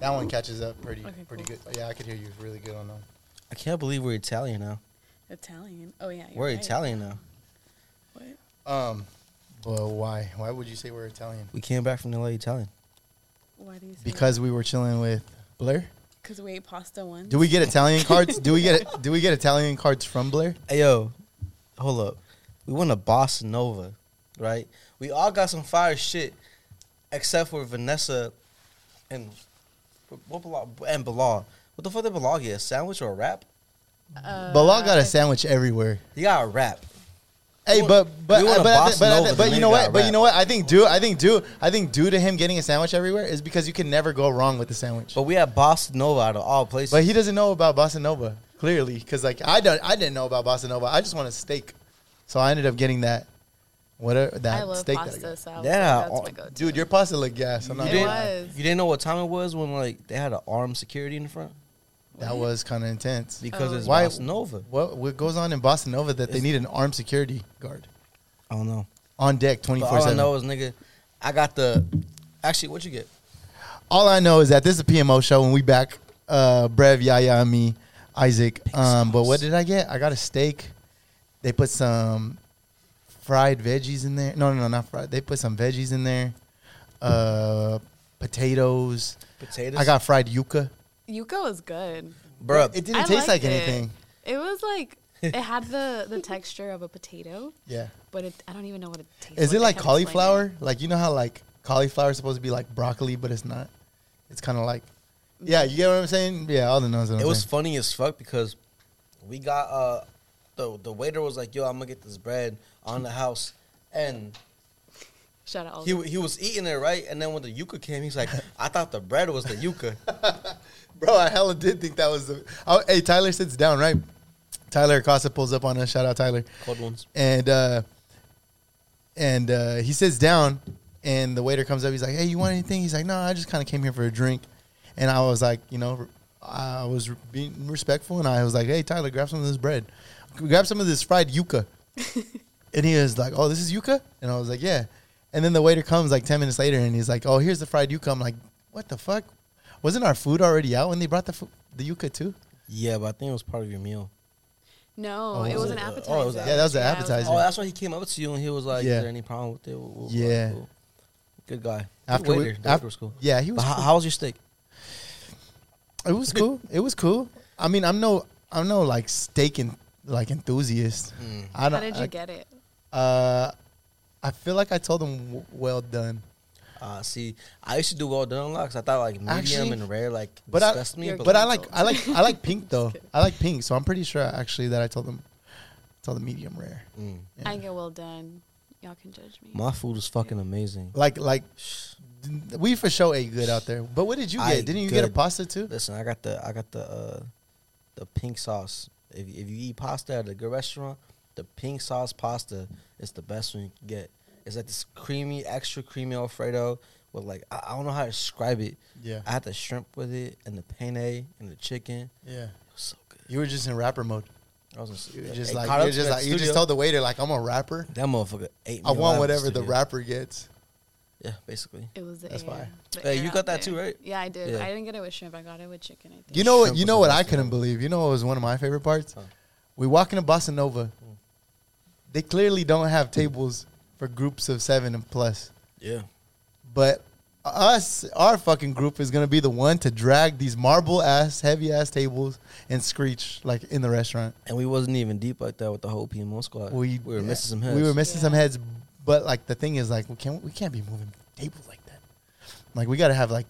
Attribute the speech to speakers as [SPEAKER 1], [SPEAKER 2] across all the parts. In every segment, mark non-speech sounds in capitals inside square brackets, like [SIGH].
[SPEAKER 1] That one catches up pretty
[SPEAKER 2] Okay,
[SPEAKER 1] pretty
[SPEAKER 2] cool.
[SPEAKER 1] good. Yeah, I could hear you really good on them.
[SPEAKER 3] I can't believe we're Italian now.
[SPEAKER 2] Italian. Oh yeah, you're
[SPEAKER 3] We're
[SPEAKER 2] right.
[SPEAKER 3] Italian now.
[SPEAKER 2] What?
[SPEAKER 1] Um, well, why? Why would you say we're Italian?
[SPEAKER 3] We came back from LA Italian.
[SPEAKER 2] Why do you say?
[SPEAKER 1] Because we were chilling with Blair.
[SPEAKER 2] because we ate pasta once.
[SPEAKER 1] Do we get
[SPEAKER 2] [LAUGHS]
[SPEAKER 1] Italian cards? Do we get do we get Italian cards from Blair?
[SPEAKER 3] Hey, yo, hold up. We went to Bossa Nova, right? We all got some fire shit, except for Vanessa and what Bilal, and Bilal. What the fuck did Bilal get? A sandwich or a wrap?
[SPEAKER 2] Uh,
[SPEAKER 1] Bilal got a sandwich everywhere.
[SPEAKER 3] He got a wrap.
[SPEAKER 1] Hey,
[SPEAKER 3] We
[SPEAKER 1] but but
[SPEAKER 3] wanna
[SPEAKER 1] but I
[SPEAKER 3] boss
[SPEAKER 1] thi- but, I
[SPEAKER 3] Nova,
[SPEAKER 1] thi-
[SPEAKER 3] the
[SPEAKER 1] but you
[SPEAKER 3] nigga
[SPEAKER 1] know
[SPEAKER 3] got
[SPEAKER 1] what? But you
[SPEAKER 3] wrapped.
[SPEAKER 1] know what? I think due I think due I think due to him getting a sandwich everywhere is because you can never go wrong with the sandwich.
[SPEAKER 3] But we had Bossa Nova out of all places.
[SPEAKER 1] But he doesn't know about bossa nova clearly because like I don't I didn't know about bossa nova. I just want a steak, so I ended up getting that whatever that
[SPEAKER 4] I love
[SPEAKER 1] steak.
[SPEAKER 4] pasta,
[SPEAKER 1] That
[SPEAKER 4] so I was
[SPEAKER 3] Yeah,
[SPEAKER 4] like, that's
[SPEAKER 3] all-
[SPEAKER 4] my go-to.
[SPEAKER 1] I got. Dude, your pasta looked gas. I'm
[SPEAKER 3] you
[SPEAKER 1] not.
[SPEAKER 3] didn't,
[SPEAKER 1] Gonna
[SPEAKER 4] It
[SPEAKER 1] lie.
[SPEAKER 4] was.
[SPEAKER 3] you didn't know what time it was when like they had an armed security in the front
[SPEAKER 1] That was kind of intense.
[SPEAKER 3] because
[SPEAKER 4] Oh.
[SPEAKER 3] it's
[SPEAKER 1] Why-
[SPEAKER 3] Bossa Nova.
[SPEAKER 1] What what goes on in bossa nova that they
[SPEAKER 3] It's-
[SPEAKER 1] need an armed security guard
[SPEAKER 3] I don't know.
[SPEAKER 1] on deck twenty
[SPEAKER 3] But
[SPEAKER 1] four
[SPEAKER 3] all Oh, I
[SPEAKER 1] seven?
[SPEAKER 3] know is nigga, I got the. Actually, what you get?
[SPEAKER 1] All I know is that this is a PMO show and we back. Uh, Brev, Yaya, and me, Isaac. Um, but what
[SPEAKER 3] sauce.
[SPEAKER 1] did I get? I got a steak. They put some fried veggies in there. No, no, no, not fried. They put some veggies in there. Uh, potatoes.
[SPEAKER 3] Potatoes.
[SPEAKER 1] I got fried yuca.
[SPEAKER 4] Yuka was good.
[SPEAKER 3] bruh.
[SPEAKER 1] It didn't
[SPEAKER 4] I
[SPEAKER 1] taste like
[SPEAKER 4] liked it.
[SPEAKER 1] anything.
[SPEAKER 4] It was like it had the
[SPEAKER 1] [LAUGHS]
[SPEAKER 4] the texture of a potato,
[SPEAKER 1] Yeah.
[SPEAKER 4] but it, I don't even know what it tastes.
[SPEAKER 1] Is it
[SPEAKER 4] like
[SPEAKER 1] like
[SPEAKER 4] I can't explain
[SPEAKER 1] cauliflower? Like you know how like cauliflower is supposed to be like broccoli, but it's not. It's kind of like. Yeah, you get what I'm saying. Yeah, all the knows.
[SPEAKER 3] It was funny as fuck because we got uh the the waiter was like, "Yo, I'm gonna get this bread on the house," and
[SPEAKER 4] Shout out.
[SPEAKER 3] he wa- he was eating it right, and then when the yuca came, he's [LAUGHS] like, "I thought the bread was the yuca."
[SPEAKER 1] [LAUGHS] Bro, I hella did think that was the. Oh, hey, Tyler sits down, right? Tyler Acosta pulls up on us. Shout out, Tyler.
[SPEAKER 3] Cold ones.
[SPEAKER 1] And uh, and uh, he sits down, and the waiter comes up. He's like, "Hey, you want anything?" He's like, "No, I just kind of came here for a drink." And I was like, you know, I was being respectful, and I was like, "Hey, Tyler, grab some of this bread. Grab some of this fried yuca." and he was like, "Oh, this is yuca," and I was like, "Yeah." And then the waiter comes like ten minutes later, and he's like, "Oh, here's the fried yuca." I'm like, "What the fuck? Wasn't our food already out when they brought the fu- the yuca too?"
[SPEAKER 3] Yeah, but I think it was part of your meal.
[SPEAKER 4] No,
[SPEAKER 1] Oh,
[SPEAKER 4] it
[SPEAKER 1] was
[SPEAKER 4] was
[SPEAKER 1] it?
[SPEAKER 4] an
[SPEAKER 3] Uh,
[SPEAKER 4] appetizer.
[SPEAKER 3] oh, it was an-
[SPEAKER 1] Yeah, that was an
[SPEAKER 4] it
[SPEAKER 1] appetizer.
[SPEAKER 3] Oh, that's why he came up to you and he was like,
[SPEAKER 1] Yeah.
[SPEAKER 3] "Is there any problem with it?" We'll- we'll-
[SPEAKER 1] Yeah.
[SPEAKER 3] we'll- Good guy. Good
[SPEAKER 1] After we-
[SPEAKER 3] waiter.
[SPEAKER 1] af-
[SPEAKER 3] The waiter was cool.
[SPEAKER 1] Yeah, he
[SPEAKER 3] But
[SPEAKER 1] was.
[SPEAKER 3] how,
[SPEAKER 1] cool.
[SPEAKER 3] how was your steak?
[SPEAKER 1] It was cool. It was cool. I mean, I'm no, I'm no like steak and like enthusiast.
[SPEAKER 3] Mm.
[SPEAKER 1] I
[SPEAKER 4] How
[SPEAKER 1] don't.
[SPEAKER 4] did you
[SPEAKER 1] I,
[SPEAKER 4] get it?
[SPEAKER 1] Uh, I feel like I told him w- well done,
[SPEAKER 3] Uh, see, I used to do well done because I thought like medium
[SPEAKER 1] Actually-
[SPEAKER 3] and rare like
[SPEAKER 1] but I,
[SPEAKER 3] disgust me.
[SPEAKER 4] You're
[SPEAKER 3] But,
[SPEAKER 1] but I
[SPEAKER 3] like,
[SPEAKER 1] like, I like, I like
[SPEAKER 4] [LAUGHS]
[SPEAKER 1] pink though. I like pink, so I'm pretty sure actually that I told him, told the medium rare.
[SPEAKER 3] mm.
[SPEAKER 1] Yeah.
[SPEAKER 4] I get well done. Y'all can judge me.
[SPEAKER 3] my food was fucking amazing.
[SPEAKER 1] Like, like, we for sure ate good out there. But what did you
[SPEAKER 3] I
[SPEAKER 1] get?
[SPEAKER 3] ate
[SPEAKER 1] Didn't you get a
[SPEAKER 3] good.
[SPEAKER 1] pasta too?
[SPEAKER 3] Listen, I got the I got the uh the pink sauce. If if you eat pasta at a good restaurant, the pink sauce pasta is the best one you can get. It's like this creamy, extra creamy Alfredo with like I, I don't know how to describe it.
[SPEAKER 1] Yeah,
[SPEAKER 3] I had the shrimp with it and the penne and the chicken.
[SPEAKER 1] yeah.
[SPEAKER 3] It was so good.
[SPEAKER 1] You were just in rapper mode.
[SPEAKER 3] I was just,
[SPEAKER 1] You were
[SPEAKER 3] it
[SPEAKER 1] just
[SPEAKER 3] caught
[SPEAKER 1] like,
[SPEAKER 3] up
[SPEAKER 1] you were
[SPEAKER 3] to
[SPEAKER 1] just
[SPEAKER 3] the
[SPEAKER 1] like, you just
[SPEAKER 3] studio.
[SPEAKER 1] told the waiter like, I'm a rapper.
[SPEAKER 3] that motherfucker ate.
[SPEAKER 1] I want
[SPEAKER 3] me alive in the
[SPEAKER 1] whatever the
[SPEAKER 3] studio.
[SPEAKER 1] rapper gets.
[SPEAKER 3] Yeah, basically.
[SPEAKER 4] It was the
[SPEAKER 1] That's
[SPEAKER 4] air.
[SPEAKER 1] why.
[SPEAKER 4] the
[SPEAKER 3] Hey,
[SPEAKER 4] air
[SPEAKER 3] you
[SPEAKER 4] out
[SPEAKER 3] got that
[SPEAKER 4] there.
[SPEAKER 3] too, right?
[SPEAKER 4] Yeah, I did.
[SPEAKER 3] Yeah.
[SPEAKER 4] I didn't get it with shrimp. I got it with chicken. I think.
[SPEAKER 1] You know what?
[SPEAKER 3] Shrimp
[SPEAKER 1] You
[SPEAKER 3] was
[SPEAKER 1] know
[SPEAKER 3] the
[SPEAKER 1] what
[SPEAKER 3] best
[SPEAKER 1] I
[SPEAKER 3] one.
[SPEAKER 1] couldn't believe. You know what was one of my favorite parts?
[SPEAKER 3] Huh. Hmm.
[SPEAKER 1] We walk into Bossa Nova. They clearly don't have tables for groups of seven and plus,
[SPEAKER 3] Yeah.
[SPEAKER 1] but us, our fucking group is gonna be the one to drag these marble ass, heavy ass tables and screech like in the restaurant.
[SPEAKER 3] And we wasn't even deep like that with the whole PMO squad.
[SPEAKER 1] We
[SPEAKER 3] We, were missing some heads.
[SPEAKER 1] We were missing some
[SPEAKER 4] Yeah.
[SPEAKER 1] heads, but like the thing is, like we can't we can't be moving tables like that. Like we gotta have like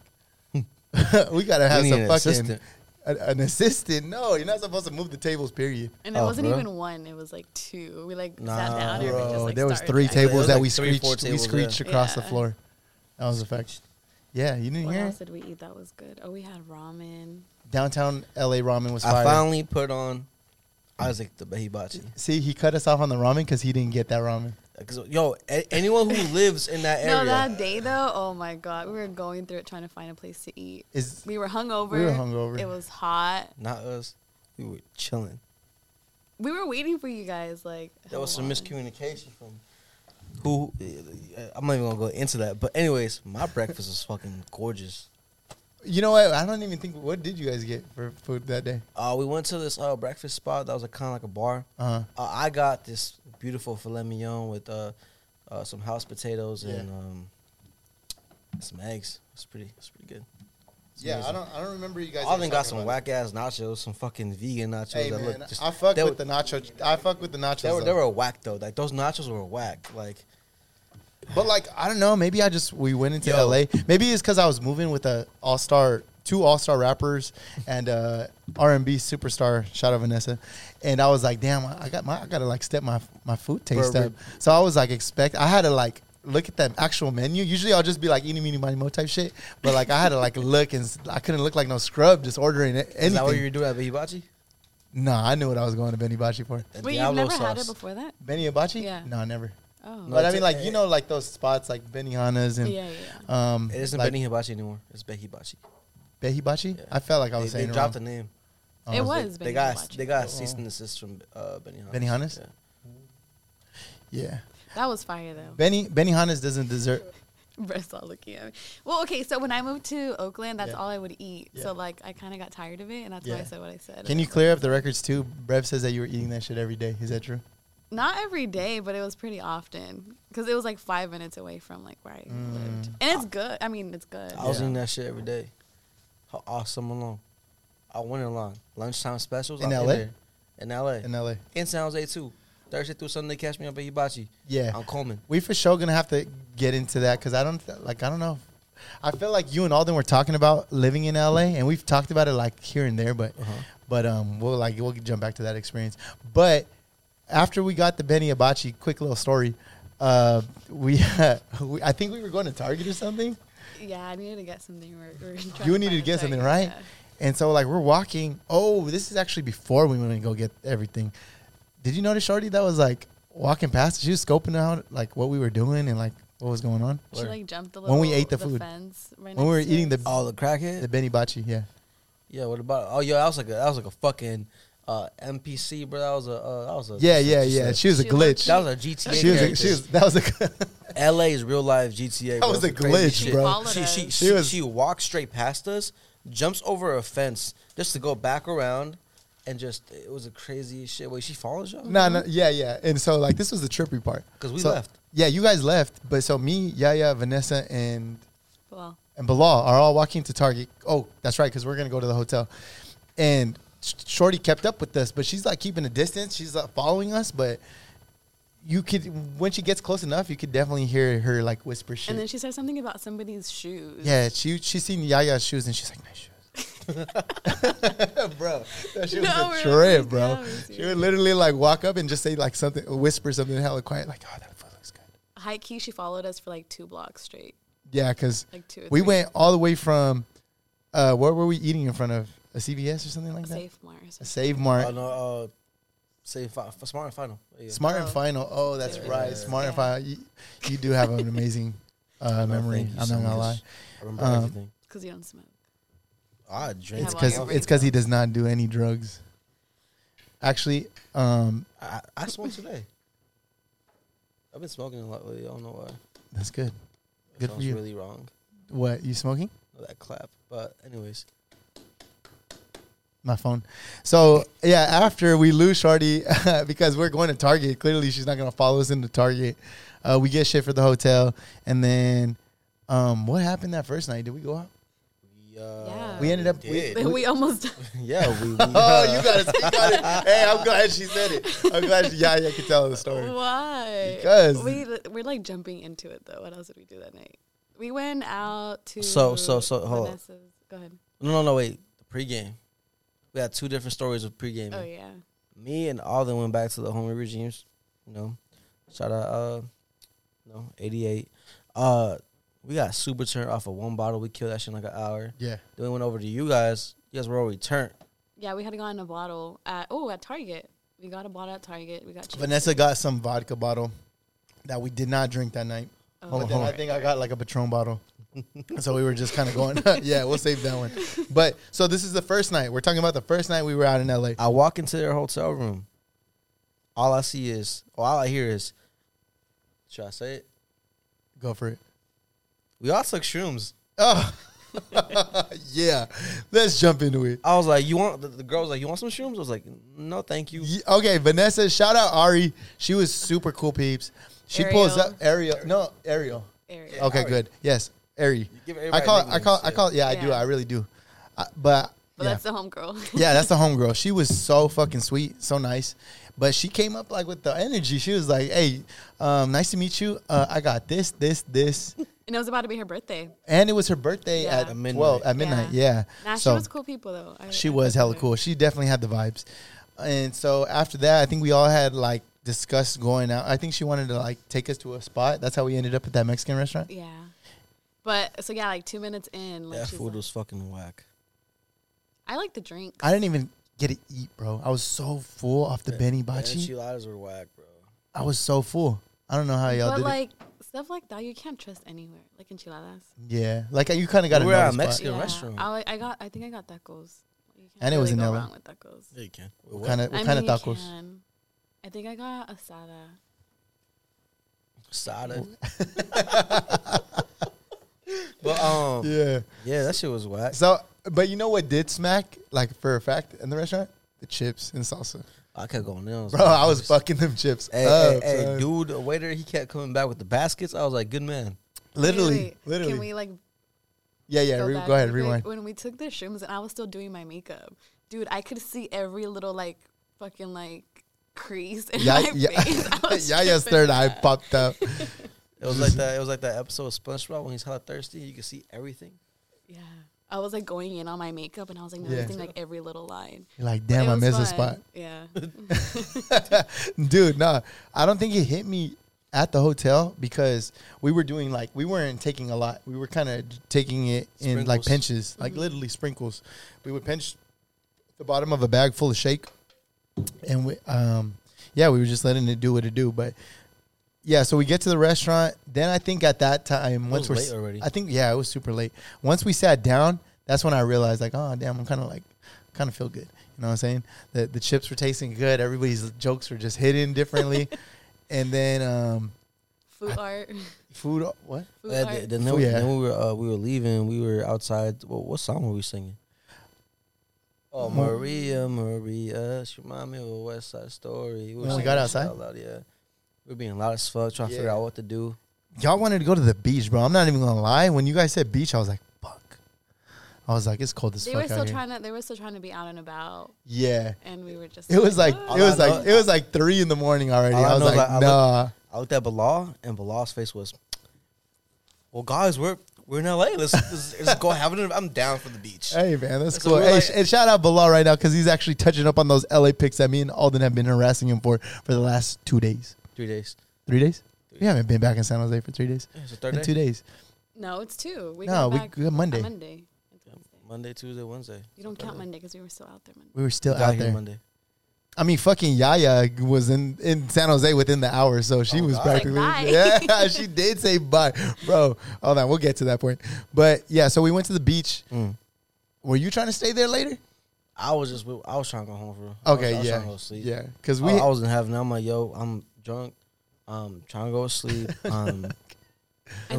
[SPEAKER 1] Hmm. [LAUGHS] we gotta have
[SPEAKER 3] need
[SPEAKER 1] some
[SPEAKER 3] an
[SPEAKER 1] fucking
[SPEAKER 3] assistant.
[SPEAKER 1] An, an assistant. No, you're not supposed to move the tables. Period.
[SPEAKER 4] And it
[SPEAKER 3] Oh,
[SPEAKER 4] wasn't
[SPEAKER 3] bro.
[SPEAKER 4] even one. It was like two. We like
[SPEAKER 3] Nah,
[SPEAKER 4] sat down. and we
[SPEAKER 1] Bro,
[SPEAKER 4] just, like,
[SPEAKER 1] there was
[SPEAKER 4] started
[SPEAKER 1] three
[SPEAKER 4] talking.
[SPEAKER 1] tables
[SPEAKER 3] Yeah,
[SPEAKER 1] that
[SPEAKER 3] like
[SPEAKER 1] we
[SPEAKER 3] three,
[SPEAKER 1] screeched.
[SPEAKER 3] four
[SPEAKER 1] we
[SPEAKER 3] tables,
[SPEAKER 1] screeched
[SPEAKER 4] yeah.
[SPEAKER 1] across the
[SPEAKER 4] Yeah.
[SPEAKER 1] floor. That was a fact. Yeah, you didn't
[SPEAKER 4] What
[SPEAKER 1] hear
[SPEAKER 4] else
[SPEAKER 1] it?
[SPEAKER 4] did we eat that was good? Oh, we had ramen.
[SPEAKER 1] downtown LA ramen was
[SPEAKER 3] I
[SPEAKER 1] fire.
[SPEAKER 3] finally put on Isaac the hibachi.
[SPEAKER 1] See, he cut us off on the ramen because he didn't get that ramen.
[SPEAKER 3] 'Cause, yo, a- anyone who lives in that
[SPEAKER 4] [LAUGHS]
[SPEAKER 3] area,
[SPEAKER 4] No, that day though, oh my god, we were going through it trying to find a place to eat.
[SPEAKER 1] Is
[SPEAKER 4] We were hungover.
[SPEAKER 1] We were hungover.
[SPEAKER 4] It was hot.
[SPEAKER 3] not us, we were chilling.
[SPEAKER 4] We were waiting for you guys. Like
[SPEAKER 3] There was some
[SPEAKER 4] hold on.
[SPEAKER 3] miscommunication from uh, who. I'm not even gonna go into that. But anyways, my breakfast was fucking gorgeous.
[SPEAKER 1] You know what? I don't even think. What did you guys get for food that day?
[SPEAKER 3] Uh, we went to this uh, breakfast spot that was a, kind of like a bar.
[SPEAKER 1] Uh,
[SPEAKER 3] Uh, I got this beautiful filet mignon with uh, uh, some house potatoes and um, some eggs. It's pretty. It's pretty good. It's
[SPEAKER 1] yeah, I
[SPEAKER 3] amazing.
[SPEAKER 1] don't. I don't remember you guys.
[SPEAKER 3] I
[SPEAKER 1] ever
[SPEAKER 3] even got
[SPEAKER 1] talking
[SPEAKER 3] some
[SPEAKER 1] about it.
[SPEAKER 3] whack ass nachos, some fucking vegan nachos.
[SPEAKER 1] Hey
[SPEAKER 3] that
[SPEAKER 1] man,
[SPEAKER 3] look just,
[SPEAKER 1] I fuck
[SPEAKER 3] they
[SPEAKER 1] with
[SPEAKER 3] were-
[SPEAKER 1] the nacho. I fuck with the nachos.
[SPEAKER 3] They were, they
[SPEAKER 1] though.
[SPEAKER 3] were whack though. Like those nachos were whack. Like
[SPEAKER 1] But like I don't know, maybe I just we went into
[SPEAKER 3] Yo.
[SPEAKER 1] LA. Maybe it's because I was moving with a all star, two all star rappers and uh, R and B superstar. Shout out Vanessa, and I was like, damn, I I got my I gotta like step my my food taste
[SPEAKER 3] Bro,
[SPEAKER 1] up. So I was like, expect I had to like look at the actual menu. Usually I'll just be like eating, meeny, miny, mo type shit, but like I had to like [LAUGHS] look and s- I couldn't look like no scrub just ordering it.
[SPEAKER 3] is that what you
[SPEAKER 1] Anything.
[SPEAKER 3] were doing at Hibachi?
[SPEAKER 1] No, I knew what I was going to Benny Bachi for.
[SPEAKER 3] The
[SPEAKER 4] Wait, you've
[SPEAKER 3] Diablo
[SPEAKER 4] never had it
[SPEAKER 3] sauce.
[SPEAKER 4] before that?
[SPEAKER 1] Benny Bachi?
[SPEAKER 4] Yeah.
[SPEAKER 1] No, never.
[SPEAKER 4] Oh.
[SPEAKER 3] No,
[SPEAKER 1] but I
[SPEAKER 3] it's
[SPEAKER 1] mean,
[SPEAKER 3] a-
[SPEAKER 1] like you know, like those spots like Benihana's and
[SPEAKER 4] yeah, yeah, yeah.
[SPEAKER 1] um,
[SPEAKER 3] It isn't
[SPEAKER 1] like,
[SPEAKER 3] Benny Hibachi anymore. It's Becky Hibachi.
[SPEAKER 1] Behibachi?
[SPEAKER 3] Yeah.
[SPEAKER 1] I felt like I
[SPEAKER 3] They,
[SPEAKER 1] was
[SPEAKER 3] they
[SPEAKER 1] saying
[SPEAKER 3] dropped the
[SPEAKER 1] wrong.
[SPEAKER 3] name.
[SPEAKER 1] Oh,
[SPEAKER 4] it
[SPEAKER 1] is
[SPEAKER 4] was.
[SPEAKER 3] They
[SPEAKER 4] Benny
[SPEAKER 3] got
[SPEAKER 4] Hibachi.
[SPEAKER 3] they got
[SPEAKER 1] Oh.
[SPEAKER 3] a cease and desist from uh, Benihana's.
[SPEAKER 1] Benihana's?
[SPEAKER 3] Yeah.
[SPEAKER 1] Yeah.
[SPEAKER 4] that was fire though. [LAUGHS]
[SPEAKER 1] Benny Benihana's doesn't deserve.
[SPEAKER 4] Brett's all looking at me. Well, okay, so when I moved to Oakland, that's
[SPEAKER 1] Yeah.
[SPEAKER 4] all I would eat.
[SPEAKER 1] Yeah.
[SPEAKER 4] So like, I kind of got tired of it, and that's why
[SPEAKER 1] Yeah.
[SPEAKER 4] I said what I said.
[SPEAKER 1] Can you clear up the records too? Brev says that you were eating that shit every day. Is that true?
[SPEAKER 4] Not every day, but it was pretty often because it was like five minutes away from like where I lived,
[SPEAKER 1] Mm.
[SPEAKER 4] and it's good. I mean, it's good.
[SPEAKER 3] I was
[SPEAKER 1] Yeah.
[SPEAKER 3] eating that shit every day. How awesome alone. I went along. Lunchtime specials.
[SPEAKER 1] In
[SPEAKER 3] I'm
[SPEAKER 1] LA?
[SPEAKER 3] there. In LA.
[SPEAKER 1] In LA.
[SPEAKER 3] In San Jose too. Thursday through Sunday, catch me up at Hibachi.
[SPEAKER 1] Yeah.
[SPEAKER 3] I'm Coleman.
[SPEAKER 1] We for sure gonna have to get into that because I don't th- like. I don't know. I feel like you and Alden were talking about living in LA, and we've talked about it like here and there, but but um, we'll like we'll jump back to that experience. But after we got the Benny Abachi, quick little story. Uh, we, [LAUGHS] we I think we were going to Target or something.
[SPEAKER 4] yeah, I needed to get something. We're, we're trying
[SPEAKER 1] you
[SPEAKER 4] find
[SPEAKER 1] needed to
[SPEAKER 4] a
[SPEAKER 1] get something,
[SPEAKER 4] site,
[SPEAKER 1] right?
[SPEAKER 4] yeah.
[SPEAKER 1] And so like we're walking. Oh, this is actually before we went to go get everything. Did you notice Shorty that was like walking past? She was scoping out like what we were doing and like what was going on.
[SPEAKER 4] She like jumped a little
[SPEAKER 1] When we ate the food.
[SPEAKER 4] Fence right
[SPEAKER 1] When we were
[SPEAKER 4] next to
[SPEAKER 1] eating
[SPEAKER 4] us.
[SPEAKER 1] the-
[SPEAKER 3] Oh, the crackhead.
[SPEAKER 1] The Benny Bachi, yeah.
[SPEAKER 3] yeah. What about? Oh, yeah. That was like a, that was like a fucking uh, NPC, bro. That was a uh, that was a
[SPEAKER 1] Yeah, yeah,
[SPEAKER 3] just
[SPEAKER 1] yeah.
[SPEAKER 3] a-
[SPEAKER 1] She was a
[SPEAKER 4] She
[SPEAKER 1] glitch.
[SPEAKER 3] that was a GTA.
[SPEAKER 1] she was, a,
[SPEAKER 3] character.
[SPEAKER 1] she was that was a [LAUGHS]
[SPEAKER 3] LA's real life GTA.
[SPEAKER 1] That
[SPEAKER 3] bro.
[SPEAKER 1] was a
[SPEAKER 3] Crazy
[SPEAKER 1] glitch,
[SPEAKER 3] shit.
[SPEAKER 4] bro. Followed
[SPEAKER 3] She
[SPEAKER 4] us.
[SPEAKER 3] she,
[SPEAKER 4] She
[SPEAKER 3] she,
[SPEAKER 1] was-
[SPEAKER 3] she walked straight past us, jumps over a fence just to go back around, and just it was a crazy shit. Wait, she follows y'all?
[SPEAKER 1] no, no, yeah, yeah. And so like this was the trippy part
[SPEAKER 3] 'Cause we
[SPEAKER 1] So-
[SPEAKER 3] left.
[SPEAKER 1] Yeah, you guys left, but so me, Yaya, Vanessa, and
[SPEAKER 4] well,
[SPEAKER 1] and Bilal are all walking to Target. Oh, that's right, because we're gonna go to the hotel. And Sh- Shorty kept up with us, but she's like keeping a distance. She's like following us, but you could when she gets close enough, you could definitely hear her like whisper shit.
[SPEAKER 4] and then she said something about somebody's shoes.
[SPEAKER 1] yeah, she she seen Yaya's shoes and she's like, nice shoes,
[SPEAKER 4] [LAUGHS]
[SPEAKER 1] bro. That shit was
[SPEAKER 4] No,
[SPEAKER 1] a
[SPEAKER 4] we're
[SPEAKER 1] trip,
[SPEAKER 4] like,
[SPEAKER 1] bro.
[SPEAKER 4] no, it's
[SPEAKER 1] she
[SPEAKER 4] serious.
[SPEAKER 1] would literally like walk up and just say like something, whisper something hella quiet, like, oh, that foot looks good.
[SPEAKER 4] High key, she followed us for like two blocks straight.
[SPEAKER 1] Yeah, because
[SPEAKER 4] Like two or
[SPEAKER 1] we
[SPEAKER 4] three.
[SPEAKER 1] went all the way from uh, where were we eating in front of a CVS or something like that?
[SPEAKER 4] Safe Mars.
[SPEAKER 1] A Save Mart,
[SPEAKER 3] Oh no. Uh, say fi- smart and final. Yeah.
[SPEAKER 1] Smart and
[SPEAKER 4] Oh.
[SPEAKER 1] Final. Oh, that's
[SPEAKER 4] Yeah.
[SPEAKER 1] right,
[SPEAKER 3] Yeah.
[SPEAKER 1] Smart and
[SPEAKER 4] Yeah.
[SPEAKER 1] Final. You, you do have an amazing uh,
[SPEAKER 3] No,
[SPEAKER 1] memory.
[SPEAKER 3] Oh, thank you
[SPEAKER 1] I'm
[SPEAKER 3] so
[SPEAKER 1] not gonna lie.
[SPEAKER 3] much. I remember
[SPEAKER 1] Um,
[SPEAKER 3] everything.
[SPEAKER 4] because you don't smoke.
[SPEAKER 3] I drank.
[SPEAKER 1] It's
[SPEAKER 4] Yeah,
[SPEAKER 1] because
[SPEAKER 4] well, you're
[SPEAKER 1] it's because he does not do any drugs. Actually, um,
[SPEAKER 3] I, I smoked today. I've been smoking a lot lately. I don't know why.
[SPEAKER 1] that's good.
[SPEAKER 3] It
[SPEAKER 1] Good for
[SPEAKER 3] sounds
[SPEAKER 1] you.
[SPEAKER 3] really wrong.
[SPEAKER 1] What you smoking?
[SPEAKER 3] That clap. But anyways,
[SPEAKER 1] My phone. So yeah, after we lose Shardy [LAUGHS] because we're going to Target. Clearly, she's not gonna follow us into Target. Uh, we get shit for the hotel, and then um, what happened that first night? Did we go out?
[SPEAKER 3] we uh,
[SPEAKER 4] Yeah.
[SPEAKER 1] We ended up- we-
[SPEAKER 3] did.
[SPEAKER 4] [LAUGHS] We, almost.
[SPEAKER 3] [LAUGHS] yeah.
[SPEAKER 1] [LAUGHS]
[SPEAKER 3] We, we
[SPEAKER 1] Oh, you gotta speak on it. Hey, I'm glad she said it. I'm glad she, yeah, yeah, I can tell the story.
[SPEAKER 4] Why?
[SPEAKER 1] Because-
[SPEAKER 4] we we're like jumping into it though. What else did we do that night? We went out to
[SPEAKER 3] So- so- so, hold on.
[SPEAKER 4] Vanessa's. Go ahead.
[SPEAKER 3] No, no, no, wait. The pregame. We had two different stories of pregame.
[SPEAKER 4] Oh yeah.
[SPEAKER 3] Me and Alden went back to the homie regimes. You know, shout out, uh, no, 88. Uh, we got super turned off of one bottle. We killed that shit in like an hour.
[SPEAKER 1] Yeah,
[SPEAKER 3] Then we went over to you guys. You guys were already turned.
[SPEAKER 4] Yeah, we had gotten a bottle at oh at Target. We got a bottle at Target. We got cheap.
[SPEAKER 1] Vanessa got some vodka bottle that we did not drink that night.
[SPEAKER 4] Oh,
[SPEAKER 1] But
[SPEAKER 3] Hold
[SPEAKER 1] then
[SPEAKER 3] on.
[SPEAKER 1] I think I got like a Patron bottle. so we were just kind of going, [LAUGHS] yeah, we'll save that one. But so this is the first night. We're talking about the first night we were out in LA.
[SPEAKER 3] I walk into their hotel room. All I see is, or all I hear is, should I say it?
[SPEAKER 1] Go for it. [LAUGHS]
[SPEAKER 3] We all took shrooms.
[SPEAKER 1] Oh, yeah, let's jump into it.
[SPEAKER 3] I was like, you want the, the girl was like, you want some shrooms? I was like, no, thank you.
[SPEAKER 1] Ye- Okay, Vanessa, shout out Ari. She was super cool, peeps. She pulls
[SPEAKER 4] Ariel.
[SPEAKER 1] up Ariel. No, Ariel.
[SPEAKER 4] Area.
[SPEAKER 1] Okay,
[SPEAKER 3] Ari.
[SPEAKER 1] good. Yes, Ari.
[SPEAKER 3] give
[SPEAKER 1] I
[SPEAKER 3] everybody
[SPEAKER 1] call. I call.
[SPEAKER 3] nicknames,
[SPEAKER 1] I call. Yeah, I do.
[SPEAKER 4] Yeah.
[SPEAKER 1] I really do. I, but
[SPEAKER 4] But
[SPEAKER 1] yeah.
[SPEAKER 4] that's the homegirl.
[SPEAKER 1] [LAUGHS] yeah, that's the homegirl. She was so fucking sweet, so nice. But she came up like with the energy. She was like, "Hey, um, nice to meet you. Uh, I got this, this, this."
[SPEAKER 4] and it was about to be her birthday.
[SPEAKER 1] And it was her birthday
[SPEAKER 4] Yeah.
[SPEAKER 1] at,
[SPEAKER 4] At
[SPEAKER 3] midnight.
[SPEAKER 1] twelve at midnight. Yeah.
[SPEAKER 4] Nah,
[SPEAKER 1] so
[SPEAKER 4] she was cool people though. I-
[SPEAKER 1] she
[SPEAKER 4] I
[SPEAKER 1] was
[SPEAKER 4] fucked
[SPEAKER 1] hella
[SPEAKER 4] with her.
[SPEAKER 1] cool. She definitely had the vibes. And so after that, I think we all had like discussed going out. I think she wanted to like take us to a spot. That's how we ended up at that Mexican restaurant.
[SPEAKER 4] Yeah. But so yeah, like two minutes in, like
[SPEAKER 3] That
[SPEAKER 4] she's
[SPEAKER 3] food
[SPEAKER 4] like-
[SPEAKER 3] was fucking whack.
[SPEAKER 4] I like the drink.
[SPEAKER 1] I didn't even get to eat, bro. I was so full off the Benny Bachi.
[SPEAKER 3] Enchiladas were whack, bro.
[SPEAKER 1] I was so full. I don't know how Ah, y'all
[SPEAKER 4] But
[SPEAKER 1] did it.
[SPEAKER 4] like stuff like that, you can't trust anywhere. Like enchiladas.
[SPEAKER 1] Yeah, like you kind of got to
[SPEAKER 3] We
[SPEAKER 1] know
[SPEAKER 3] were at
[SPEAKER 1] the
[SPEAKER 3] a
[SPEAKER 1] spot.
[SPEAKER 3] Mexican restaurant.
[SPEAKER 4] I, I got. I think I got tacos. You can't
[SPEAKER 1] And it was
[SPEAKER 4] really
[SPEAKER 1] in
[SPEAKER 4] go
[SPEAKER 1] LA.
[SPEAKER 4] wrong with tacos.
[SPEAKER 3] Yeah, you can. What?
[SPEAKER 1] Kind of,
[SPEAKER 4] I
[SPEAKER 1] what kind of
[SPEAKER 4] mean, you
[SPEAKER 1] tacos?
[SPEAKER 4] can. I think I got asada.
[SPEAKER 3] Sada. [LAUGHS] but um, yeah.
[SPEAKER 1] Yeah.
[SPEAKER 3] that shit was whack.
[SPEAKER 1] So, but you know what did smack like for a fact in the restaurant? The chips and salsa,
[SPEAKER 3] I kept going in.
[SPEAKER 1] bro. I was fucking them chips
[SPEAKER 3] Hey,
[SPEAKER 1] up,
[SPEAKER 3] hey, hey,
[SPEAKER 1] son.
[SPEAKER 3] dude, the waiter, he kept coming back with the baskets. I was like, good man.
[SPEAKER 1] Literally,
[SPEAKER 4] Wait, wait,
[SPEAKER 1] literally.
[SPEAKER 4] Can we like
[SPEAKER 1] yeah, yeah.
[SPEAKER 4] go,
[SPEAKER 1] Re-
[SPEAKER 4] back
[SPEAKER 1] go ahead,
[SPEAKER 4] real
[SPEAKER 1] rewind.
[SPEAKER 4] quick? When we took the shrooms and I was still doing my makeup, dude, I could see every little like fucking like crease [LAUGHS] in
[SPEAKER 1] Yeah,
[SPEAKER 4] my
[SPEAKER 1] yeah. [LAUGHS]
[SPEAKER 4] face. I was
[SPEAKER 1] yeah, yes,
[SPEAKER 4] tripping.
[SPEAKER 1] third eye popped up.
[SPEAKER 3] It was like that. It was like that episode of SpongeBob when he's hella thirsty. You can see everything.
[SPEAKER 4] Yeah, I was like going in on my makeup and I was like
[SPEAKER 1] Yeah.
[SPEAKER 4] noticing like every little line.
[SPEAKER 1] You're like,
[SPEAKER 4] But
[SPEAKER 1] damn,
[SPEAKER 4] it
[SPEAKER 1] I
[SPEAKER 4] was
[SPEAKER 1] missed a
[SPEAKER 4] fun.
[SPEAKER 1] spot,
[SPEAKER 4] Yeah,
[SPEAKER 1] [LAUGHS] dude. Nah, I don't think it hit me at the hotel because we were doing like we weren't taking a lot. We were kind of taking it in like
[SPEAKER 3] Sprinkles.
[SPEAKER 1] pinches, like
[SPEAKER 4] Mm-hmm.
[SPEAKER 1] literally sprinkles. We would pinch the bottom of a bag full of shake, and we, um, yeah, we were just letting it do what it do. But yeah, so we get to the restaurant. Then I think at that time, once
[SPEAKER 3] was
[SPEAKER 1] we're
[SPEAKER 3] late already.
[SPEAKER 1] I think yeah, it was super late. Once we sat down, that's when I realized like, oh damn, I'm kind of like, kind of feel good. You know what I'm saying? The the chips were tasting good. Everybody's jokes were just hidden
[SPEAKER 3] [LAUGHS]
[SPEAKER 1] differently, and then um,
[SPEAKER 4] food art. [LAUGHS]
[SPEAKER 1] food. What?
[SPEAKER 4] Food
[SPEAKER 3] Uh,
[SPEAKER 4] art.
[SPEAKER 3] th- then,
[SPEAKER 1] Oh,
[SPEAKER 3] we,
[SPEAKER 1] yeah.
[SPEAKER 3] then we were uh, we were leaving. We were outside. What, what song were we singing? Oh,
[SPEAKER 1] Mo-
[SPEAKER 3] Maria, Maria, she remind me of a West Side Story. were
[SPEAKER 1] When we
[SPEAKER 3] singing
[SPEAKER 1] got
[SPEAKER 3] that shit
[SPEAKER 1] outside?
[SPEAKER 3] out loud, yeah. We were being loud as fuck, trying to figure
[SPEAKER 1] Yeah.
[SPEAKER 3] out what to do.
[SPEAKER 1] Y'all wanted to go to the beach, bro. I'm not even gonna lie. When you guys said beach, I was like, fuck. I was like, it's cold as
[SPEAKER 4] they
[SPEAKER 1] fuck
[SPEAKER 4] were
[SPEAKER 1] out
[SPEAKER 4] still
[SPEAKER 1] here.
[SPEAKER 4] trying to. They were still trying to be out and about,
[SPEAKER 1] yeah.
[SPEAKER 4] and we were just.
[SPEAKER 1] It was like
[SPEAKER 4] "What?"
[SPEAKER 1] it was
[SPEAKER 3] I
[SPEAKER 1] like
[SPEAKER 3] know-
[SPEAKER 1] it was like three in the morning already.
[SPEAKER 3] All I
[SPEAKER 1] I was
[SPEAKER 3] know is
[SPEAKER 1] like,
[SPEAKER 3] I- I look-
[SPEAKER 1] nah.
[SPEAKER 3] I looked at Bilal, and Bilal's face was, "Well, guys, we're we're in LA. Let's, let's, let's go have it. I'm down for the beach."
[SPEAKER 1] Hey man, that's
[SPEAKER 3] So
[SPEAKER 1] cool.
[SPEAKER 3] we're
[SPEAKER 1] Hey,
[SPEAKER 3] like-
[SPEAKER 1] sh- and shout out Bilal right now because he's actually touching up on those LA picks that me and Alden have been harassing him for for the last two days,
[SPEAKER 3] Three days.
[SPEAKER 1] three days. We haven't been back in San Jose for three days.
[SPEAKER 3] Yeah, it's the
[SPEAKER 1] In
[SPEAKER 3] third
[SPEAKER 1] two
[SPEAKER 3] day.
[SPEAKER 1] days.
[SPEAKER 4] No, it's two. We
[SPEAKER 1] No,
[SPEAKER 4] got
[SPEAKER 1] we
[SPEAKER 4] back
[SPEAKER 1] got Monday.
[SPEAKER 4] on Monday. It's Wednesday.
[SPEAKER 3] Monday, Tuesday, Wednesday.
[SPEAKER 4] You don't
[SPEAKER 3] Third
[SPEAKER 4] count
[SPEAKER 3] day.
[SPEAKER 4] Monday because we were still out there Monday.
[SPEAKER 1] We were still
[SPEAKER 3] Got
[SPEAKER 1] out
[SPEAKER 3] here
[SPEAKER 1] there.
[SPEAKER 3] Monday.
[SPEAKER 1] I mean, fucking Yaya was in, in San Jose within the hour, so she
[SPEAKER 3] Oh,
[SPEAKER 1] was
[SPEAKER 3] God.
[SPEAKER 1] practically
[SPEAKER 4] Like, bye.
[SPEAKER 1] yeah. [LAUGHS] She did say bye, bro. Hold on, we'll get to that point. But yeah, so we went to the beach.
[SPEAKER 3] Mm.
[SPEAKER 1] Were you trying to stay there later?
[SPEAKER 3] I was just with- I was trying to go home for real. I was-
[SPEAKER 1] Okay,
[SPEAKER 3] Oh, I was
[SPEAKER 1] yeah,
[SPEAKER 3] trying to go to sleep.
[SPEAKER 1] yeah. Because
[SPEAKER 3] We,
[SPEAKER 1] we
[SPEAKER 3] I, I was in heaven. I'm like, yo, I'm drunk. Um, trying to go
[SPEAKER 1] [LAUGHS]
[SPEAKER 3] to sleep. Um,
[SPEAKER 4] I
[SPEAKER 3] was
[SPEAKER 4] think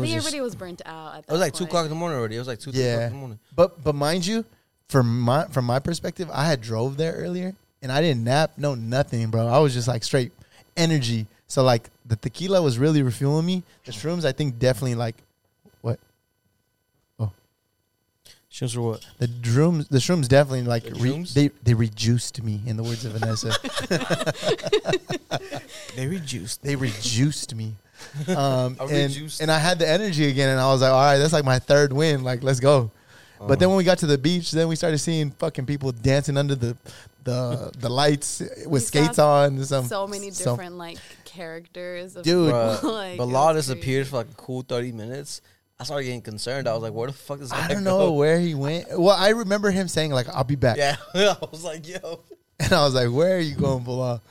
[SPEAKER 3] just-
[SPEAKER 4] everybody was burnt out at that
[SPEAKER 3] it was like two
[SPEAKER 4] point.
[SPEAKER 3] o'clock in the morning already. It was like two, three o'clock
[SPEAKER 1] Yeah,
[SPEAKER 3] in the morning.
[SPEAKER 1] but but mind you, from my from my perspective, I had drove there earlier and I didn't nap, no nothing, bro. I was just like straight energy. So like the tequila was really refueling me. The shrooms, I think, definitely like what
[SPEAKER 3] Shrooms were what?
[SPEAKER 1] the shrooms. The shrooms definitely like
[SPEAKER 3] The
[SPEAKER 1] re,
[SPEAKER 3] shrooms?
[SPEAKER 1] they they reduced me. In the words of Vanessa,
[SPEAKER 3] They reduced.
[SPEAKER 1] they reduced
[SPEAKER 3] [LAUGHS]
[SPEAKER 1] me. Um,
[SPEAKER 3] I
[SPEAKER 1] and
[SPEAKER 3] reduced.
[SPEAKER 1] and I had the energy again, and I was like, all right, that's like my third win. Like let's go. But
[SPEAKER 3] Uh-huh.
[SPEAKER 1] then when we got to the beach, then we started seeing fucking people dancing under the the the lights with
[SPEAKER 4] saw
[SPEAKER 1] skates on. and Some
[SPEAKER 4] so many
[SPEAKER 1] some-
[SPEAKER 4] different like characters. Of
[SPEAKER 1] um, Dude.
[SPEAKER 4] people, [LAUGHS]
[SPEAKER 3] Bruh,
[SPEAKER 4] like,
[SPEAKER 3] but
[SPEAKER 4] it
[SPEAKER 3] Law
[SPEAKER 4] was crazy.
[SPEAKER 3] disappeared for like a cool thirty minutes. I started getting concerned. I was like, where the fuck is?
[SPEAKER 1] I
[SPEAKER 3] [LAUGHS]
[SPEAKER 1] don't know where he went. Well, I remember him saying like, "I'll be back,"
[SPEAKER 3] Yeah, [LAUGHS] I was like,
[SPEAKER 4] Uh,
[SPEAKER 3] yo.
[SPEAKER 1] [LAUGHS] and I was like, "Where are you going, Bilal?"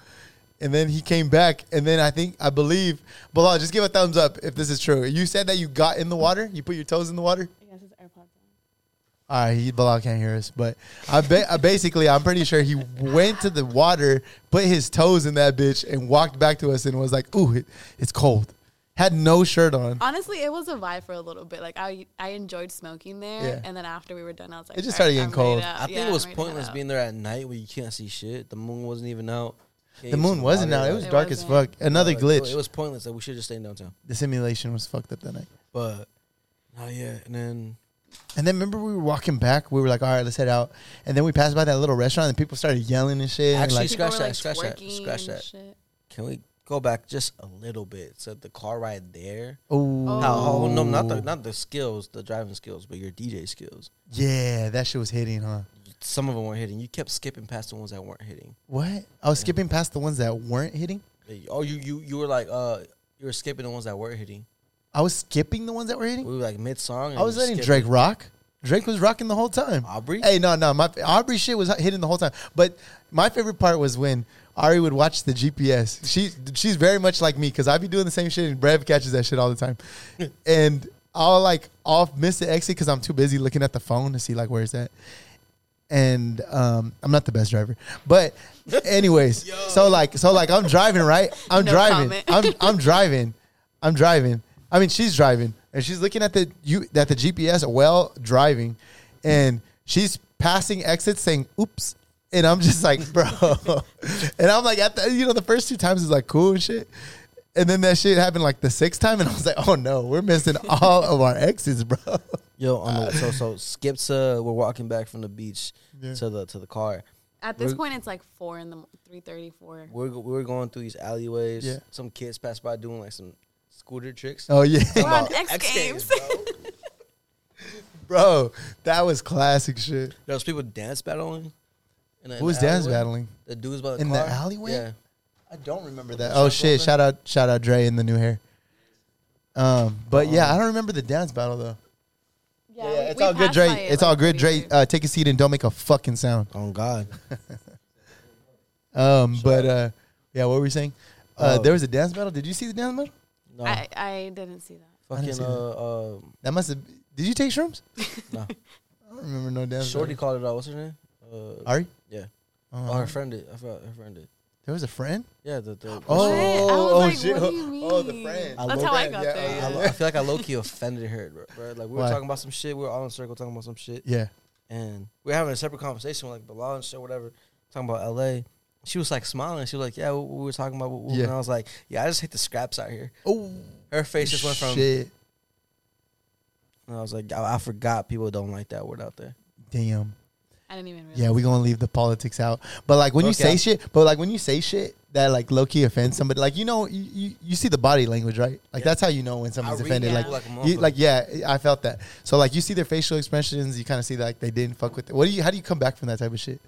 [SPEAKER 1] And then he came back, and then I think I believe Bilal. Just give a thumbs up if this is true. You said that you got in the water. You put your toes in the water.
[SPEAKER 4] He has his AirPods on.
[SPEAKER 1] All right, he, Bilal can't hear us, but I, ba- I basically I'm pretty sure he went to the water, put his toes in that bitch, and walked back to us and was like, "Ooh, it, it's cold. had no shirt on.
[SPEAKER 4] Honestly, it was a vibe for a little bit. Like I, I enjoyed smoking there,
[SPEAKER 1] Yeah.
[SPEAKER 4] and then after we were done, I was like,
[SPEAKER 1] It just
[SPEAKER 4] "All
[SPEAKER 1] started getting
[SPEAKER 4] I'm
[SPEAKER 1] cold."
[SPEAKER 4] ready to-
[SPEAKER 3] I think
[SPEAKER 4] yeah,
[SPEAKER 3] it
[SPEAKER 4] I'm
[SPEAKER 3] was
[SPEAKER 4] ready to
[SPEAKER 3] pointless
[SPEAKER 4] out."
[SPEAKER 3] being there at night where you can't see shit. The moon wasn't even out.
[SPEAKER 1] The moon wasn't out. It was
[SPEAKER 4] It
[SPEAKER 1] dark as
[SPEAKER 4] wasn't.
[SPEAKER 1] fuck. Another glitch.
[SPEAKER 3] It was pointless. Like we should just stay in downtown.
[SPEAKER 1] the simulation was fucked up that night.
[SPEAKER 3] But not yet. And then
[SPEAKER 1] And then remember we were walking back. We were like, all right, let's head out. And then we passed by that little restaurant and people started yelling and shit. and
[SPEAKER 3] Actually,
[SPEAKER 1] like,
[SPEAKER 4] People
[SPEAKER 3] Scratch
[SPEAKER 4] were,
[SPEAKER 3] that,
[SPEAKER 4] like,
[SPEAKER 3] scratch that,
[SPEAKER 4] twerking
[SPEAKER 3] scratch
[SPEAKER 4] and
[SPEAKER 3] that.
[SPEAKER 4] shit.
[SPEAKER 3] can we go back just a little bit? So the car ride there.
[SPEAKER 1] oh,
[SPEAKER 3] Oh, no, not the not the skills, the driving skills, but your DJ skills.
[SPEAKER 1] yeah, that shit was hitting, huh?
[SPEAKER 3] Some of them weren't hitting. You kept skipping past the ones that weren't hitting.
[SPEAKER 1] What? I was skipping past the ones that weren't hitting.
[SPEAKER 3] Like, Oh, you you you were like uh you were skipping the ones that were hitting.
[SPEAKER 1] I was skipping the ones that were
[SPEAKER 3] We
[SPEAKER 1] hitting.
[SPEAKER 3] were like mid song.
[SPEAKER 1] I was letting Drake rock. Drake was rocking the whole time.
[SPEAKER 3] Aubrey.
[SPEAKER 1] Hey, no, no, my Aubrey shit was hitting the whole time. But my favorite part was when Ari would watch the GPS. She she's very much like me because I be doing the same shit and Brev catches that shit all the
[SPEAKER 3] [LAUGHS]
[SPEAKER 1] time, and I'll like off miss the exit because I'm too busy looking at the phone to see like where it's at. And um, I'm not the best driver, but anyways,
[SPEAKER 4] [LAUGHS]
[SPEAKER 1] so like so like I'm driving right. I'm
[SPEAKER 4] No
[SPEAKER 1] driving.
[SPEAKER 4] comment. [LAUGHS]
[SPEAKER 1] I'm I'm driving. I'm driving. I mean, she's driving and she's looking at the you at the GPS while driving, and she's passing exits saying "oops," and I'm just like, [LAUGHS] bro, and I'm like, at the, you know, the first two times is like cool and shit, and then that shit happened like the sixth time, and I was like, oh no, we're missing all of our exits, bro.
[SPEAKER 3] Yo,
[SPEAKER 1] [LAUGHS]
[SPEAKER 3] on the, so so skips. Uh, we're walking back from the beach
[SPEAKER 1] Yeah.
[SPEAKER 3] to the to the car.
[SPEAKER 4] At this
[SPEAKER 3] We're-
[SPEAKER 4] point, it's like four in the three thirty four.
[SPEAKER 3] We're go- we're going through these alleyways.
[SPEAKER 1] Yeah.
[SPEAKER 3] Some kids pass by doing like some scooter tricks.
[SPEAKER 1] Oh yeah,
[SPEAKER 4] We're on
[SPEAKER 3] Come
[SPEAKER 4] X [LAUGHS] Games.
[SPEAKER 3] bro.
[SPEAKER 1] [LAUGHS] bro, that was classic shit.
[SPEAKER 3] There was people dance battling. In the-
[SPEAKER 1] Who
[SPEAKER 3] in
[SPEAKER 1] was
[SPEAKER 3] the
[SPEAKER 1] dance
[SPEAKER 3] alleyway.
[SPEAKER 1] battling?
[SPEAKER 3] The dudes by the
[SPEAKER 1] In the
[SPEAKER 3] car.
[SPEAKER 1] alleyway?
[SPEAKER 3] Yeah.
[SPEAKER 1] I don't remember
[SPEAKER 3] that.
[SPEAKER 1] Oh shit! Shout out, shout out Dre in the new hair. Um, but yeah,
[SPEAKER 3] Um,
[SPEAKER 1] I don't remember the dance battle though. Yeah,
[SPEAKER 4] we-
[SPEAKER 1] it's
[SPEAKER 4] we
[SPEAKER 1] all good,
[SPEAKER 4] passed
[SPEAKER 1] Dre.
[SPEAKER 4] by it,
[SPEAKER 1] it's
[SPEAKER 4] like,
[SPEAKER 1] all good,
[SPEAKER 4] pretty
[SPEAKER 1] Dre.
[SPEAKER 4] soon.
[SPEAKER 1] Uh, take a seat and don't make a fucking sound.
[SPEAKER 3] Oh God.
[SPEAKER 1] Um, but uh, yeah, what were we saying? Uh,
[SPEAKER 3] Oh.
[SPEAKER 1] there was a dance battle. Did you see the dance battle?
[SPEAKER 3] No.
[SPEAKER 4] I, I didn't see that.
[SPEAKER 1] I didn't
[SPEAKER 3] fucking
[SPEAKER 1] see
[SPEAKER 3] uh, um
[SPEAKER 1] That must have. Did you take
[SPEAKER 4] [LAUGHS]
[SPEAKER 1] shrooms?
[SPEAKER 3] no.
[SPEAKER 1] I don't remember no dance.
[SPEAKER 3] Shorty
[SPEAKER 1] battle.
[SPEAKER 3] called it out. What's her name? Uh,
[SPEAKER 1] Ari.
[SPEAKER 3] yeah.
[SPEAKER 1] Uh,
[SPEAKER 3] Oh, her friend did. I forgot her friend did.
[SPEAKER 1] There was a friend.
[SPEAKER 3] Yeah. The, the
[SPEAKER 1] Oh,
[SPEAKER 4] What? I was
[SPEAKER 1] oh,
[SPEAKER 4] like,
[SPEAKER 1] shit.
[SPEAKER 4] What do you
[SPEAKER 1] Oh, the
[SPEAKER 4] mean?
[SPEAKER 1] friend. I
[SPEAKER 4] That's
[SPEAKER 1] love
[SPEAKER 4] how I
[SPEAKER 1] that.
[SPEAKER 4] got
[SPEAKER 1] Yeah,
[SPEAKER 4] there. [LAUGHS]
[SPEAKER 3] Oh, I,
[SPEAKER 4] yeah.
[SPEAKER 3] lo- I feel like I low key offended her, bro. bro. Like we were
[SPEAKER 1] Why?
[SPEAKER 3] talking about some shit. We were all in a circle talking about some shit,
[SPEAKER 1] Yeah.
[SPEAKER 3] and we were having a separate conversation with like Bilal and shit, whatever. Talking about L.A. She was like smiling. She was like, "Yeah, we, we were talking about." What,
[SPEAKER 1] Yeah.
[SPEAKER 3] And I was like, "Yeah, I just hate the scraps out here."
[SPEAKER 1] Oh,
[SPEAKER 3] Her face just went from.
[SPEAKER 1] shit.
[SPEAKER 3] And I was like, I, "I forgot people don't like that word out there."
[SPEAKER 1] Damn.
[SPEAKER 4] I didn't even realize.
[SPEAKER 1] Yeah, we gonna leave the politics out. But like when you say
[SPEAKER 3] Okay.
[SPEAKER 1] shit, but like when you say shit that like low key offends somebody, like you know, you, you, you see the body language, right? Like
[SPEAKER 3] Yeah.
[SPEAKER 1] that's how you know when somebody's
[SPEAKER 3] I read
[SPEAKER 1] offended.
[SPEAKER 3] people
[SPEAKER 1] Like,
[SPEAKER 4] Yeah.
[SPEAKER 3] a
[SPEAKER 1] you,
[SPEAKER 3] motherfucker.
[SPEAKER 1] like yeah, I felt that. So like you see their facial expressions, you kind of see like they didn't fuck with it. What do you? How do you come back from that type of shit?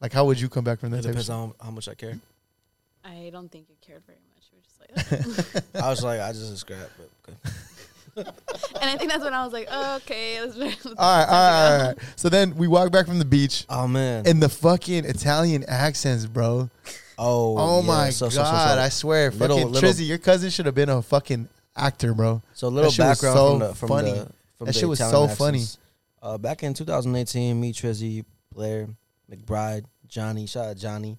[SPEAKER 1] Like how would you come back from
[SPEAKER 3] It
[SPEAKER 1] that type of [LAUGHS]
[SPEAKER 3] depends
[SPEAKER 1] shit?
[SPEAKER 3] on how much I care.
[SPEAKER 4] I don't think you cared very much. You were just like, [LAUGHS]
[SPEAKER 3] I was like, I just a scrap. But
[SPEAKER 1] [LAUGHS]
[SPEAKER 3] okay.
[SPEAKER 4] and I think that's when I was like, oh, okay. Let's,
[SPEAKER 1] [LAUGHS]
[SPEAKER 4] let's
[SPEAKER 1] All right, all right, all right. So then we walk back from the beach.
[SPEAKER 3] Oh man.
[SPEAKER 1] And the fucking Italian accents, bro.
[SPEAKER 3] oh.
[SPEAKER 1] Oh,
[SPEAKER 3] yeah.
[SPEAKER 1] my
[SPEAKER 3] So-
[SPEAKER 1] god!
[SPEAKER 3] so- so- so-
[SPEAKER 1] I swear,
[SPEAKER 3] Little-
[SPEAKER 1] fucking
[SPEAKER 3] little-
[SPEAKER 1] Trizzy, your cousin should have been a fucking actor, bro.
[SPEAKER 3] So a little
[SPEAKER 1] shit was
[SPEAKER 3] background
[SPEAKER 1] so
[SPEAKER 3] from the from
[SPEAKER 1] funny.
[SPEAKER 3] the
[SPEAKER 1] That
[SPEAKER 3] from the
[SPEAKER 1] shit was
[SPEAKER 3] Italian
[SPEAKER 1] so funny.
[SPEAKER 3] accents. Uh, back in 2018, me, Trizzy, Blair, McBride, Johnny, shout out Johnny,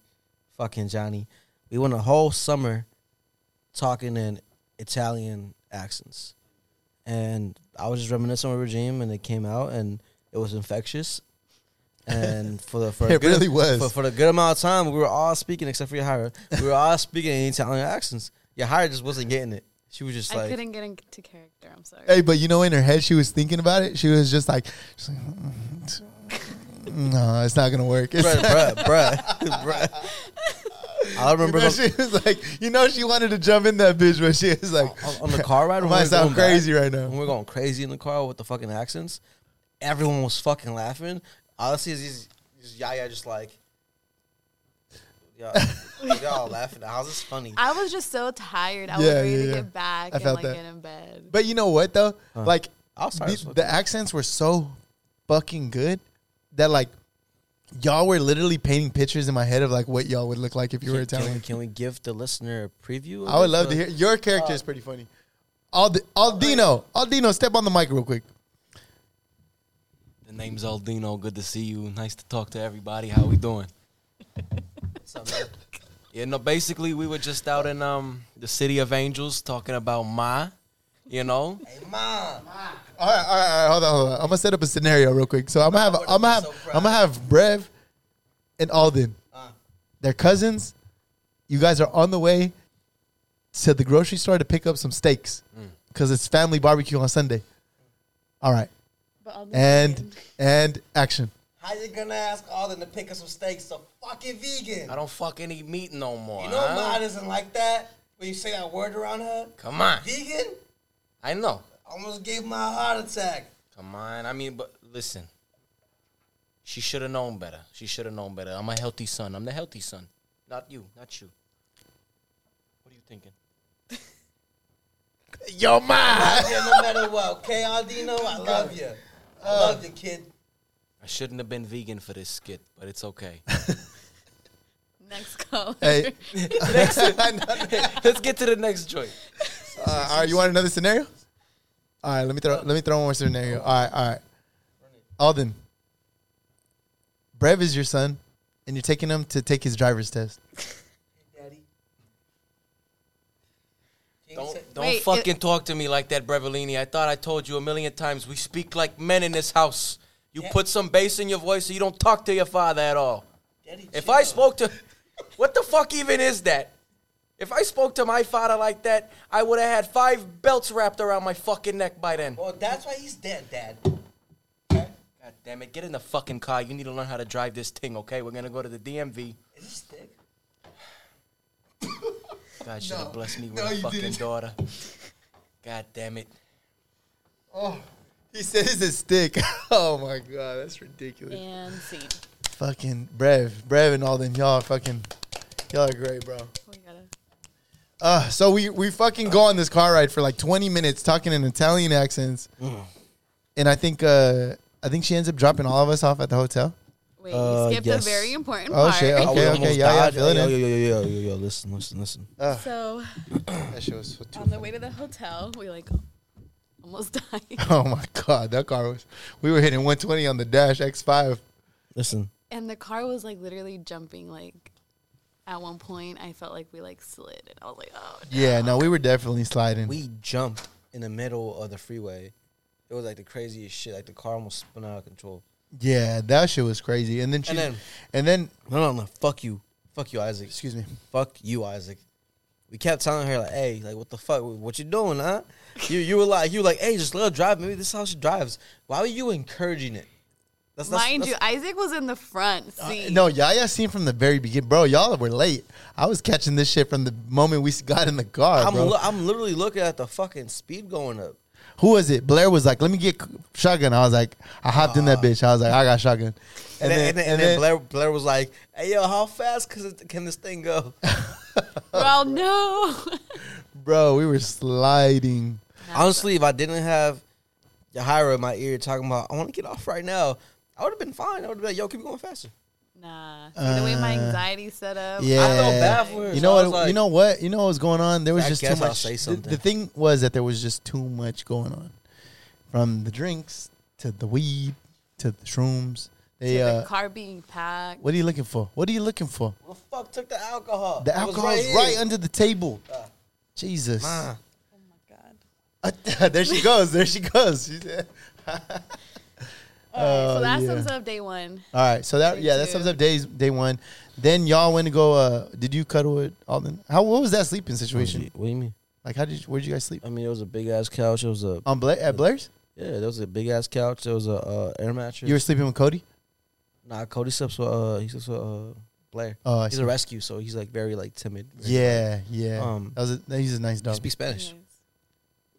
[SPEAKER 3] fucking Johnny. We went a whole summer talking in Italian accents, and I was just reminiscing with Regime, and it came out, and it was infectious. And for the for a
[SPEAKER 1] [LAUGHS] It
[SPEAKER 3] good,
[SPEAKER 1] really was.
[SPEAKER 3] for, for the good amount of time, we were all speaking except for Yahira. We were all speaking in Italian accents. Yahira just wasn't getting it. She was just
[SPEAKER 4] [LAUGHS] I
[SPEAKER 3] like,
[SPEAKER 4] couldn't get into character. I'm sorry.
[SPEAKER 1] Hey, but you know, in her head, she was thinking about it. She was just like, she's like, no, it's not gonna work. [LAUGHS] It's
[SPEAKER 3] bruh, bruh,
[SPEAKER 4] [LAUGHS]
[SPEAKER 3] bruh, [LAUGHS] bruh. I
[SPEAKER 1] you
[SPEAKER 3] remember
[SPEAKER 1] know,
[SPEAKER 3] the-
[SPEAKER 1] she was like, you know, she wanted to jump in that bitch, but she was like,
[SPEAKER 3] on, on the car
[SPEAKER 1] [LAUGHS]
[SPEAKER 3] ride
[SPEAKER 1] I
[SPEAKER 3] when we were
[SPEAKER 1] might sound
[SPEAKER 3] going back,
[SPEAKER 1] crazy right
[SPEAKER 3] when we
[SPEAKER 1] now.
[SPEAKER 3] were going crazy in the car with the fucking accents. Everyone was fucking laughing. All I see is these, these Yaya just like, [LAUGHS] y'all, y'all laughing. How's this funny?
[SPEAKER 4] I was just so tired. I
[SPEAKER 1] Yeah,
[SPEAKER 4] was ready
[SPEAKER 1] yeah,
[SPEAKER 4] to
[SPEAKER 1] yeah.
[SPEAKER 4] get back
[SPEAKER 1] I
[SPEAKER 4] and
[SPEAKER 1] felt
[SPEAKER 4] like
[SPEAKER 1] that.
[SPEAKER 4] get in bed.
[SPEAKER 1] But you know what though?
[SPEAKER 3] Huh.
[SPEAKER 1] Like
[SPEAKER 3] I was sorry.
[SPEAKER 1] the, the accents were so fucking good that like y'all were literally painting pictures in my head of like what y'all would look like if you were
[SPEAKER 3] can, can we,
[SPEAKER 1] Italian.
[SPEAKER 3] can we give the listener a preview? of
[SPEAKER 1] I would
[SPEAKER 3] it?
[SPEAKER 1] love to hear your character is pretty funny. Ald- Aldino, Aldino, step on the mic real quick.
[SPEAKER 5] The name's
[SPEAKER 3] [LAUGHS]
[SPEAKER 5] Aldino. Good to see you. Nice to talk to everybody. How we doing?
[SPEAKER 3] What's up, man?
[SPEAKER 5] Yeah, no, basically we were just out in um the city of angels talking about my, you know.
[SPEAKER 1] All right, all right, all right, hold on, hold on. I'm gonna set up a scenario real quick. So I'm gonna have, I'm gonna have, I'm gonna have Brev and Alden. They're cousins. You guys are on the way to the grocery store to pick up some steaks because it's family barbecue on Sunday. All right,
[SPEAKER 2] But I'll do it
[SPEAKER 1] and
[SPEAKER 2] again.
[SPEAKER 1] and action.
[SPEAKER 3] How you gonna ask Alden to pick up some steaks? A fucking vegan.
[SPEAKER 5] I don't fucking eat meat no more.
[SPEAKER 3] You know
[SPEAKER 5] huh?
[SPEAKER 3] Ma doesn't like that when you say that word around her.
[SPEAKER 5] Come on.
[SPEAKER 3] Vegan?
[SPEAKER 5] I know.
[SPEAKER 3] Almost gave my heart attack.
[SPEAKER 5] Come on. I mean, but listen. She should have known better. She should have known better. I'm a healthy son. I'm the healthy son. Not you. Not you. What are you thinking?
[SPEAKER 1] Yo, ma.
[SPEAKER 3] Yeah, no matter what, okay, Aldino, I love you. I
[SPEAKER 5] Uh.
[SPEAKER 3] love you, kid.
[SPEAKER 5] I shouldn't have been vegan for this skit, but it's okay. [LAUGHS]
[SPEAKER 4] Next [LAUGHS] caller.
[SPEAKER 1] Hey,
[SPEAKER 5] Let's get to the next joint.
[SPEAKER 1] Uh, all right, you want another scenario? All right, let me throw let me throw one more scenario. All right, all right. Alden, Brev is your son, and you're taking him to take his driver's test.
[SPEAKER 3] Daddy. Can you
[SPEAKER 5] Don't
[SPEAKER 3] say-
[SPEAKER 5] don't
[SPEAKER 4] Wait, it-
[SPEAKER 5] fucking talk to me like that, Brevellini. I thought I told you a million times. We speak like men in this house. You
[SPEAKER 3] Yeah.
[SPEAKER 5] put some bass in your voice, so you don't talk to your father at all.
[SPEAKER 3] Daddy,
[SPEAKER 5] If
[SPEAKER 3] chill.
[SPEAKER 5] I spoke to, what the fuck even is that? If I spoke to my father like that, I would have had five belts wrapped around my fucking neck by then.
[SPEAKER 3] Well, Oh, that's why he's dead, Dad.
[SPEAKER 5] God damn it! Get in the fucking car. You need to learn how to drive this thing, okay? We're gonna go to the DMV.
[SPEAKER 3] Is this thick?
[SPEAKER 5] God should have blessed me with
[SPEAKER 1] No,
[SPEAKER 5] a
[SPEAKER 1] you
[SPEAKER 5] fucking
[SPEAKER 1] didn't.
[SPEAKER 5] daughter. God damn it!
[SPEAKER 1] Oh, he said it's a stick. [LAUGHS] oh my god, that's ridiculous.
[SPEAKER 2] and seed.
[SPEAKER 1] Fucking Brev, Brev, and Alden, y'all are fucking y'all are great, bro.
[SPEAKER 4] We gotta-
[SPEAKER 1] Uh, so we we fucking go on this car ride for like 20 minutes talking in Italian accents, and I think uh I think she ends up dropping all of us off at the hotel.
[SPEAKER 4] Wait,
[SPEAKER 3] Uh,
[SPEAKER 4] you skipped
[SPEAKER 3] yes.
[SPEAKER 4] a very important
[SPEAKER 1] Oh,
[SPEAKER 4] part.
[SPEAKER 1] shit,
[SPEAKER 4] [LAUGHS]
[SPEAKER 3] I
[SPEAKER 1] okay.
[SPEAKER 3] was almost
[SPEAKER 1] yeah, yeah,
[SPEAKER 3] died.
[SPEAKER 1] fill it
[SPEAKER 3] yo,
[SPEAKER 1] in.
[SPEAKER 3] yo, yo, yo, yo, yo, yo, listen, listen, listen.
[SPEAKER 4] So
[SPEAKER 1] That shit was [LAUGHS] too
[SPEAKER 4] on the way to the hotel, we like almost [LAUGHS] died.
[SPEAKER 1] Oh my god, that car was. We were hitting 120 on the dash X5.
[SPEAKER 3] Listen.
[SPEAKER 4] and the car was like literally jumping. Like at one point, I felt like we like slid, and I was like, oh.
[SPEAKER 1] Yeah, no, we were definitely sliding.
[SPEAKER 3] We jumped in the middle of the freeway. It was like the craziest shit. Like the car almost spun out of control.
[SPEAKER 1] yeah, that shit was crazy. And then she,
[SPEAKER 3] And then-
[SPEAKER 1] and then
[SPEAKER 3] No, no, no. Fuck you. Fuck you, Isaac.
[SPEAKER 1] excuse me.
[SPEAKER 3] Fuck you, Isaac. We kept telling her like, "Hey, like, what the fuck? What you doing, huh?" You you were like, you were like, "Hey, just let her drive. Maybe this is how she drives." Why were you encouraging it? That's,
[SPEAKER 4] Mind you, Isaac was in the front seat.
[SPEAKER 1] Uh, No, Yaya seen from the very beginning, bro. Y'all were late. I was catching this shit from the moment we got in the car,
[SPEAKER 3] I'm
[SPEAKER 1] bro.
[SPEAKER 3] li- I'm literally looking at the fucking speed going up.
[SPEAKER 1] Who was it? Blair was like, "Let me get shotgun." I was like, I hopped in that bitch. I was like, I got shotgun.
[SPEAKER 3] And, then, and then, and then, Blair Blair was like, "Hey, yo, how fast can it- can this thing go?"
[SPEAKER 4] Well, no. [LAUGHS]
[SPEAKER 1] bro, we were sliding.
[SPEAKER 3] Honestly, if I didn't have Yahira in my ear talking about, "I want to get off right now," I would have been fine. I would have been like, "Yo, keep going faster."
[SPEAKER 4] nah. See, the way my anxiety set up.
[SPEAKER 1] Uh, Yeah,
[SPEAKER 3] I felt bad for her.
[SPEAKER 1] You
[SPEAKER 3] so
[SPEAKER 1] know
[SPEAKER 3] I
[SPEAKER 1] what?
[SPEAKER 3] was like,
[SPEAKER 1] you know what? You know what was going on? There was
[SPEAKER 3] I
[SPEAKER 1] just too
[SPEAKER 3] guess I'll
[SPEAKER 1] much.
[SPEAKER 3] say
[SPEAKER 1] the- The,
[SPEAKER 3] something.
[SPEAKER 1] thing was that there was just too much going on, from the drinks to the weed to the shrooms. They
[SPEAKER 4] With
[SPEAKER 1] uh,
[SPEAKER 4] the car being packed.
[SPEAKER 1] what are you looking for? What are you looking for?
[SPEAKER 3] Well, fuck took the alcohol.
[SPEAKER 1] The
[SPEAKER 3] It was
[SPEAKER 1] alcohol is
[SPEAKER 3] here. Uh,
[SPEAKER 1] right under the table. Jesus,
[SPEAKER 3] Ma,
[SPEAKER 2] Oh my god.
[SPEAKER 1] [LAUGHS] there she goes. There she goes. She's-
[SPEAKER 4] Alright,
[SPEAKER 1] Oh,
[SPEAKER 4] so that
[SPEAKER 1] yeah.
[SPEAKER 4] sums up day one.
[SPEAKER 1] All right, so that
[SPEAKER 4] Day
[SPEAKER 1] yeah, that
[SPEAKER 4] two.
[SPEAKER 1] sums up days day one. Then y'all went to go. Uh, did you cuddle with Alden? How what was that sleeping situation?
[SPEAKER 3] What do you mean?
[SPEAKER 1] Like how did you, where did you guys sleep?
[SPEAKER 3] I mean, it was a big ass couch. It was a
[SPEAKER 1] On Blair at Blair's?
[SPEAKER 3] yeah. There was a big ass couch. There was a uh, air mattress.
[SPEAKER 1] You were sleeping with Cody?
[SPEAKER 3] nah, Cody sleeps with uh, he sleeps with uh, Blair.
[SPEAKER 1] Oh, I
[SPEAKER 3] he's
[SPEAKER 1] see.
[SPEAKER 3] a rescue, so he's like very like timid. very-
[SPEAKER 1] Yeah, yeah.
[SPEAKER 3] Um,
[SPEAKER 1] that was a, that- he's a nice
[SPEAKER 3] He
[SPEAKER 1] dog.
[SPEAKER 3] speaks Spanish.
[SPEAKER 4] Anyways,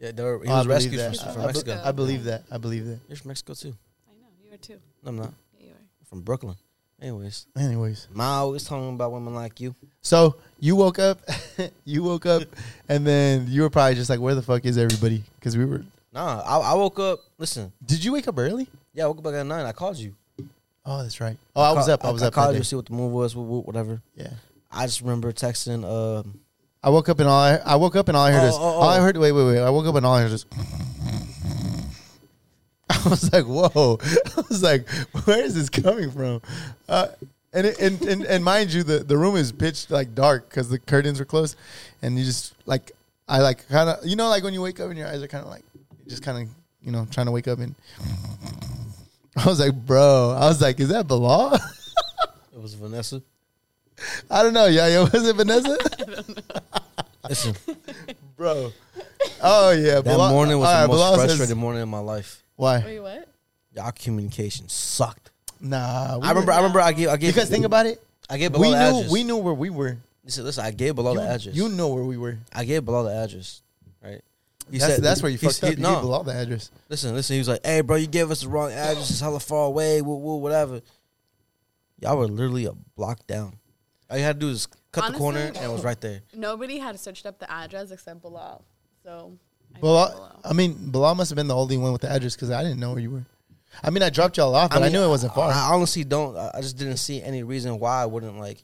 [SPEAKER 3] Yeah, they were, he
[SPEAKER 1] Oh, I
[SPEAKER 3] was
[SPEAKER 1] believe
[SPEAKER 3] rescued
[SPEAKER 1] that.
[SPEAKER 3] from,
[SPEAKER 1] I-
[SPEAKER 3] from
[SPEAKER 1] I be-
[SPEAKER 3] Mexico.
[SPEAKER 1] I believe that. I believe that. [LAUGHS]
[SPEAKER 3] You're from Mexico too.
[SPEAKER 4] I know you are too.
[SPEAKER 3] No, I'm not.
[SPEAKER 4] Yeah, you are.
[SPEAKER 3] I'm from Brooklyn. Anyways,
[SPEAKER 1] Anyways,
[SPEAKER 3] Ma always talking about women like you.
[SPEAKER 1] so you woke up, [LAUGHS] you woke
[SPEAKER 3] [LAUGHS]
[SPEAKER 1] up, and then you were probably just like, "Where the fuck is everybody?" Because we were.
[SPEAKER 3] Nah, I, I woke up. Listen,
[SPEAKER 1] Did you wake up early?
[SPEAKER 3] yeah, I woke up at nine. I called you.
[SPEAKER 1] Oh, that's right. Oh, I was
[SPEAKER 3] Ca-
[SPEAKER 1] up. I was up.
[SPEAKER 3] called
[SPEAKER 1] That
[SPEAKER 3] you
[SPEAKER 1] day.
[SPEAKER 3] to see what the move was. woo, woo, Whatever.
[SPEAKER 1] Yeah,
[SPEAKER 3] I just remember texting. Um,
[SPEAKER 1] I woke up and all I, I woke up and all I heard
[SPEAKER 3] Oh,
[SPEAKER 1] is
[SPEAKER 3] oh,
[SPEAKER 1] all I
[SPEAKER 3] oh.
[SPEAKER 1] heard. Wait, wait, wait. I woke up and all I heard is. [LAUGHS] [LAUGHS] I was like, "Whoa!" I was like, "Where is this coming from?" Uh, And, it, and and and mind you, the, the room is pitch like dark because the curtains were closed, and you just like I like kind of you know like when you wake up and your eyes are kind of like just kind of you know trying to wake up and [LAUGHS] I was like, bro, I was like, is that Bilal? [LAUGHS]
[SPEAKER 3] It was Vanessa.
[SPEAKER 1] I don't know, yeah, yeah, was it Vanessa? [LAUGHS]
[SPEAKER 3] [LAUGHS] Listen,
[SPEAKER 1] bro. Oh yeah,
[SPEAKER 3] that morning was
[SPEAKER 1] all
[SPEAKER 3] the
[SPEAKER 1] right,
[SPEAKER 3] most
[SPEAKER 1] Bilal says-
[SPEAKER 3] frustrating morning in my life.
[SPEAKER 1] Why?
[SPEAKER 2] Wait, what?
[SPEAKER 3] Our communication sucked.
[SPEAKER 1] Nah, we
[SPEAKER 3] I remember. I remember. I gave. I
[SPEAKER 1] were-
[SPEAKER 3] gave.
[SPEAKER 1] because think about it,
[SPEAKER 3] I gave below
[SPEAKER 1] we
[SPEAKER 3] the
[SPEAKER 1] knew
[SPEAKER 3] address.
[SPEAKER 1] we knew where we were.
[SPEAKER 3] Listen, listen. I gave below
[SPEAKER 1] you,
[SPEAKER 3] the address.
[SPEAKER 1] you know where we were.
[SPEAKER 3] I gave below the address. Right. He
[SPEAKER 1] that's, that's where you
[SPEAKER 3] he-
[SPEAKER 1] fucked
[SPEAKER 3] he-
[SPEAKER 1] up. You
[SPEAKER 3] no.
[SPEAKER 1] gave Bilal the address.
[SPEAKER 3] Listen, listen. He was like, "Hey, bro, you gave us the wrong address. It's hella far away. Woo, woo, whatever." Y'all were literally a block down. All you had to do is cut the corner,
[SPEAKER 4] Honestly-
[SPEAKER 3] and it was right there.
[SPEAKER 4] Nobody had searched up the address except Bilal. So I got
[SPEAKER 1] Bilal, I mean, Bilal must have been the only one with the address because I didn't know where you were. I mean, I dropped y'all off, but I,
[SPEAKER 3] mean,
[SPEAKER 1] knew it wasn't far.
[SPEAKER 3] I honestly don't. I I just didn't see any reason why I wouldn't like,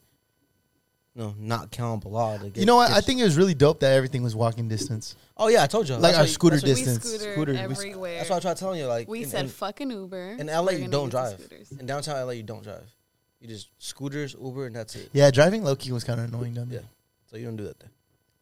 [SPEAKER 3] you know, not count Bilal. To get,
[SPEAKER 1] you know what?
[SPEAKER 3] get-
[SPEAKER 1] I think it was really dope that everything was walking distance,
[SPEAKER 3] Oh yeah, I told you.
[SPEAKER 1] like
[SPEAKER 3] that's
[SPEAKER 1] our
[SPEAKER 3] why you-
[SPEAKER 1] scooter
[SPEAKER 3] that's why you-
[SPEAKER 4] We
[SPEAKER 1] distance.
[SPEAKER 4] scootered
[SPEAKER 1] we sc-
[SPEAKER 4] everywhere.
[SPEAKER 3] That's why I tried telling you. Like
[SPEAKER 4] we
[SPEAKER 3] in-
[SPEAKER 4] said
[SPEAKER 3] in-
[SPEAKER 4] fucking Uber.
[SPEAKER 3] in LA,
[SPEAKER 4] We're
[SPEAKER 3] you
[SPEAKER 4] gonna
[SPEAKER 3] don't
[SPEAKER 4] use the
[SPEAKER 3] drive.
[SPEAKER 4] scooters.
[SPEAKER 3] In downtown LA, you don't drive. You just scooters, Uber, and that's it.
[SPEAKER 1] yeah, driving low key was kind of annoying, down there.
[SPEAKER 3] Yeah. So you don't do that there.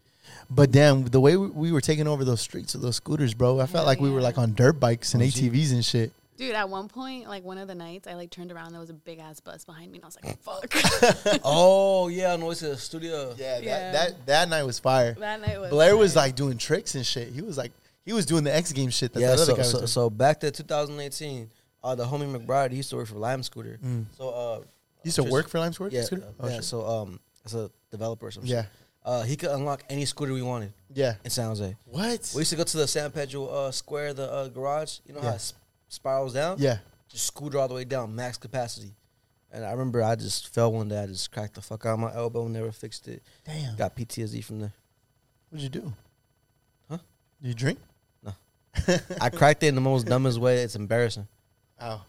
[SPEAKER 1] [LAUGHS] But damn, the way we, we were taking over those streets with those scooters, bro, I felt
[SPEAKER 4] Hell
[SPEAKER 1] like we were
[SPEAKER 4] yeah.
[SPEAKER 1] like on dirt bikes and
[SPEAKER 3] Oh, gee.
[SPEAKER 1] ATVs and shit.
[SPEAKER 4] Dude, at one point, like one of the nights, I like turned around. There was a big ass bus behind me, and I was
[SPEAKER 1] [LAUGHS]
[SPEAKER 4] like, "Fuck!"
[SPEAKER 3] oh yeah, no, it's a studio.
[SPEAKER 1] Yeah, that,
[SPEAKER 4] Yeah.
[SPEAKER 1] that that night was fire.
[SPEAKER 4] that night was.
[SPEAKER 1] Blair was like doing tricks and shit. He was like he was doing the X game shit that
[SPEAKER 3] yeah.
[SPEAKER 1] the other
[SPEAKER 3] So,
[SPEAKER 1] guy was
[SPEAKER 3] so,
[SPEAKER 1] doing.
[SPEAKER 3] so back to 2018. Uh, the homie McBride he used to work for Lime Scooter. So uh,
[SPEAKER 1] You Mm. used to
[SPEAKER 3] just-
[SPEAKER 1] work for Lime Square?
[SPEAKER 3] yeah,
[SPEAKER 1] Scooter?
[SPEAKER 3] uh,
[SPEAKER 1] Oh,
[SPEAKER 3] yeah.
[SPEAKER 1] shit.
[SPEAKER 3] So um, as a developer or something.
[SPEAKER 1] yeah,
[SPEAKER 3] Uh, he could unlock any scooter we wanted
[SPEAKER 1] yeah.
[SPEAKER 3] in San Jose.
[SPEAKER 1] What?
[SPEAKER 3] We used to go to the San Pedro uh, Square, the uh, garage. You know how
[SPEAKER 1] Yeah.
[SPEAKER 3] it sp- spirals down?
[SPEAKER 1] Yeah.
[SPEAKER 3] Just scooter all the way down, max capacity. And I remember I just fell one day. I just cracked the fuck out of my elbow, never fixed it.
[SPEAKER 1] Damn.
[SPEAKER 3] Got PTSD from there.
[SPEAKER 1] What'd you do?
[SPEAKER 3] Huh?
[SPEAKER 1] Did you drink?
[SPEAKER 3] I cracked it in the most dumbest way. It's embarrassing.
[SPEAKER 1] Oh,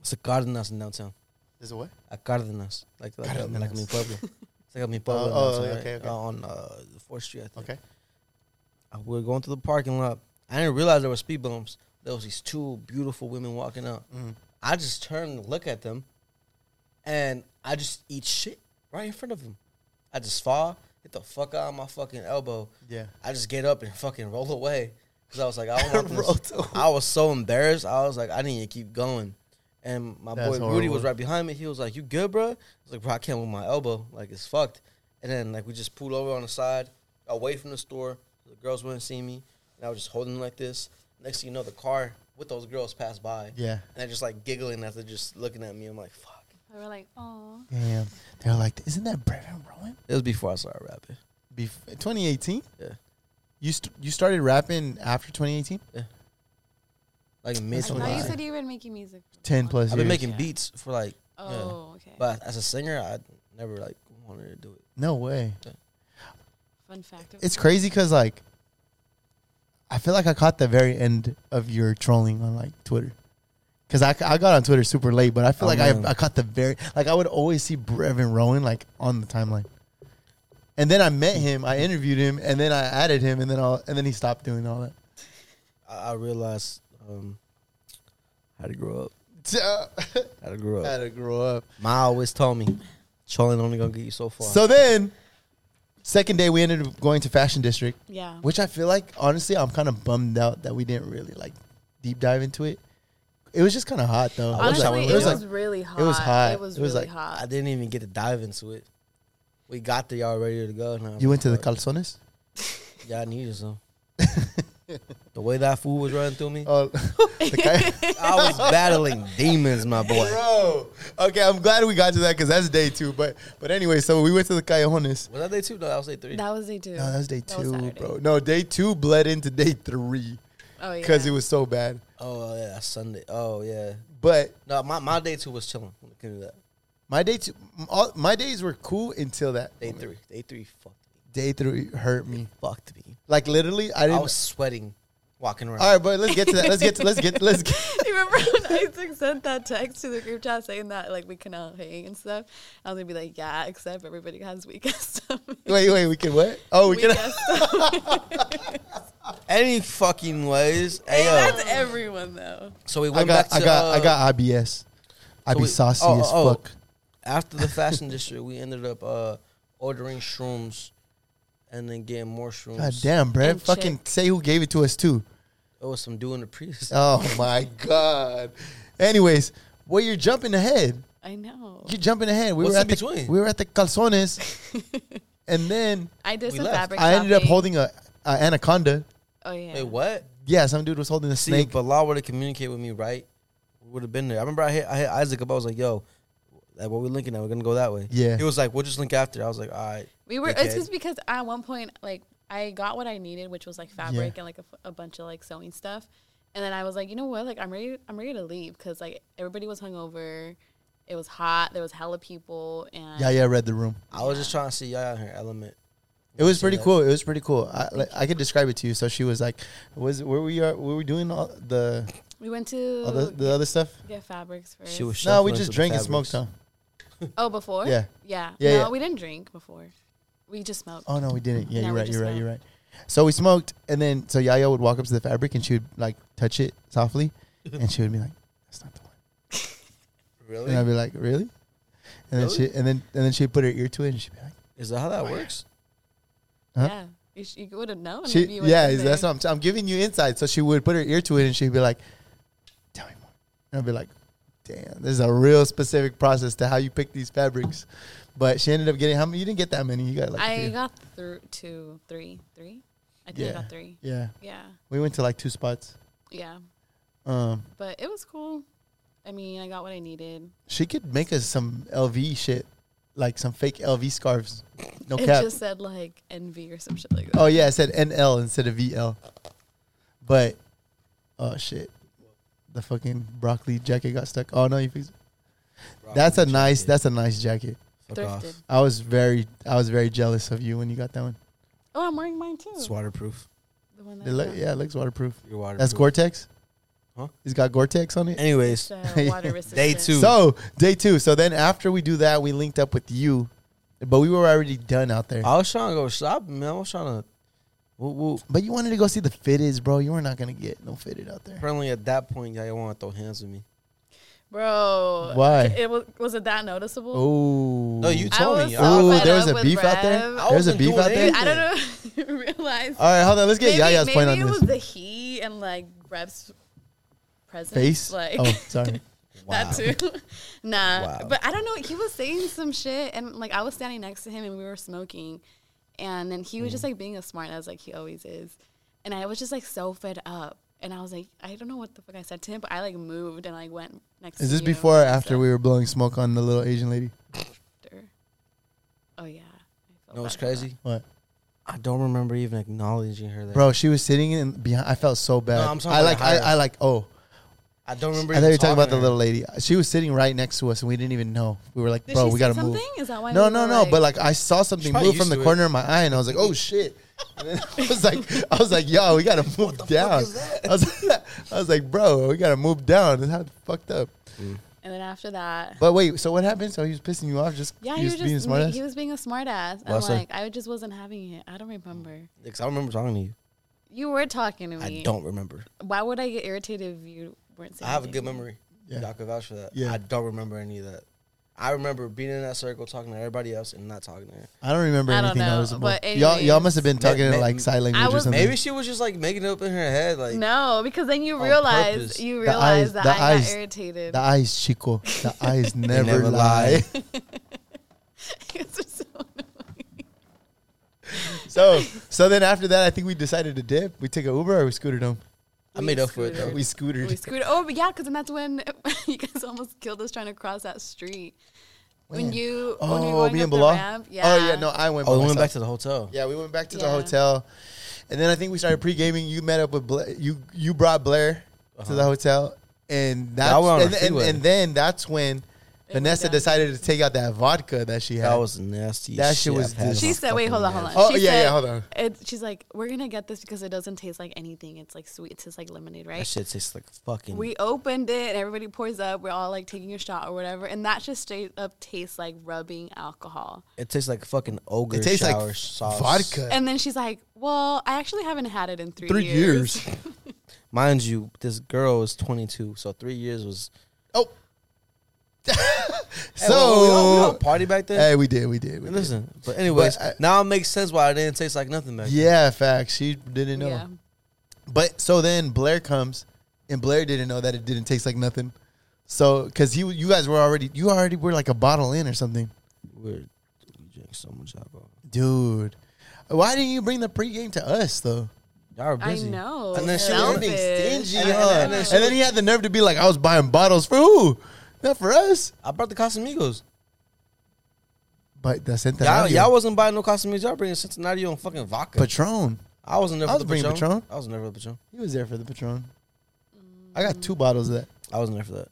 [SPEAKER 3] It's a cardenas in downtown.
[SPEAKER 1] is it what?
[SPEAKER 3] A cardenas. Like, like,
[SPEAKER 1] Cardenas.
[SPEAKER 3] like mi pueblo. It's like a mi pueblo. in
[SPEAKER 1] oh,
[SPEAKER 3] downtown,
[SPEAKER 1] okay,
[SPEAKER 3] right?
[SPEAKER 1] okay.
[SPEAKER 3] On uh, 4th Street, I think.
[SPEAKER 1] Okay.
[SPEAKER 3] Uh, we were going through the parking lot. I didn't realize there were speed bumps. There was these two beautiful women walking out.
[SPEAKER 1] Mm.
[SPEAKER 3] I just turned to look at them, and I just eat shit right in front of them. I just fall, hit the fuck out of my fucking elbow.
[SPEAKER 1] Yeah.
[SPEAKER 3] I just get up and fucking roll away because I
[SPEAKER 1] [LAUGHS]
[SPEAKER 3] was like, I don't want
[SPEAKER 1] Rolled
[SPEAKER 3] this. I was so embarrassed. I was like, I need to keep going. And my
[SPEAKER 1] That's
[SPEAKER 3] boy Rudy
[SPEAKER 1] horrible.
[SPEAKER 3] was right behind me. He was like, "You good, bro?" I was like, "Bro, I can't move my elbow. Like it's fucked." And then like we just pulled over on the side, away from the store. The girls wouldn't see me, and I was just holding like this. Next thing you know, the car with those girls passed by.
[SPEAKER 1] Yeah.
[SPEAKER 3] And they're just like giggling as they're just looking at me. I'm like, fuck.
[SPEAKER 4] We were like, "Oh."
[SPEAKER 1] Damn. They're like, isn't that Brett Van Rowan?
[SPEAKER 3] It was before I started rapping.
[SPEAKER 1] Bef- 2018?
[SPEAKER 3] Yeah.
[SPEAKER 1] You st- you started rapping after 2018?
[SPEAKER 3] Like in
[SPEAKER 1] I
[SPEAKER 3] mid
[SPEAKER 1] thought
[SPEAKER 4] I thought you
[SPEAKER 3] 2018.
[SPEAKER 4] said you were making music.
[SPEAKER 1] 10 plus
[SPEAKER 3] I've
[SPEAKER 1] years.
[SPEAKER 3] been making
[SPEAKER 5] Yeah.
[SPEAKER 3] beats for like,
[SPEAKER 4] Oh, okay.
[SPEAKER 3] but as a singer, I never like wanted to do it.
[SPEAKER 1] no way.
[SPEAKER 4] Fun fact. of-
[SPEAKER 1] It's crazy because, like, I feel like I caught the very end of your trolling on, like, Twitter. Because I, I got on Twitter super late, but I feel
[SPEAKER 3] Oh,
[SPEAKER 1] like I,
[SPEAKER 3] man.
[SPEAKER 1] I caught the very, like, I would always see Brevin Rowan, like, on the timeline. And then I met him, I interviewed him, and then I added him, and then all, and then he stopped doing all that.
[SPEAKER 3] I, I realized um, how to grow up.
[SPEAKER 1] [LAUGHS] Duh.
[SPEAKER 3] How to grow up.
[SPEAKER 1] Gotta grow up.
[SPEAKER 3] Ma always told me, trolling only gonna get you so far.
[SPEAKER 1] So then, second day we ended up going to Fashion District,
[SPEAKER 4] yeah.
[SPEAKER 1] which I feel like honestly I'm kind of bummed out that we didn't really like deep dive into it. It was just kind of hot though.
[SPEAKER 3] I wish
[SPEAKER 4] Honestly,
[SPEAKER 3] I
[SPEAKER 1] it was,
[SPEAKER 4] it was,
[SPEAKER 1] like
[SPEAKER 4] really hot.
[SPEAKER 1] was hot.
[SPEAKER 4] It was,
[SPEAKER 1] It was
[SPEAKER 4] really
[SPEAKER 1] like-
[SPEAKER 3] I
[SPEAKER 4] hot.
[SPEAKER 3] didn't even get to dive into it. We got there, y'all ready to go. and I was
[SPEAKER 1] you went to the
[SPEAKER 3] like,
[SPEAKER 1] calzones.
[SPEAKER 3] "Fuck, Y'all
[SPEAKER 1] [LAUGHS]
[SPEAKER 3] needed some. the way that food was running through me,
[SPEAKER 1] Oh, [LAUGHS]
[SPEAKER 4] [LAUGHS]
[SPEAKER 1] the guy-
[SPEAKER 3] I
[SPEAKER 1] [LAUGHS]
[SPEAKER 3] was battling demons, my boy.
[SPEAKER 1] bro. Okay, I'm glad we got to that because that's day two. But but anyway, so we went to the callejones.
[SPEAKER 3] Was that day two? No, that was day three.
[SPEAKER 4] That was day two.
[SPEAKER 1] No, that was day
[SPEAKER 4] That
[SPEAKER 1] two,
[SPEAKER 4] Saturday.
[SPEAKER 1] bro. No, day two bled into day three
[SPEAKER 4] Oh yeah.
[SPEAKER 1] because it was so bad.
[SPEAKER 3] Oh yeah, that's Sunday. Oh yeah.
[SPEAKER 1] But
[SPEAKER 3] No, my, my day two was chilling. When it came to that.
[SPEAKER 1] my day two, all, my days were cool until that
[SPEAKER 3] Day
[SPEAKER 1] moment.
[SPEAKER 3] three. Day three fucked me.
[SPEAKER 1] Day three hurt me.
[SPEAKER 3] Fucked me.
[SPEAKER 1] Like literally, I
[SPEAKER 3] I
[SPEAKER 1] didn't.
[SPEAKER 3] was sweating walking around.
[SPEAKER 1] all right, but let's get to that. Let's get to let's get let's get. [LAUGHS]
[SPEAKER 4] [LAUGHS] You Remember when Isaac sent that text to the group chat saying that like we can all hang and stuff? I was gonna be like, yeah, except everybody has weak [LAUGHS] ass stomach.
[SPEAKER 1] Wait, wait, we can what? Oh, we
[SPEAKER 4] Weak
[SPEAKER 1] can.
[SPEAKER 4] ass stomach.
[SPEAKER 3] Any fucking ways. Hey, yo.
[SPEAKER 4] That's everyone though.
[SPEAKER 3] So we
[SPEAKER 1] I
[SPEAKER 3] went
[SPEAKER 1] got
[SPEAKER 3] back to
[SPEAKER 1] I got
[SPEAKER 3] uh,
[SPEAKER 1] I got IBS. I
[SPEAKER 3] so
[SPEAKER 1] be
[SPEAKER 3] we-
[SPEAKER 1] saucy
[SPEAKER 3] oh,
[SPEAKER 1] as
[SPEAKER 3] oh, oh.
[SPEAKER 1] fuck.
[SPEAKER 3] after the fashion district, we ended up uh, ordering shrooms and then getting more shrooms.
[SPEAKER 1] God damn, Brett.
[SPEAKER 4] And
[SPEAKER 1] Fucking
[SPEAKER 4] chick.
[SPEAKER 1] say who gave it to us too.
[SPEAKER 3] It was some dude in the Prius. [LAUGHS]
[SPEAKER 1] Oh [LAUGHS] my god. Anyways, well you're jumping ahead.
[SPEAKER 4] I know.
[SPEAKER 1] You're jumping ahead. We
[SPEAKER 3] What's
[SPEAKER 1] were
[SPEAKER 3] in
[SPEAKER 1] at the
[SPEAKER 3] between?
[SPEAKER 1] we were at the calzones,
[SPEAKER 3] [LAUGHS]
[SPEAKER 1] and then
[SPEAKER 4] I did
[SPEAKER 3] We
[SPEAKER 4] some
[SPEAKER 3] left.
[SPEAKER 4] fabric.
[SPEAKER 1] I ended up
[SPEAKER 4] shopping.
[SPEAKER 1] holding a, a anaconda.
[SPEAKER 4] Oh yeah.
[SPEAKER 3] Wait, what?
[SPEAKER 1] Yeah, some dude was holding a
[SPEAKER 3] See,
[SPEAKER 1] snake.
[SPEAKER 3] if Bilal would have communicated with me, right? We would have been there. I remember I hit, I hit Isaac up. I was like, yo, like, what we linking at? We're going to go that way.
[SPEAKER 1] Yeah.
[SPEAKER 3] He was like, we'll just link after. I was like, all right.
[SPEAKER 4] We were.
[SPEAKER 3] dickhead.
[SPEAKER 4] It's just because at one point, like, I got what I needed, which was like fabric and like a, f- a bunch of like sewing stuff, and then I was like, you know what? Like, I'm ready. I'm ready to leave because like everybody was hungover. It was hot. There was hella people, and
[SPEAKER 1] yeah, yeah, I read the room.
[SPEAKER 3] I was just trying to see y'all out here, element.
[SPEAKER 1] It was
[SPEAKER 3] see
[SPEAKER 1] pretty
[SPEAKER 3] that.
[SPEAKER 1] cool. It was pretty cool. I like, I could describe it to you. So she was like, "Was where we are? Were we doing all the
[SPEAKER 4] we went to
[SPEAKER 1] all Oh, the, the other stuff?"
[SPEAKER 4] get fabrics first.
[SPEAKER 3] She was
[SPEAKER 1] No, we
[SPEAKER 3] shuffling
[SPEAKER 1] just
[SPEAKER 3] through the
[SPEAKER 1] drank and
[SPEAKER 3] fabrics.
[SPEAKER 1] smoked. Huh?
[SPEAKER 4] oh, before.
[SPEAKER 1] Yeah.
[SPEAKER 4] Yeah.
[SPEAKER 1] Yeah,
[SPEAKER 4] no,
[SPEAKER 1] yeah.
[SPEAKER 4] we didn't drink before. We just smoked.
[SPEAKER 1] Oh no, we didn't. Yeah,
[SPEAKER 4] No,
[SPEAKER 1] you're
[SPEAKER 4] we
[SPEAKER 1] right.
[SPEAKER 4] just
[SPEAKER 1] You're right.
[SPEAKER 4] smoked.
[SPEAKER 1] You're right. So we smoked, and then so Yaya would walk up to the fabric, and she would like touch it
[SPEAKER 3] [LAUGHS]
[SPEAKER 1] softly, and she would be like, "That's not the one."
[SPEAKER 3] Really?
[SPEAKER 1] And I'd be like, "Really?" And then
[SPEAKER 3] Really?
[SPEAKER 1] she and then and then she'd put her ear to it, and she'd be like,
[SPEAKER 3] Is that how that works?
[SPEAKER 1] huh?
[SPEAKER 4] Yeah. You, sh- you would have known.
[SPEAKER 1] Uh-huh. she,
[SPEAKER 4] if you went
[SPEAKER 1] "Yeah,
[SPEAKER 4] in
[SPEAKER 1] is- that's
[SPEAKER 4] there.
[SPEAKER 1] what I'm, I'm giving you insight." So she would put her ear to it, and she'd be like, "Tell me more." And I'd be like, "Damn, there's a real specific process to how you pick these fabrics." But she ended up getting how many? You didn't get that many. You got like a
[SPEAKER 4] I
[SPEAKER 1] few.
[SPEAKER 4] got through two, three, three. I think I
[SPEAKER 1] Yeah.
[SPEAKER 4] got three.
[SPEAKER 1] yeah.
[SPEAKER 4] Yeah.
[SPEAKER 1] We went to like two spots.
[SPEAKER 4] Yeah.
[SPEAKER 1] Um,
[SPEAKER 4] But it was cool. I mean, I got what I needed.
[SPEAKER 1] She could make us some LV shit, like some fake LV scarves. No
[SPEAKER 4] It
[SPEAKER 1] cap.
[SPEAKER 4] just said like envy or some shit like that.
[SPEAKER 1] Oh yeah, I said NL instead of VL. But oh shit, the fucking broccoli jacket got stuck. Oh no, you fixed. It. That's a nice. That's a nice jacket.
[SPEAKER 3] Fuck off.
[SPEAKER 4] Thrifted.
[SPEAKER 1] I was very, I was very jealous of you when you got that one.
[SPEAKER 4] Oh, I'm wearing mine too.
[SPEAKER 3] It's waterproof.
[SPEAKER 4] The one
[SPEAKER 1] It
[SPEAKER 4] that
[SPEAKER 1] look, yeah, it looks waterproof.
[SPEAKER 3] You're waterproof.
[SPEAKER 1] That's Gore-Tex.
[SPEAKER 3] Huh?
[SPEAKER 1] It's got Gore-Tex on it. [LAUGHS]
[SPEAKER 3] Anyways,
[SPEAKER 4] uh, water resistant.
[SPEAKER 3] day two.
[SPEAKER 1] So day two. So then after we do that, we linked up with you, but we were already done out there.
[SPEAKER 3] I was trying to go shopping, man. I was trying to. Woo, woo.
[SPEAKER 1] But you wanted to go see the fitteds, bro. You were not gonna get no fitted out there.
[SPEAKER 3] Apparently, at that point, y'all want to throw hands with me.
[SPEAKER 4] Bro.
[SPEAKER 1] Why?
[SPEAKER 4] It was was it that noticeable?
[SPEAKER 1] Oh,
[SPEAKER 3] No, you
[SPEAKER 4] I
[SPEAKER 3] told
[SPEAKER 4] was
[SPEAKER 3] me.
[SPEAKER 4] so
[SPEAKER 3] I-
[SPEAKER 1] Ooh,
[SPEAKER 4] fed
[SPEAKER 1] there was
[SPEAKER 4] up
[SPEAKER 1] a
[SPEAKER 4] with
[SPEAKER 1] beef out there.
[SPEAKER 4] Rev.
[SPEAKER 3] I
[SPEAKER 1] There's a
[SPEAKER 3] wasn't
[SPEAKER 1] beef
[SPEAKER 3] doing
[SPEAKER 1] out there.
[SPEAKER 4] Dude, I
[SPEAKER 1] All
[SPEAKER 4] don't know. if you [LAUGHS] realize.
[SPEAKER 1] right, hold on. Let's get
[SPEAKER 4] maybe
[SPEAKER 1] Yaya's point on
[SPEAKER 4] maybe it
[SPEAKER 1] this.
[SPEAKER 4] was the heat and like Rev's presence.
[SPEAKER 1] Face.
[SPEAKER 4] [LAUGHS] Like
[SPEAKER 1] oh, sorry.
[SPEAKER 3] Wow.
[SPEAKER 4] that too. [LAUGHS] nah.
[SPEAKER 3] Wow.
[SPEAKER 4] But I don't know. He was saying some shit, and like I was standing next to him, and we were smoking, and then he was
[SPEAKER 1] Mm.
[SPEAKER 4] just like being a smart ass, like he always is, and I was just like so fed up, and I was like, I don't know what the fuck I said to him, but I like moved and like went next.
[SPEAKER 1] Is
[SPEAKER 4] to
[SPEAKER 1] this
[SPEAKER 4] you
[SPEAKER 1] before or
[SPEAKER 4] and
[SPEAKER 1] after
[SPEAKER 4] stuff.
[SPEAKER 1] we were blowing smoke on the little Asian lady?
[SPEAKER 4] After. Oh yeah. I felt
[SPEAKER 3] No, it's
[SPEAKER 4] bad about
[SPEAKER 3] crazy.
[SPEAKER 1] What,
[SPEAKER 3] I don't remember even acknowledging her. There.
[SPEAKER 1] bro? She was sitting in behind. I felt so bad.
[SPEAKER 3] I'm talking
[SPEAKER 1] I
[SPEAKER 3] about
[SPEAKER 1] like. I,
[SPEAKER 3] Yaya's.
[SPEAKER 1] I like. Oh,
[SPEAKER 3] I don't remember.
[SPEAKER 1] I thought you
[SPEAKER 3] even
[SPEAKER 1] were talking about
[SPEAKER 3] to
[SPEAKER 1] the
[SPEAKER 3] her.
[SPEAKER 1] little lady. She was sitting right next to us, and we didn't even know. We were like,
[SPEAKER 4] that. Did
[SPEAKER 1] bro,
[SPEAKER 4] she
[SPEAKER 1] we
[SPEAKER 4] say
[SPEAKER 1] gotta
[SPEAKER 4] something?
[SPEAKER 1] move.
[SPEAKER 4] Is that why?
[SPEAKER 1] No,
[SPEAKER 4] we
[SPEAKER 1] no,
[SPEAKER 4] were,
[SPEAKER 1] no.
[SPEAKER 4] like-
[SPEAKER 1] But like, I saw something
[SPEAKER 3] probably
[SPEAKER 1] move from
[SPEAKER 3] used
[SPEAKER 1] the
[SPEAKER 3] to it.
[SPEAKER 1] corner of my eye, and I was like, "Oh shit!" [LAUGHS] And then I was like, "I was like, yo, we gotta move down." I was, I was like, [LAUGHS] "Bro, we gotta move down." That's how it's fucked up.
[SPEAKER 4] and then after that.
[SPEAKER 1] But wait, so what happened? So he was pissing you off? Just
[SPEAKER 4] Yeah,
[SPEAKER 1] he
[SPEAKER 4] he was
[SPEAKER 1] just being a
[SPEAKER 4] just
[SPEAKER 1] smart
[SPEAKER 4] he was being a smartass, and
[SPEAKER 3] Well, sir.
[SPEAKER 4] like I just wasn't having it. I don't remember.
[SPEAKER 3] Yeah, 'cause I remember talking to you.
[SPEAKER 4] You were talking to me.
[SPEAKER 3] I don't remember.
[SPEAKER 4] Why would I get irritated if you weren't?
[SPEAKER 3] I
[SPEAKER 4] Saying
[SPEAKER 3] have a good
[SPEAKER 4] anything?
[SPEAKER 3] memory.
[SPEAKER 1] Yeah.
[SPEAKER 3] Y'all can vouch for that.
[SPEAKER 1] Yeah.
[SPEAKER 3] I don't remember any of that. I remember being in that circle, talking to everybody else, and not talking to her.
[SPEAKER 1] I don't remember
[SPEAKER 4] I don't
[SPEAKER 1] anything
[SPEAKER 4] know,
[SPEAKER 1] noticeable.
[SPEAKER 4] but
[SPEAKER 1] y'all y'all
[SPEAKER 4] anyways.
[SPEAKER 1] must have been talking in
[SPEAKER 3] ma-
[SPEAKER 1] like sign language
[SPEAKER 4] I
[SPEAKER 1] or
[SPEAKER 4] was-
[SPEAKER 1] something.
[SPEAKER 3] Maybe she was just like making it up in her head, like
[SPEAKER 4] No, because then you
[SPEAKER 3] On purpose.
[SPEAKER 4] realize you
[SPEAKER 1] The
[SPEAKER 4] realize
[SPEAKER 1] eyes-
[SPEAKER 4] that
[SPEAKER 1] the
[SPEAKER 4] I
[SPEAKER 1] eyes-
[SPEAKER 4] got irritated. [LAUGHS]
[SPEAKER 1] the eyes, Chico.
[SPEAKER 3] [LAUGHS]
[SPEAKER 1] The eyes never,
[SPEAKER 3] never
[SPEAKER 1] lie.
[SPEAKER 4] It's just so annoying.
[SPEAKER 1] so so then after that, I think we decided to dip. We took an Uber or we scooted home.
[SPEAKER 3] I
[SPEAKER 4] We
[SPEAKER 3] made up for it though.
[SPEAKER 4] scooted.
[SPEAKER 1] We scootered.
[SPEAKER 4] we screwed. Oh, but yeah, because then that's when [LAUGHS] you guys almost killed us trying to cross that street. When,
[SPEAKER 1] When?
[SPEAKER 4] you when we
[SPEAKER 1] oh,
[SPEAKER 4] were going
[SPEAKER 1] me and
[SPEAKER 4] up the
[SPEAKER 1] Bilal.
[SPEAKER 4] ramp, yeah.
[SPEAKER 1] Oh yeah, no, I went. by
[SPEAKER 3] Oh, we went
[SPEAKER 1] myself.
[SPEAKER 3] back to the hotel.
[SPEAKER 1] Yeah, we went back to the
[SPEAKER 4] Yeah.
[SPEAKER 1] hotel, and then I think we started pre gaming. You met up with Blair. You you brought Blair to the hotel, and that's
[SPEAKER 3] Y'all were Uh-huh. on
[SPEAKER 1] and,
[SPEAKER 3] a
[SPEAKER 1] and,
[SPEAKER 3] freeway.
[SPEAKER 1] and then that's when Vanessa
[SPEAKER 4] down.
[SPEAKER 1] decided to take out that vodka that she had.
[SPEAKER 3] That was nasty.
[SPEAKER 1] That
[SPEAKER 3] That
[SPEAKER 1] shit
[SPEAKER 3] shit
[SPEAKER 1] was
[SPEAKER 3] I've had in
[SPEAKER 1] dis-
[SPEAKER 4] She
[SPEAKER 3] my
[SPEAKER 4] said, "Wait,
[SPEAKER 3] fucking
[SPEAKER 4] hold on, hold
[SPEAKER 3] life.
[SPEAKER 4] on."
[SPEAKER 1] Oh,
[SPEAKER 4] she
[SPEAKER 1] yeah,
[SPEAKER 4] said,
[SPEAKER 1] yeah, hold on.
[SPEAKER 4] It, she's like, "We're gonna get this because it doesn't taste like anything. It's like sweet. It tastes like lemonade,
[SPEAKER 3] That
[SPEAKER 4] right?"
[SPEAKER 3] shit tastes like fucking.
[SPEAKER 4] We opened it and everybody pours up. We're all like taking a shot or whatever, and that just straight up tastes like rubbing alcohol.
[SPEAKER 3] it tastes like fucking ogre.
[SPEAKER 1] it tastes
[SPEAKER 3] shower
[SPEAKER 1] like
[SPEAKER 3] sauce.
[SPEAKER 1] vodka.
[SPEAKER 4] And then she's like, "Well, I actually haven't had it in three,
[SPEAKER 1] Three
[SPEAKER 4] years. [LAUGHS]
[SPEAKER 1] years. [LAUGHS]
[SPEAKER 3] Mind you, this girl is 22, so three years was.
[SPEAKER 1] oh.
[SPEAKER 3] Hey, well, we all- we all
[SPEAKER 1] so
[SPEAKER 3] party back then.
[SPEAKER 1] hey, we did, we did. We
[SPEAKER 3] And
[SPEAKER 1] did.
[SPEAKER 3] Listen, but anyways,
[SPEAKER 1] But I-
[SPEAKER 3] now it makes sense why it didn't taste like nothing back then.
[SPEAKER 1] Yeah, facts. She didn't know.
[SPEAKER 4] Yeah.
[SPEAKER 1] But so then Blair comes, and Blair didn't know that it didn't taste like nothing. So, because he, you guys were already, you already were like a bottle in or something,
[SPEAKER 3] We're, we drink so much alcohol.
[SPEAKER 1] dude. Why didn't you bring the pregame to us though?
[SPEAKER 3] Y'all are
[SPEAKER 4] I
[SPEAKER 3] busy.
[SPEAKER 4] know.
[SPEAKER 3] And then she
[SPEAKER 4] Selfish.
[SPEAKER 3] was being stingy.
[SPEAKER 1] And,
[SPEAKER 3] huh?
[SPEAKER 1] and then he had the nerve to be like, "I was buying bottles for who? Not for us."
[SPEAKER 3] I brought the Casamigos.
[SPEAKER 1] But that's it.
[SPEAKER 3] Y'all, y'all wasn't buying no Casamigos. Y'all bringing Cincinnati on fucking vodka.
[SPEAKER 1] Patron.
[SPEAKER 3] I wasn't there
[SPEAKER 1] I
[SPEAKER 3] for
[SPEAKER 1] was
[SPEAKER 3] the
[SPEAKER 1] bringing
[SPEAKER 3] Patron.
[SPEAKER 1] Patron.
[SPEAKER 3] I wasn't there for the Patron.
[SPEAKER 1] He was there for the Patron. I got two bottles of that.
[SPEAKER 3] I wasn't there for that.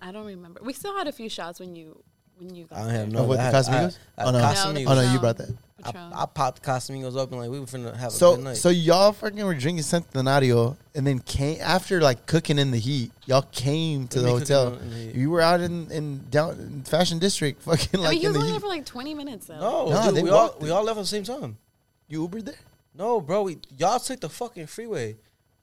[SPEAKER 4] I don't remember. We still had a few shots when you when you got
[SPEAKER 3] I don't have
[SPEAKER 4] there.
[SPEAKER 3] no.
[SPEAKER 1] Of what, the
[SPEAKER 3] I had- I-
[SPEAKER 1] Casamigos?
[SPEAKER 3] I had
[SPEAKER 1] Oh, no.
[SPEAKER 3] Casamigos.
[SPEAKER 1] Oh no, you
[SPEAKER 4] Patron.
[SPEAKER 1] brought that.
[SPEAKER 4] Patron.
[SPEAKER 3] I, I popped Casamigos open like we were finna have a good
[SPEAKER 1] So
[SPEAKER 3] night.
[SPEAKER 1] so y'all fucking were drinking Centenario and then came after like cooking in the heat. Y'all came to the
[SPEAKER 3] What do you mean cooking
[SPEAKER 1] hotel.
[SPEAKER 3] in the heat?
[SPEAKER 1] you were out in in down in Fashion District, [LAUGHS] fucking
[SPEAKER 4] I mean,
[SPEAKER 1] like
[SPEAKER 4] he
[SPEAKER 1] in
[SPEAKER 4] was
[SPEAKER 1] the
[SPEAKER 4] only
[SPEAKER 1] heat.
[SPEAKER 4] there for like 20 minutes though.
[SPEAKER 3] no,
[SPEAKER 1] Nah,
[SPEAKER 3] dude,
[SPEAKER 1] they
[SPEAKER 3] we all
[SPEAKER 1] walked
[SPEAKER 3] we all left at the same time.
[SPEAKER 1] you Ubered there?
[SPEAKER 3] No, bro, we, y'all took the fucking freeway.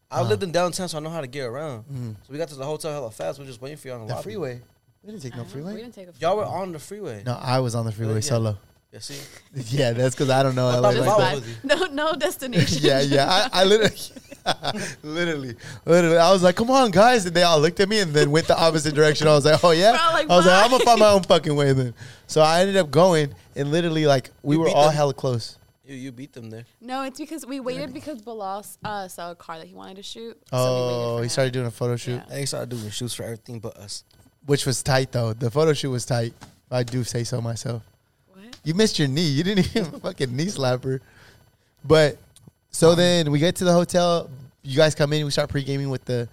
[SPEAKER 3] I lived in downtown, so I know how to get around. So we got to the hotel hella fast. We are just waiting for y'all on
[SPEAKER 1] Mm-hmm.
[SPEAKER 3] the,
[SPEAKER 1] The
[SPEAKER 3] lobby.
[SPEAKER 1] freeway. We didn't take
[SPEAKER 4] I
[SPEAKER 1] no
[SPEAKER 4] don't know. We
[SPEAKER 1] freeway.
[SPEAKER 4] didn't take a
[SPEAKER 3] Y'all were on the freeway.
[SPEAKER 1] No, I was on the freeway
[SPEAKER 3] Oh, yeah.
[SPEAKER 1] solo. [LAUGHS]
[SPEAKER 3] Yeah, see,
[SPEAKER 1] Yeah, that's because I don't know. LA
[SPEAKER 3] thought
[SPEAKER 1] like
[SPEAKER 3] Wow,
[SPEAKER 1] that.
[SPEAKER 3] what was
[SPEAKER 4] But- No, [LAUGHS] no
[SPEAKER 3] [LAUGHS]
[SPEAKER 4] destination.
[SPEAKER 1] [LAUGHS] yeah, yeah. I, I literally, [LAUGHS] literally, literally. I was like, "Come on, guys!" And they all looked at me and then went the opposite direction. I was like, "Oh yeah."
[SPEAKER 4] We're all like,
[SPEAKER 1] I was like, "I'm
[SPEAKER 4] "Bye."
[SPEAKER 1] gonna find my own fucking way then." So I ended up going, and literally, like, we
[SPEAKER 3] You
[SPEAKER 1] were
[SPEAKER 3] beat
[SPEAKER 1] all
[SPEAKER 3] them?
[SPEAKER 1] hella close.
[SPEAKER 3] you, you beat them there.
[SPEAKER 4] No, it's because we waited because Balas uh, saw a car that he wanted to shoot. so we waited
[SPEAKER 1] Oh,
[SPEAKER 4] for
[SPEAKER 1] he
[SPEAKER 4] him.
[SPEAKER 1] started doing a photo shoot,
[SPEAKER 4] Yeah.
[SPEAKER 3] They started doing shoots for everything but us.
[SPEAKER 1] which was tight though. The photo shoot was tight. I do say so myself.
[SPEAKER 4] What?
[SPEAKER 1] You missed your knee. You didn't [LAUGHS]
[SPEAKER 4] [LAUGHS]
[SPEAKER 1] even fucking knee slapper. But so then we get to the hotel. You guys come in. We start pre gaming with the.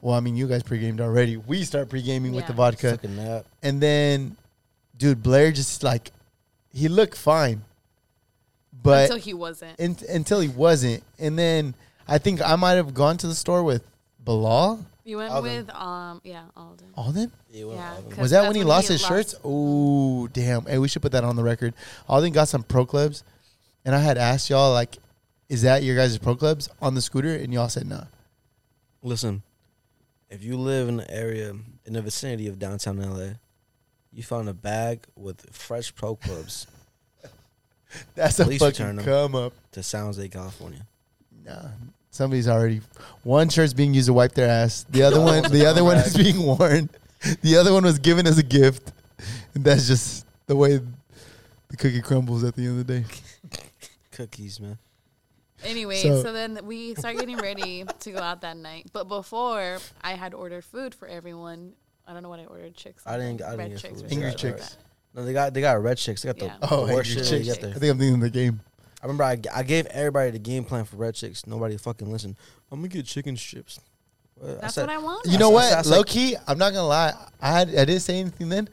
[SPEAKER 1] Well, I mean, you guys pre gamed already. We start pre gaming with the
[SPEAKER 4] Yeah.
[SPEAKER 1] vodka.
[SPEAKER 3] Took a nap.
[SPEAKER 1] And then, dude, Blair just like, he looked fine, but
[SPEAKER 4] Until he wasn't.
[SPEAKER 1] in, until he wasn't. And then I think I might have gone to the store with Bilal,
[SPEAKER 4] You went
[SPEAKER 3] Alden.
[SPEAKER 4] with um yeah Alden.
[SPEAKER 1] all them.
[SPEAKER 3] Yeah, um, we went
[SPEAKER 4] Yeah,
[SPEAKER 3] all of them.
[SPEAKER 4] 'cause
[SPEAKER 1] Was that
[SPEAKER 4] that's
[SPEAKER 1] when he
[SPEAKER 4] when
[SPEAKER 1] lost
[SPEAKER 4] he
[SPEAKER 1] his
[SPEAKER 4] lost-
[SPEAKER 1] shirts? Oh, damn. Hey, we should put that on the record. Alden got some pro clubs, and I had asked y'all, like, is that your guys' pro clubs on the scooter? And y'all said, nah.
[SPEAKER 3] Listen, if you live in the area in the vicinity of downtown LA, you found a bag with fresh pro [LAUGHS] clubs
[SPEAKER 1] That's a
[SPEAKER 3] Please
[SPEAKER 1] fucking
[SPEAKER 3] return them.
[SPEAKER 1] come up.
[SPEAKER 3] to San Jose, California.
[SPEAKER 1] Nah. Somebody's already one shirt's being used to wipe their ass. The
[SPEAKER 3] [LAUGHS]
[SPEAKER 1] other one the other one is being worn. The other one was given as a gift. And that's just the way the cookie crumbles at the end of the day.
[SPEAKER 3] Cookies, man.
[SPEAKER 4] Anyway,
[SPEAKER 1] So-
[SPEAKER 4] so, then we start getting ready to go out that night. But before I had ordered food for everyone. I don't know what I ordered. Chicks.
[SPEAKER 3] I didn't. I
[SPEAKER 4] red
[SPEAKER 3] didn't get
[SPEAKER 4] chicks.
[SPEAKER 3] food.
[SPEAKER 4] or
[SPEAKER 1] Angry
[SPEAKER 4] something like
[SPEAKER 1] Chicks.
[SPEAKER 4] that.
[SPEAKER 3] No, they got they got red chicks. They got
[SPEAKER 4] Yeah.
[SPEAKER 3] the,
[SPEAKER 1] Oh,
[SPEAKER 3] the worst
[SPEAKER 1] Angry
[SPEAKER 3] shit they
[SPEAKER 1] Chicks.
[SPEAKER 3] get there.
[SPEAKER 1] I think I'm thinking of the game.
[SPEAKER 3] I remember I, I gave everybody the game plan for Red Chicks. Nobody fucking listened. I'm gonna get chicken strips. Well,
[SPEAKER 4] That's what I wanted.
[SPEAKER 1] You know
[SPEAKER 3] I
[SPEAKER 1] what?
[SPEAKER 3] said- I said-
[SPEAKER 1] Low key, I'm not gonna lie. I I didn't say anything then,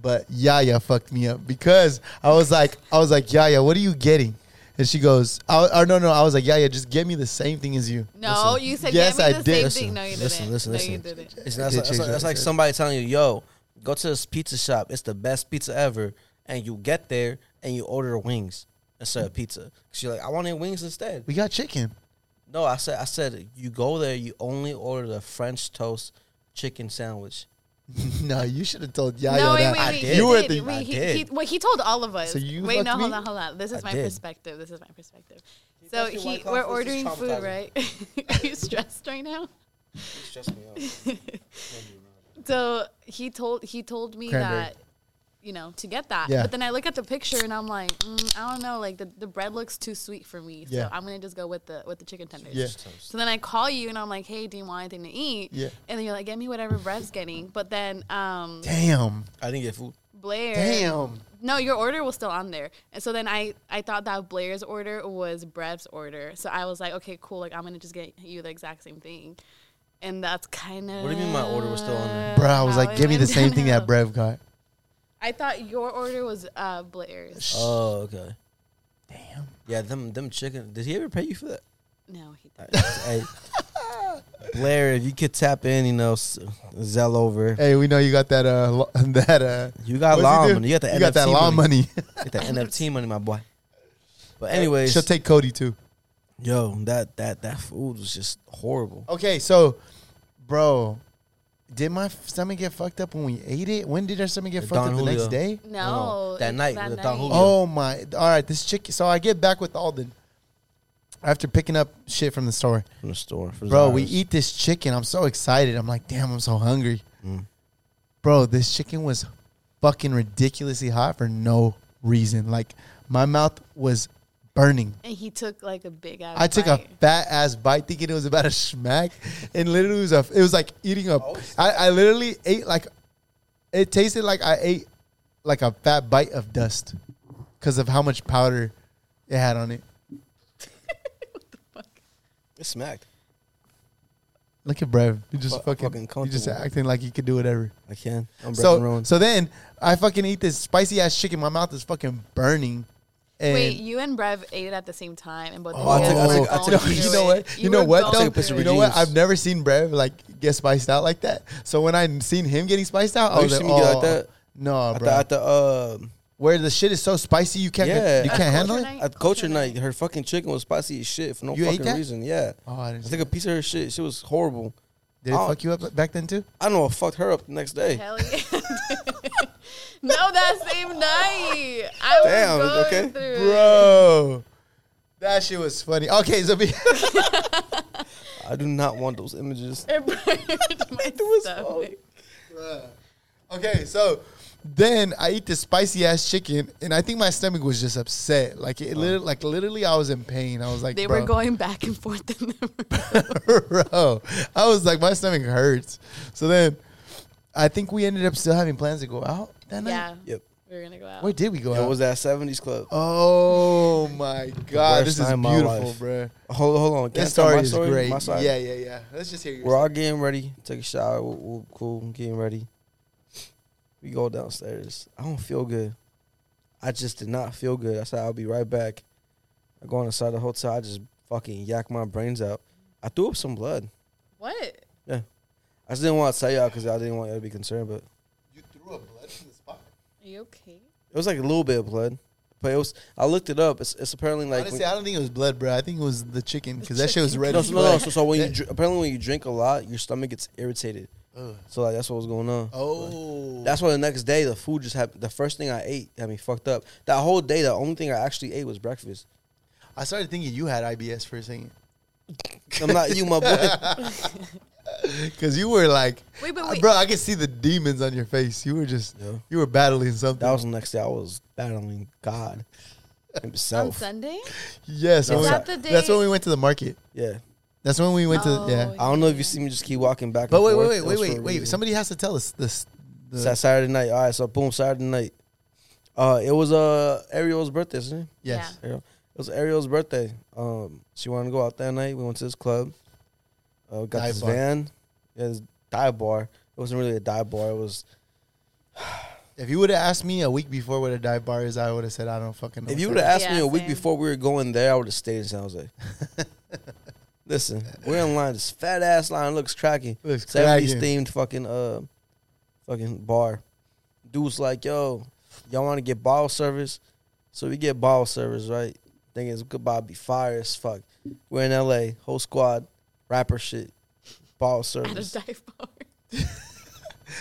[SPEAKER 1] but Yaya fucked me up because I was like, I was like, Yaya, what are you getting? And she goes, oh, oh no, no. I was like, Yaya, just get me the same thing as you.
[SPEAKER 4] No,
[SPEAKER 3] Listen.
[SPEAKER 4] you said
[SPEAKER 1] Yes,
[SPEAKER 4] yes, me
[SPEAKER 1] I
[SPEAKER 4] the
[SPEAKER 1] did.
[SPEAKER 4] same
[SPEAKER 3] Listen,
[SPEAKER 4] thing. No, you
[SPEAKER 3] listen,
[SPEAKER 4] didn't.
[SPEAKER 3] listen,
[SPEAKER 4] no, you
[SPEAKER 3] listen.
[SPEAKER 4] didn't.
[SPEAKER 3] It's not,
[SPEAKER 1] Did
[SPEAKER 3] that's,
[SPEAKER 1] change
[SPEAKER 3] like,
[SPEAKER 1] that
[SPEAKER 3] that's like
[SPEAKER 1] shit.
[SPEAKER 3] somebody telling you, "Yo, go to this pizza shop. It's the best pizza ever." And you get there and you order wings instead of pizza. She's like, "I wanted wings instead."
[SPEAKER 1] We got chicken. [LAUGHS]
[SPEAKER 3] No, I said, I said, you go there. You only order the French toast chicken sandwich.
[SPEAKER 1] no, you should have told Yaya
[SPEAKER 4] no, wait,
[SPEAKER 1] that.
[SPEAKER 4] wait, wait.
[SPEAKER 3] did.
[SPEAKER 4] he
[SPEAKER 1] You were
[SPEAKER 4] did.
[SPEAKER 1] the
[SPEAKER 4] Wait,
[SPEAKER 3] I
[SPEAKER 4] he,
[SPEAKER 3] did.
[SPEAKER 4] He, wait, he told all of us.
[SPEAKER 1] So you
[SPEAKER 4] wait, no,
[SPEAKER 1] fucked
[SPEAKER 4] hold
[SPEAKER 1] me?
[SPEAKER 4] on, hold on. This is
[SPEAKER 3] I
[SPEAKER 4] my
[SPEAKER 3] did.
[SPEAKER 4] perspective. This is my perspective. So
[SPEAKER 3] touched your
[SPEAKER 4] he,
[SPEAKER 3] white
[SPEAKER 4] we're
[SPEAKER 3] claw first, it's
[SPEAKER 4] ordering food, right? [LAUGHS] Are you stressed right now? So he told he told me
[SPEAKER 1] Cranberry.
[SPEAKER 4] that you know to get that,
[SPEAKER 1] Yeah.
[SPEAKER 4] but then I look at the picture and I'm like, mm, I don't know, like the, the bread looks too sweet for me,
[SPEAKER 1] Yeah.
[SPEAKER 4] so I'm gonna just go with the with the chicken tenders.
[SPEAKER 1] Yeah.
[SPEAKER 4] So then I call you and I'm like, hey, do you want anything to eat?
[SPEAKER 1] Yeah.
[SPEAKER 4] And then you're like, get me whatever bread's getting. But then um,
[SPEAKER 1] Damn,
[SPEAKER 3] I didn't get food.
[SPEAKER 4] Blair,
[SPEAKER 1] damn.
[SPEAKER 4] no, your order was still on there. And so then I, I thought that Blair's order was Brev's order. So I was like, okay, cool. Like, I'm going to just get you the exact same thing. And that's kind of.
[SPEAKER 3] What do you mean my order was still on there?
[SPEAKER 1] Bro, I was
[SPEAKER 4] how
[SPEAKER 1] like,
[SPEAKER 4] it
[SPEAKER 1] give me the
[SPEAKER 4] went
[SPEAKER 1] same thing that
[SPEAKER 4] down.
[SPEAKER 1] Brev got.
[SPEAKER 4] I thought your order was uh, Blair's.
[SPEAKER 3] Oh, okay.
[SPEAKER 1] Damn.
[SPEAKER 3] Yeah, them them chicken. Did he ever pay you for that? [LAUGHS]
[SPEAKER 4] No, he didn't.
[SPEAKER 3] hey, Blair, if you could tap in, you know, s- Zell over.
[SPEAKER 1] Hey, we know you got that. Uh, lo- [LAUGHS] that. Uh,
[SPEAKER 3] You got
[SPEAKER 1] what's it
[SPEAKER 3] law
[SPEAKER 1] do?
[SPEAKER 3] money. You got the
[SPEAKER 1] You got that
[SPEAKER 3] NFT
[SPEAKER 1] law money.
[SPEAKER 3] Get [LAUGHS] that NFT money, my boy. But anyways,
[SPEAKER 1] She'll take Cody too.
[SPEAKER 3] yo, that that that food was just horrible.
[SPEAKER 1] Okay, so, bro, Did my f- stomach get fucked up when we ate it? When did our stomach get
[SPEAKER 3] The
[SPEAKER 1] fucked
[SPEAKER 3] Don
[SPEAKER 1] up the next
[SPEAKER 3] Julio.
[SPEAKER 1] day?
[SPEAKER 3] No,
[SPEAKER 4] No,
[SPEAKER 3] that
[SPEAKER 4] it's
[SPEAKER 3] night with Don Julio.
[SPEAKER 1] Oh my! All right, this chick. So I get back with all the after picking up shit from the store.
[SPEAKER 3] from the store. For
[SPEAKER 1] Bro, we
[SPEAKER 3] Zara's.
[SPEAKER 1] eat this chicken. I'm so excited. I'm like, damn, I'm so hungry.
[SPEAKER 3] Mm.
[SPEAKER 1] Bro, this chicken was fucking ridiculously hot for no reason. Like my mouth was burning.
[SPEAKER 4] And he took like a big ass.
[SPEAKER 1] I took a
[SPEAKER 4] bite.
[SPEAKER 1] fat ass bite thinking it was about a smack, and literally it was a, it was like eating a. I, I literally ate like, it tasted like I ate like a fat bite of dust, because of how much powder it had on it.
[SPEAKER 3] It smacked.
[SPEAKER 1] Look at Brev, you just
[SPEAKER 3] Fu-
[SPEAKER 1] fucking,
[SPEAKER 3] fucking
[SPEAKER 1] you just
[SPEAKER 3] comfortable.
[SPEAKER 1] acting like you could do whatever.
[SPEAKER 3] I can. I'm so,
[SPEAKER 1] so
[SPEAKER 3] ruined.
[SPEAKER 1] so then I fucking eat this spicy ass chicken. My mouth is fucking burning. And
[SPEAKER 4] Wait, you and Brev ate it at the same time, and both.
[SPEAKER 1] Oh, I
[SPEAKER 4] of you
[SPEAKER 1] took-
[SPEAKER 4] guys
[SPEAKER 1] I
[SPEAKER 4] were
[SPEAKER 1] took- I
[SPEAKER 4] going
[SPEAKER 1] took-
[SPEAKER 4] through
[SPEAKER 1] you know
[SPEAKER 4] it.
[SPEAKER 1] what? You know
[SPEAKER 4] were
[SPEAKER 1] what?
[SPEAKER 4] going
[SPEAKER 1] though?
[SPEAKER 3] I'll take a picture
[SPEAKER 4] through
[SPEAKER 3] with
[SPEAKER 1] You
[SPEAKER 4] it.
[SPEAKER 1] know what?
[SPEAKER 3] jeans.
[SPEAKER 1] I've never seen Brev like get spiced out like that. So when I seen him getting spiced out,
[SPEAKER 3] Oh,
[SPEAKER 1] I
[SPEAKER 3] you
[SPEAKER 1] was like,
[SPEAKER 3] seen me get
[SPEAKER 1] oh,
[SPEAKER 3] like that?
[SPEAKER 1] no,
[SPEAKER 3] at
[SPEAKER 1] bro.
[SPEAKER 3] the at the uh,
[SPEAKER 1] Where the shit is so spicy, you can't
[SPEAKER 3] Yeah.
[SPEAKER 1] you can't
[SPEAKER 3] At
[SPEAKER 4] Culture
[SPEAKER 1] handle it.
[SPEAKER 4] Night?
[SPEAKER 3] at culture night, her fucking chicken was spicy as shit for no
[SPEAKER 1] You ate
[SPEAKER 3] fucking
[SPEAKER 1] that?
[SPEAKER 3] reason. Yeah,
[SPEAKER 1] Oh, I didn't.
[SPEAKER 3] I
[SPEAKER 1] see
[SPEAKER 3] took a
[SPEAKER 1] that.
[SPEAKER 3] piece of her shit. She was horrible.
[SPEAKER 1] Did it
[SPEAKER 3] oh.
[SPEAKER 1] fuck you up back then too?
[SPEAKER 3] I know I fucked her up the next day.
[SPEAKER 4] Hell yeah. [LAUGHS] no, that same night. I was
[SPEAKER 3] Damn,
[SPEAKER 4] going
[SPEAKER 3] okay.
[SPEAKER 4] through [LAUGHS] it.
[SPEAKER 1] Bro, that shit was funny. Okay, so [LAUGHS] be-
[SPEAKER 3] I do not want those images.
[SPEAKER 4] It burned my stomach.
[SPEAKER 1] Okay, so then I eat this spicy ass chicken, and I think my stomach was just upset. Like
[SPEAKER 3] Oh.
[SPEAKER 1] it, lit- like literally, I was in pain. I was like,
[SPEAKER 4] They
[SPEAKER 1] bro,
[SPEAKER 4] were going back and forth in the room.
[SPEAKER 1] [LAUGHS] bro. I was like, my stomach hurts. So then, I think we ended up still having plans to go out that night.
[SPEAKER 4] [LAUGHS] Yeah.
[SPEAKER 3] Yep.
[SPEAKER 4] We were going to go out.
[SPEAKER 1] Where did we go
[SPEAKER 3] It
[SPEAKER 1] out?
[SPEAKER 3] was that '70s club.
[SPEAKER 1] oh
[SPEAKER 3] [LAUGHS]
[SPEAKER 1] my god, this
[SPEAKER 3] worst
[SPEAKER 1] is
[SPEAKER 3] time of my
[SPEAKER 1] beautiful,
[SPEAKER 3] life.
[SPEAKER 1] bro.
[SPEAKER 3] Hold, hold on. Can
[SPEAKER 1] This
[SPEAKER 3] I tell
[SPEAKER 1] story
[SPEAKER 3] my
[SPEAKER 1] is
[SPEAKER 3] story?
[SPEAKER 1] great.
[SPEAKER 3] My side?
[SPEAKER 1] Yeah, yeah, yeah. Let's just hear your
[SPEAKER 3] We're all getting ready. Take a shower. We're, we're cool. Getting ready. We go downstairs. I don't feel good. I just did not feel good. I said I'll be right back. I go inside the hotel. I just fucking yak my brains out. I threw up some blood.
[SPEAKER 2] What?
[SPEAKER 3] I just didn't want to tell y'all because I didn't want y'all to be concerned, but
[SPEAKER 1] You threw a blood in the spot.
[SPEAKER 2] Are you okay?
[SPEAKER 3] it was like a little bit of blood. But it was. I looked it up. It's, it's apparently like
[SPEAKER 1] Honestly, I don't think it was blood, bro. I think it was the chicken because that shit was red.
[SPEAKER 3] no,
[SPEAKER 1] as
[SPEAKER 3] so, no, no.
[SPEAKER 1] fuck.
[SPEAKER 3] So, so when you
[SPEAKER 1] That-
[SPEAKER 3] dr- apparently when you drink a lot, your stomach gets irritated.
[SPEAKER 1] Ugh.
[SPEAKER 3] So like that's what was going on.
[SPEAKER 1] Oh,
[SPEAKER 3] That's why the next day the food just happened. The first thing I ate had me fucked up. That whole day, the only thing I actually ate was breakfast.
[SPEAKER 1] I started thinking you had IBS for a second [LAUGHS]
[SPEAKER 3] I'm not you, my boy.
[SPEAKER 1] because you were like,
[SPEAKER 4] Wait, but
[SPEAKER 1] uh,
[SPEAKER 4] wait.
[SPEAKER 1] bro, I could see the demons on your face. You were just,
[SPEAKER 3] Yeah.
[SPEAKER 1] you were battling something.
[SPEAKER 3] That was the next day. I was battling God
[SPEAKER 4] on
[SPEAKER 3] himself.
[SPEAKER 4] Sunday?
[SPEAKER 1] yes.
[SPEAKER 3] No,
[SPEAKER 1] when
[SPEAKER 4] that
[SPEAKER 1] we-
[SPEAKER 4] the
[SPEAKER 1] That's
[SPEAKER 4] day-
[SPEAKER 1] when we went to the market.
[SPEAKER 3] Yeah,
[SPEAKER 1] That's when we went
[SPEAKER 4] Oh,
[SPEAKER 1] to yeah.
[SPEAKER 3] I don't know if you see me just keep walking back.
[SPEAKER 1] But
[SPEAKER 3] and
[SPEAKER 1] wait, wait,
[SPEAKER 3] forth.
[SPEAKER 1] wait,
[SPEAKER 3] It
[SPEAKER 1] wait,
[SPEAKER 3] was for
[SPEAKER 1] wait,
[SPEAKER 3] a
[SPEAKER 1] wait.
[SPEAKER 3] reason.
[SPEAKER 1] Somebody has to tell us this. the-
[SPEAKER 3] Sa- Saturday night. All right, so boom, Saturday night. Uh, it was uh Ariel's birthday, isn't it?
[SPEAKER 1] yes.
[SPEAKER 3] Ariel. It was Ariel's birthday. Um, she wanted to go out that night. We went to this club. Uh, got
[SPEAKER 1] Dive
[SPEAKER 3] this
[SPEAKER 1] bar.
[SPEAKER 3] van. Yeah, this dive bar. It wasn't really a dive bar. It was
[SPEAKER 1] If you would have asked me a week before what a dive bar is, I would have said I don't fucking know.
[SPEAKER 3] If
[SPEAKER 1] what
[SPEAKER 3] you
[SPEAKER 1] that
[SPEAKER 3] would have asked me
[SPEAKER 4] Yeah,
[SPEAKER 3] a week
[SPEAKER 4] same.
[SPEAKER 3] before we were going there, I would have stayed in San Jose. [LAUGHS] Listen, we're in line. This fat ass line looks cracking.
[SPEAKER 1] Looks
[SPEAKER 3] Seventies
[SPEAKER 1] cracking.
[SPEAKER 3] themed fucking uh, fucking bar. Dude's like, yo, y'all want to get bottle service? So we get bottle service, right? Thing is, goodbye be fire as fuck. We're in L.A. Whole squad, rapper shit, bottle
[SPEAKER 4] At a
[SPEAKER 3] service.
[SPEAKER 4] dive bar.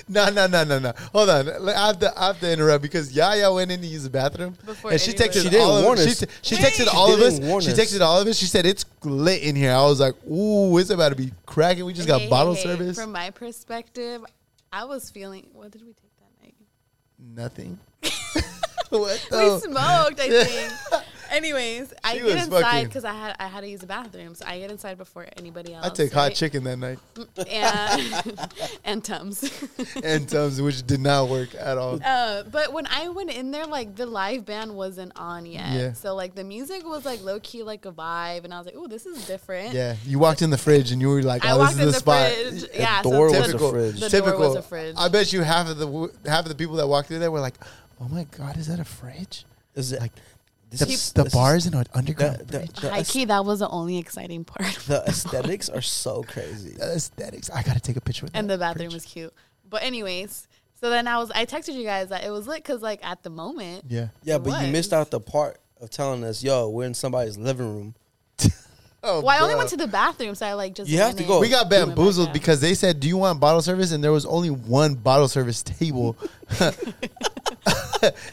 [SPEAKER 1] No, [LAUGHS] no, no, no, no. Hold on. I have to, I have to interrupt because Yaya went in to use the bathroom.
[SPEAKER 4] Before
[SPEAKER 1] and she
[SPEAKER 4] anyone.
[SPEAKER 1] texted
[SPEAKER 3] She didn't
[SPEAKER 1] all
[SPEAKER 3] warn
[SPEAKER 1] of
[SPEAKER 3] us.
[SPEAKER 1] She, she texted
[SPEAKER 3] She
[SPEAKER 1] all of
[SPEAKER 3] didn't warn
[SPEAKER 1] us. She
[SPEAKER 3] us.
[SPEAKER 1] texted all of us. She said it's lit in here. I was like, ooh, it's about to be cracking. We just got
[SPEAKER 4] Hey, hey,
[SPEAKER 1] bottle
[SPEAKER 4] hey,
[SPEAKER 1] service.
[SPEAKER 4] From my perspective, I was feeling. What did we take that night? [LAUGHS]
[SPEAKER 1] Nothing. [LAUGHS] what
[SPEAKER 4] We
[SPEAKER 1] the?
[SPEAKER 4] smoked, I think.
[SPEAKER 1] [LAUGHS]
[SPEAKER 4] Anyways,
[SPEAKER 1] Oh.
[SPEAKER 4] I
[SPEAKER 1] She
[SPEAKER 4] get
[SPEAKER 1] was
[SPEAKER 4] inside
[SPEAKER 1] fucking-
[SPEAKER 4] because I had I had to use the bathroom, so I get inside before anybody else.
[SPEAKER 1] I took hot
[SPEAKER 4] [LAUGHS] right?
[SPEAKER 1] chicken that night
[SPEAKER 4] and, [LAUGHS] and tums.
[SPEAKER 1] and Tums, which did not work at all.
[SPEAKER 4] [LAUGHS] Uh, but when I went in there, like the live band wasn't on yet,
[SPEAKER 1] Yeah.
[SPEAKER 4] so like the music was like low key, like a vibe, and I was like, "Oh, this is different."
[SPEAKER 1] Yeah, you walked in the fridge and you were like,
[SPEAKER 4] I
[SPEAKER 1] "Oh, this
[SPEAKER 4] walked
[SPEAKER 1] is
[SPEAKER 4] in
[SPEAKER 1] the,
[SPEAKER 4] the,
[SPEAKER 1] spot."
[SPEAKER 4] fridge. Yeah,
[SPEAKER 3] door was
[SPEAKER 4] so
[SPEAKER 3] a
[SPEAKER 4] typical-
[SPEAKER 3] fridge.
[SPEAKER 4] The
[SPEAKER 1] Typical.
[SPEAKER 4] door was a fridge.
[SPEAKER 1] I bet you half of the w- half of the people that walked through there were like, "Oh my god, is that a fridge?"
[SPEAKER 3] Is it
[SPEAKER 1] Like,
[SPEAKER 3] this
[SPEAKER 1] The,
[SPEAKER 3] is-
[SPEAKER 1] the
[SPEAKER 3] this is-
[SPEAKER 1] bars in an
[SPEAKER 3] the,
[SPEAKER 1] underground
[SPEAKER 3] the,
[SPEAKER 1] fridge.
[SPEAKER 3] the
[SPEAKER 4] High key, that was the only exciting part.
[SPEAKER 3] the aesthetics are
[SPEAKER 1] [LAUGHS]
[SPEAKER 3] so crazy.
[SPEAKER 1] The aesthetics. I gotta take a picture with
[SPEAKER 4] and
[SPEAKER 1] that
[SPEAKER 4] the bathroom
[SPEAKER 1] fridge.
[SPEAKER 4] was cute. But anyways, so then I was I texted you guys that it was lit because like at the moment,
[SPEAKER 1] Yeah.
[SPEAKER 3] Yeah,
[SPEAKER 4] It
[SPEAKER 3] but you missed
[SPEAKER 4] was.
[SPEAKER 3] out the part of telling us, yo, we're in somebody's living room.
[SPEAKER 1] Oh,
[SPEAKER 4] Well, I only
[SPEAKER 1] bro.
[SPEAKER 4] went to the bathroom, so I like just.
[SPEAKER 3] You have
[SPEAKER 4] went
[SPEAKER 3] to
[SPEAKER 4] in.
[SPEAKER 3] go-
[SPEAKER 1] We got
[SPEAKER 4] We went back
[SPEAKER 1] bamboozled
[SPEAKER 4] out.
[SPEAKER 1] because they said, "Do you want bottle service?" And there was only one bottle service
[SPEAKER 4] [LAUGHS]
[SPEAKER 1] table [LAUGHS]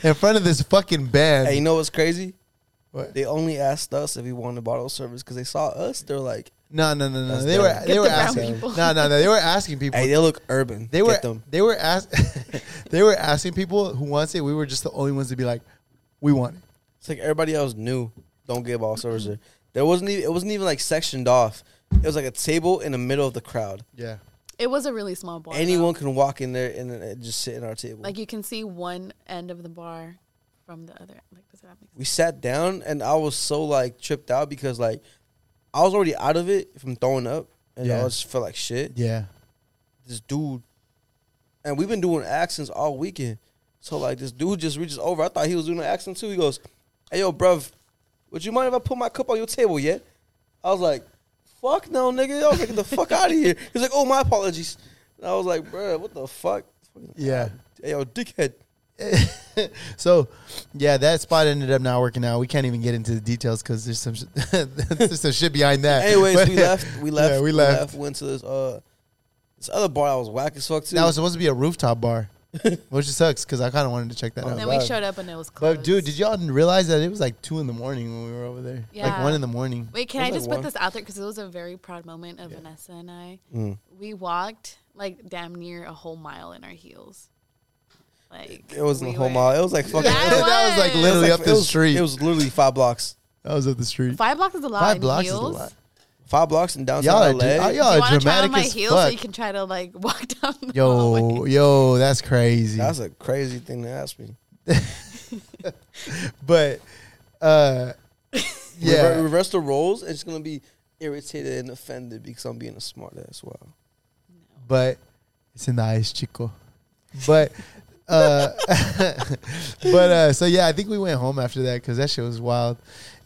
[SPEAKER 1] in front of this fucking band.
[SPEAKER 3] Hey, you know what's crazy?
[SPEAKER 1] What?
[SPEAKER 3] They only asked us if we wanted bottle service because they saw us. They're like,
[SPEAKER 1] No, no, no, no.
[SPEAKER 3] That's
[SPEAKER 1] They
[SPEAKER 3] dumb.
[SPEAKER 1] were
[SPEAKER 3] Get
[SPEAKER 1] they
[SPEAKER 4] the
[SPEAKER 1] were
[SPEAKER 4] brown
[SPEAKER 1] asking.
[SPEAKER 4] people.
[SPEAKER 1] No, no, no. They were asking people.
[SPEAKER 3] hey, they look urban.
[SPEAKER 1] they were
[SPEAKER 3] Get them.
[SPEAKER 1] they were ask, [LAUGHS] they were asking people who wants it. We were just the only ones to be like, "We want it."
[SPEAKER 3] It's like everybody else knew. Don't give bottle service. there. There wasn't even. It wasn't even like sectioned off. It was like a table in the middle of the crowd.
[SPEAKER 1] Yeah.
[SPEAKER 4] It was a really small bar. though.
[SPEAKER 3] Anyone can walk in there and uh, just sit in our table.
[SPEAKER 4] Like you can see one end of the bar from the other. Like does that make sense?
[SPEAKER 3] we sat down and I was so like tripped out because like I was already out of it from throwing up and I
[SPEAKER 1] Yeah.
[SPEAKER 3] just felt like shit.
[SPEAKER 1] Yeah.
[SPEAKER 3] This dude and we've been doing accents all weekend. So like this dude just reaches over. I thought he was doing an accent too. He goes, Hey yo, bruv, would you mind if I put my cup on your table yet? I was like, Fuck no, nigga. I was like, get the fuck out of here. He's like, Oh my apologies. And I was like, bruh, what the fuck?
[SPEAKER 1] Yeah.
[SPEAKER 3] Hey yo, dickhead.
[SPEAKER 1] [LAUGHS] so, yeah, that spot ended up not working out. We can't even get into the details because there's some sh- [LAUGHS] there's some shit behind that.
[SPEAKER 3] Anyways,
[SPEAKER 1] But-
[SPEAKER 3] we left. We
[SPEAKER 1] [LAUGHS]
[SPEAKER 3] left.
[SPEAKER 1] Yeah, we
[SPEAKER 3] we
[SPEAKER 1] left.
[SPEAKER 3] left. Went to this uh this other bar that was whack as fuck too.
[SPEAKER 1] That was supposed to be a rooftop
[SPEAKER 3] [LAUGHS]
[SPEAKER 1] bar, which sucks because I kind of wanted to check that
[SPEAKER 3] Oh,
[SPEAKER 1] out.
[SPEAKER 4] Then
[SPEAKER 3] God.
[SPEAKER 4] we showed up and it was closed.
[SPEAKER 1] But dude, did y'all realize that it was like two in the morning when we were over there? Like
[SPEAKER 4] Yeah.
[SPEAKER 1] one in the morning.
[SPEAKER 4] Wait, can
[SPEAKER 3] It
[SPEAKER 4] I
[SPEAKER 3] was
[SPEAKER 4] just put
[SPEAKER 3] like one.
[SPEAKER 4] this out there because it was a very proud moment of Vanessa and I.
[SPEAKER 3] Mm.
[SPEAKER 4] We walked like damn near a whole mile in our heels. Like
[SPEAKER 3] it wasn't
[SPEAKER 4] we
[SPEAKER 3] a whole
[SPEAKER 4] were-
[SPEAKER 3] mile. It was like fucking.
[SPEAKER 4] Yeah,
[SPEAKER 3] it was-
[SPEAKER 1] [LAUGHS]
[SPEAKER 4] it
[SPEAKER 1] that was like
[SPEAKER 4] was.
[SPEAKER 1] literally
[SPEAKER 3] it
[SPEAKER 1] up
[SPEAKER 3] was like-
[SPEAKER 1] the
[SPEAKER 3] it was-
[SPEAKER 1] street.
[SPEAKER 3] It was literally five blocks.
[SPEAKER 1] that was up the street.
[SPEAKER 4] Five blocks is a lot.
[SPEAKER 1] Five
[SPEAKER 4] in
[SPEAKER 1] blocks is a
[SPEAKER 4] heels.
[SPEAKER 1] lot.
[SPEAKER 3] Five blocks in downtown
[SPEAKER 1] Y'all are,
[SPEAKER 3] LA.
[SPEAKER 1] y'all,
[SPEAKER 4] Do you
[SPEAKER 1] are
[SPEAKER 4] want to try
[SPEAKER 1] dramatic
[SPEAKER 4] on my
[SPEAKER 1] as
[SPEAKER 4] heels so
[SPEAKER 1] fuck.
[SPEAKER 4] you can try to like [LAUGHS] walk down the
[SPEAKER 1] yo,
[SPEAKER 4] hallway?
[SPEAKER 1] yo, that's crazy.
[SPEAKER 3] That's a crazy thing to ask me.
[SPEAKER 1] but
[SPEAKER 3] [LAUGHS]
[SPEAKER 1] uh,
[SPEAKER 3] Yeah. Rever-
[SPEAKER 1] yeah,
[SPEAKER 3] reverse the roles, and it's gonna be irritated and offended because I'm being a smart ass. Wow.
[SPEAKER 1] but it's in the ice, chico. But. uh [LAUGHS] but uh so yeah i think we went home after that because that shit was wild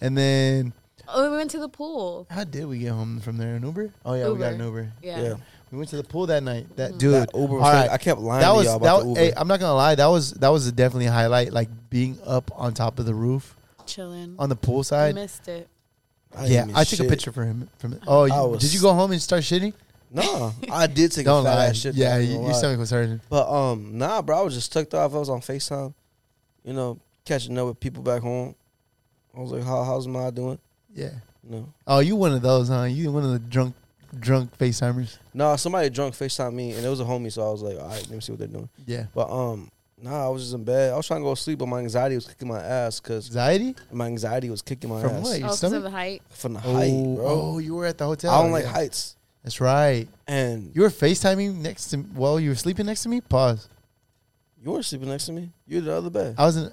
[SPEAKER 1] and then
[SPEAKER 4] Oh, we went to the pool.
[SPEAKER 1] how did we get home from there an uber oh yeah we got an uber
[SPEAKER 4] Yeah.
[SPEAKER 3] Yeah.
[SPEAKER 1] we went to the pool that night that dude
[SPEAKER 3] That Uber was
[SPEAKER 1] all right.
[SPEAKER 3] I kept lying
[SPEAKER 1] that
[SPEAKER 3] to
[SPEAKER 1] was
[SPEAKER 3] y'all
[SPEAKER 1] that,
[SPEAKER 3] about the
[SPEAKER 1] was-
[SPEAKER 3] Uber.
[SPEAKER 1] hey, I'm not gonna lie. That was that was a definitely a highlight. Like being up on top of the roof
[SPEAKER 4] Chilling.
[SPEAKER 1] on the pool
[SPEAKER 4] I
[SPEAKER 1] side.
[SPEAKER 4] missed it.
[SPEAKER 3] I
[SPEAKER 1] yeah,
[SPEAKER 3] didn't miss
[SPEAKER 1] I took
[SPEAKER 3] shit.
[SPEAKER 1] a picture for him. From it. oh,
[SPEAKER 3] I
[SPEAKER 1] you,
[SPEAKER 3] was-
[SPEAKER 1] did you go home and start shitting?
[SPEAKER 3] No, I did take
[SPEAKER 1] Don't
[SPEAKER 3] a fat
[SPEAKER 1] lie.
[SPEAKER 3] ass shit.
[SPEAKER 1] yeah,
[SPEAKER 3] I'm not
[SPEAKER 1] you,
[SPEAKER 3] gonna
[SPEAKER 1] your
[SPEAKER 3] lie.
[SPEAKER 1] stomach was hurting.
[SPEAKER 3] But um, nah, bro, I was just tucked off. I was on Facetime, you know, catching up with people back home. I was like, How, "How's my doing?"
[SPEAKER 1] Yeah.
[SPEAKER 3] You know,
[SPEAKER 1] Oh, you one of those, huh? You one of the drunk drunk facetimers.
[SPEAKER 3] nah, somebody drunk Facetime me, and it was a homie, so I was like, "All right, let me see what they're doing."
[SPEAKER 1] Yeah.
[SPEAKER 3] But um, nah, I was just in bed. I was trying to go to sleep, but my anxiety was kicking my ass because
[SPEAKER 1] Anxiety
[SPEAKER 3] my anxiety was kicking my
[SPEAKER 1] from
[SPEAKER 3] ass
[SPEAKER 1] what? Your
[SPEAKER 4] Oh, 'cause of
[SPEAKER 1] stomach.
[SPEAKER 4] the height.
[SPEAKER 3] from the height,
[SPEAKER 1] Oh,
[SPEAKER 3] bro.
[SPEAKER 1] oh, you were at the hotel.
[SPEAKER 3] I don't like
[SPEAKER 1] yeah.
[SPEAKER 3] heights,
[SPEAKER 1] That's right.
[SPEAKER 3] and you,
[SPEAKER 1] You were facetiming next to while you were sleeping next to me. Pause.
[SPEAKER 3] weren't sleeping next to me. You were the other bed.
[SPEAKER 1] I was in.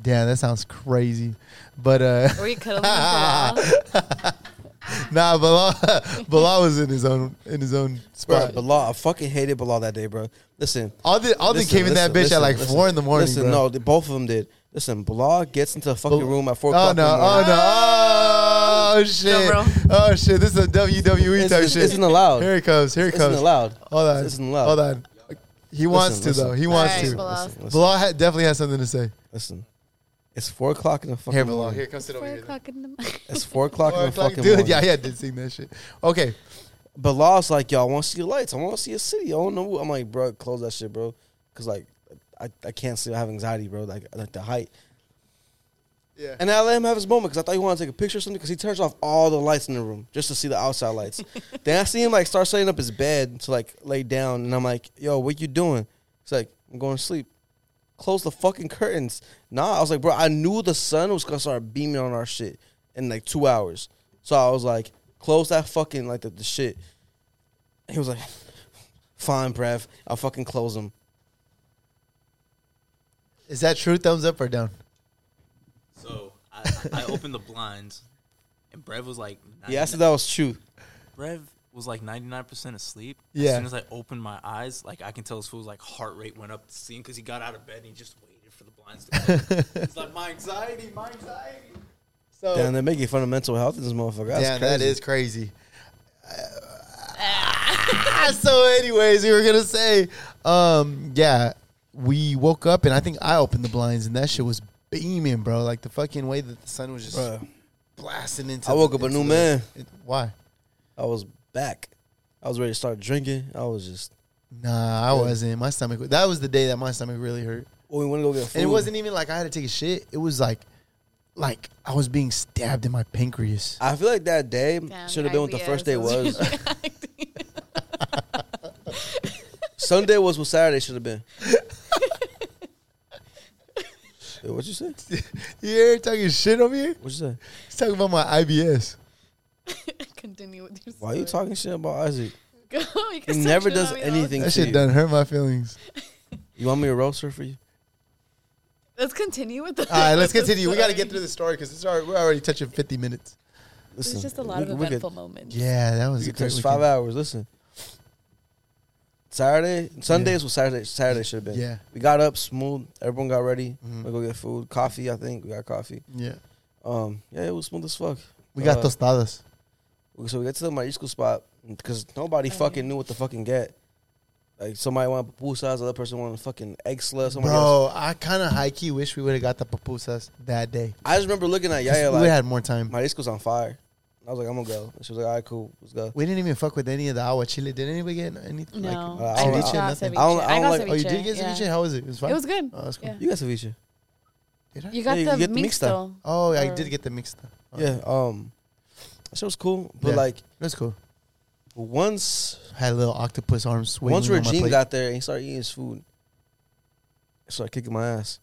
[SPEAKER 1] Damn, that sounds crazy, but uh. [LAUGHS]
[SPEAKER 4] Or you could have moved
[SPEAKER 1] Nah, Bilal, [LAUGHS] Bilal was in his own in his own
[SPEAKER 3] Bro,
[SPEAKER 1] spot.
[SPEAKER 3] Bilal, I fucking hated Bilal that day, bro. Listen,
[SPEAKER 1] Alden, Alden
[SPEAKER 3] Listen,
[SPEAKER 1] came in that bitch
[SPEAKER 3] listen,
[SPEAKER 1] at like
[SPEAKER 3] listen,
[SPEAKER 1] four in the morning.
[SPEAKER 3] Listen,
[SPEAKER 1] bro.
[SPEAKER 3] no, the, both of them did. Listen, Blah gets into the fucking
[SPEAKER 1] Blah-
[SPEAKER 3] room at
[SPEAKER 1] Oh
[SPEAKER 3] four
[SPEAKER 1] no! Oh
[SPEAKER 3] o'clock.
[SPEAKER 1] no!
[SPEAKER 3] in the morning.
[SPEAKER 1] Oh shit!
[SPEAKER 4] roll.
[SPEAKER 1] Oh shit! This is a WWE
[SPEAKER 3] It's,
[SPEAKER 1] type
[SPEAKER 3] it's,
[SPEAKER 1] shit.
[SPEAKER 3] it's not allowed.
[SPEAKER 1] Here it comes! Here it
[SPEAKER 3] It's
[SPEAKER 1] comes!
[SPEAKER 3] not allowed.
[SPEAKER 1] Hold on!
[SPEAKER 3] It's isn't allowed.
[SPEAKER 1] Hold on! He wants to
[SPEAKER 3] listen.
[SPEAKER 1] though. He wants
[SPEAKER 4] All
[SPEAKER 1] to.
[SPEAKER 4] right, Bilal.
[SPEAKER 3] Listen, listen,
[SPEAKER 1] Bilal ha- definitely has something to say.
[SPEAKER 3] listen. It's four o'clock in the fucking
[SPEAKER 1] Here, Bilal.
[SPEAKER 3] morning.
[SPEAKER 1] Here, come sit
[SPEAKER 4] the
[SPEAKER 1] over
[SPEAKER 4] wall.
[SPEAKER 1] here.
[SPEAKER 4] Four
[SPEAKER 1] then. [LAUGHS]
[SPEAKER 4] o'clock in the morning.
[SPEAKER 3] It's four o'clock in
[SPEAKER 1] Four
[SPEAKER 3] the
[SPEAKER 1] o'clock,
[SPEAKER 3] fucking
[SPEAKER 1] dude.
[SPEAKER 3] morning.
[SPEAKER 1] Yeah, yeah, I did sing that shit. Okay,
[SPEAKER 3] Bilal's like, y'all want to see your lights? I want to see a city. I don't know. I'm like, bro, close that shit, bro. Cause like, I, I can't sleep. I have anxiety, bro. Like like the height.
[SPEAKER 1] yeah.
[SPEAKER 3] And I let him have his moment because I thought he wanted to take a picture or something because he turns off all the lights in the room just to see the outside lights. then I see him like start setting up his bed to like lay down, and I'm like, "Yo, what you doing?" He's like, "I'm going to sleep." Close the fucking curtains. Nah, I was like, bro, I knew the sun was gonna start beaming on our shit in like two hours, so I was like, close that fucking like the, the shit. He was like, [LAUGHS] "Fine, breath. I'll fucking close them."
[SPEAKER 1] Is that true? Thumbs up or down?
[SPEAKER 6] So I, I opened the blinds, and Brev was like,
[SPEAKER 3] Yeah, I said that was true.
[SPEAKER 6] Brev was like 99% asleep.
[SPEAKER 1] Yeah.
[SPEAKER 6] As soon as I opened my eyes, like I can tell his fool's like heart rate went up to see because he got out of bed and he just waited for the blinds to
[SPEAKER 1] [LAUGHS]
[SPEAKER 6] close. It's like, my anxiety, my anxiety.
[SPEAKER 1] So
[SPEAKER 3] Damn, they're making fun of mental health in this motherfucker. That's
[SPEAKER 1] Damn,
[SPEAKER 3] crazy.
[SPEAKER 1] Oh. that is crazy. [LAUGHS] Ah, so, anyways, we were gonna say, um, yeah, we woke up and I think I opened the blinds and that shit was beaming, bro. Like the fucking way that the sun was just
[SPEAKER 3] Bruh.
[SPEAKER 1] blasting into.
[SPEAKER 3] I woke up a
[SPEAKER 1] into
[SPEAKER 3] new
[SPEAKER 1] the-
[SPEAKER 3] man.
[SPEAKER 1] it- why?
[SPEAKER 3] I was back. I was ready to start drinking. I was just.
[SPEAKER 1] Nah, I wasn't. My stomach. That was the day that my stomach really hurt,
[SPEAKER 3] Oh, we want to go get food.
[SPEAKER 1] and it wasn't even like I had to take a shit. It was like, like I was being stabbed in my pancreas.
[SPEAKER 3] I feel like that day
[SPEAKER 4] Damn,
[SPEAKER 3] should have been what the
[SPEAKER 4] IBS
[SPEAKER 3] first day
[SPEAKER 4] is
[SPEAKER 3] was.
[SPEAKER 4] really acting.
[SPEAKER 3] Sunday was what Saturday should have [LAUGHS] been. Wait, what you say?
[SPEAKER 1] You're talking shit over here.
[SPEAKER 3] What you say?
[SPEAKER 1] He's talking about my IBS.
[SPEAKER 4] [LAUGHS] Continue with your
[SPEAKER 3] Why are you
[SPEAKER 4] story.
[SPEAKER 3] talking shit about Isaac?
[SPEAKER 4] Go, [LAUGHS] you guys
[SPEAKER 3] He
[SPEAKER 4] are
[SPEAKER 3] never
[SPEAKER 4] chilling
[SPEAKER 3] does
[SPEAKER 4] on me all
[SPEAKER 3] anything.
[SPEAKER 1] That
[SPEAKER 3] to
[SPEAKER 1] shit
[SPEAKER 3] you.
[SPEAKER 1] done hurt my feelings.
[SPEAKER 3] You want me to roast her for you?
[SPEAKER 4] Let's continue with the.
[SPEAKER 1] All right, let's
[SPEAKER 4] [LAUGHS] with the
[SPEAKER 1] continue. We got to
[SPEAKER 4] story.
[SPEAKER 1] get through the story because we're already touching 50 minutes.
[SPEAKER 4] It
[SPEAKER 3] Listen,
[SPEAKER 4] was just a lot
[SPEAKER 3] we-
[SPEAKER 4] of
[SPEAKER 3] we could-
[SPEAKER 4] eventful moments.
[SPEAKER 1] Yeah, that was
[SPEAKER 3] we
[SPEAKER 1] a
[SPEAKER 3] could
[SPEAKER 1] great
[SPEAKER 3] touch five
[SPEAKER 1] weekend.
[SPEAKER 3] hours. Listen, Saturday, Sundays was Saturday. Saturday should have been.
[SPEAKER 1] Yeah,
[SPEAKER 3] We got up smooth. Everyone got ready.
[SPEAKER 1] Mhm.
[SPEAKER 3] We go get food, coffee. I think we got coffee.
[SPEAKER 1] yeah.
[SPEAKER 3] Um, yeah, it was smooth as fuck.
[SPEAKER 1] We got
[SPEAKER 3] Uh,
[SPEAKER 1] tostadas.
[SPEAKER 3] So we get to the marisco spot because nobody
[SPEAKER 2] Oh, yeah.
[SPEAKER 3] fucking knew what to fucking get. Like somebody wanted pupusas, other person wanted fucking egg slush. Somebody else.
[SPEAKER 1] Bro, I kind of high key wish we would have got the pupusas that day.
[SPEAKER 3] I just remember looking at
[SPEAKER 1] 'Cause
[SPEAKER 3] Yaya
[SPEAKER 1] we
[SPEAKER 3] like
[SPEAKER 1] had more time.
[SPEAKER 3] marisco's on fire. I was like, I'm gonna go. And she was like, all right, cool, let's go.
[SPEAKER 1] We didn't even fuck with any of the agua chile. Did anybody get any?
[SPEAKER 4] No,
[SPEAKER 3] uh,
[SPEAKER 1] I
[SPEAKER 4] I,
[SPEAKER 1] don't-
[SPEAKER 4] got
[SPEAKER 1] I
[SPEAKER 4] ceviche.
[SPEAKER 1] don't-
[SPEAKER 3] I don't
[SPEAKER 4] I got
[SPEAKER 3] like-
[SPEAKER 1] oh, you did
[SPEAKER 4] ceviche,
[SPEAKER 1] get
[SPEAKER 4] yeah.
[SPEAKER 1] ceviche. How was it? It was fine.
[SPEAKER 4] It was good.
[SPEAKER 1] Oh, that's cool.
[SPEAKER 4] Yeah.
[SPEAKER 3] You got ceviche.
[SPEAKER 1] Did I?
[SPEAKER 4] You got
[SPEAKER 3] Yeah, you
[SPEAKER 4] the
[SPEAKER 3] get the
[SPEAKER 4] mixed
[SPEAKER 3] mixta.
[SPEAKER 4] though.
[SPEAKER 1] oh, I
[SPEAKER 4] or-
[SPEAKER 1] did get the mixed. Oh,
[SPEAKER 3] Yeah. Um, that shit was cool, but
[SPEAKER 1] Yeah.
[SPEAKER 3] like
[SPEAKER 1] that's cool.
[SPEAKER 3] once
[SPEAKER 1] Had a little octopus arm swinging.
[SPEAKER 3] once
[SPEAKER 1] on my
[SPEAKER 3] Regine
[SPEAKER 1] plate.
[SPEAKER 3] got there and he started eating his food, he started kicking my ass.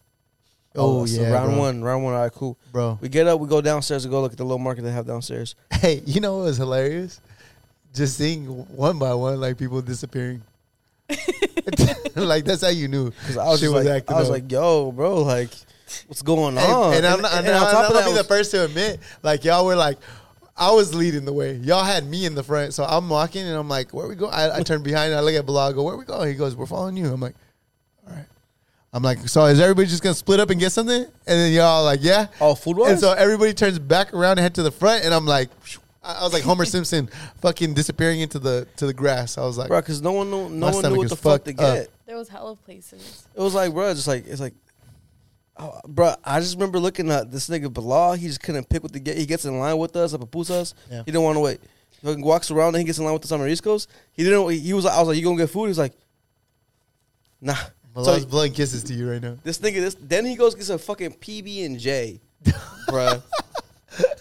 [SPEAKER 1] oh
[SPEAKER 3] so
[SPEAKER 1] yeah,
[SPEAKER 3] round
[SPEAKER 1] bro.
[SPEAKER 3] one, round one. All right, cool.
[SPEAKER 1] bro.
[SPEAKER 3] We get up, we go downstairs to go look at the little market they have downstairs.
[SPEAKER 1] [LAUGHS] Hey, you know what was hilarious? Just seeing one by one, like people disappearing. [LAUGHS] like that's how you knew.
[SPEAKER 3] Cause I was
[SPEAKER 1] Shit
[SPEAKER 3] just
[SPEAKER 1] was
[SPEAKER 3] like,
[SPEAKER 1] acting
[SPEAKER 3] I was
[SPEAKER 1] up.
[SPEAKER 3] like, yo, bro, like, what's going
[SPEAKER 1] Hey,
[SPEAKER 3] Oh, on?
[SPEAKER 1] and I'm not, and I'm not gonna be the
[SPEAKER 3] was-
[SPEAKER 1] first to admit, like y'all were like, I was leading the way. Y'all had me in the front, so I'm walking and I'm like, where we go? I, I turn behind, and I look at Bilal, I go, where we going? He goes, we're following you. I'm like, all right. I'm like, so is everybody just gonna split up and get something? And then y'all like, yeah.
[SPEAKER 3] Oh, food
[SPEAKER 1] And
[SPEAKER 3] wise.
[SPEAKER 1] so everybody turns back around and head to the front, and I'm like, phew. I I was like
[SPEAKER 3] [LAUGHS]
[SPEAKER 1] Homer Simpson, fucking disappearing into the to the grass. I was like,
[SPEAKER 3] bro, because no one
[SPEAKER 1] My
[SPEAKER 3] knew, no one
[SPEAKER 1] stomach
[SPEAKER 3] knew
[SPEAKER 1] is
[SPEAKER 3] what the fuck to
[SPEAKER 1] fucked up.
[SPEAKER 3] get.
[SPEAKER 4] There was hella places.
[SPEAKER 3] It was like, bro, it's just like it's like, oh, bro. I just remember looking at this nigga Bilal. He just couldn't pick what to get. He gets in line with us at Papusas.
[SPEAKER 1] Yeah.
[SPEAKER 3] He didn't want to wait. He fucking walks around and he gets in line with us on Mariscos. He didn't. He was. like, I was like, you gonna get food? He's like, nah.
[SPEAKER 1] Bilal's
[SPEAKER 3] So
[SPEAKER 1] blowing kisses to you right now.
[SPEAKER 3] this nigga, this then he goes gets a fucking PB and J,
[SPEAKER 1] [LAUGHS]
[SPEAKER 3] bro.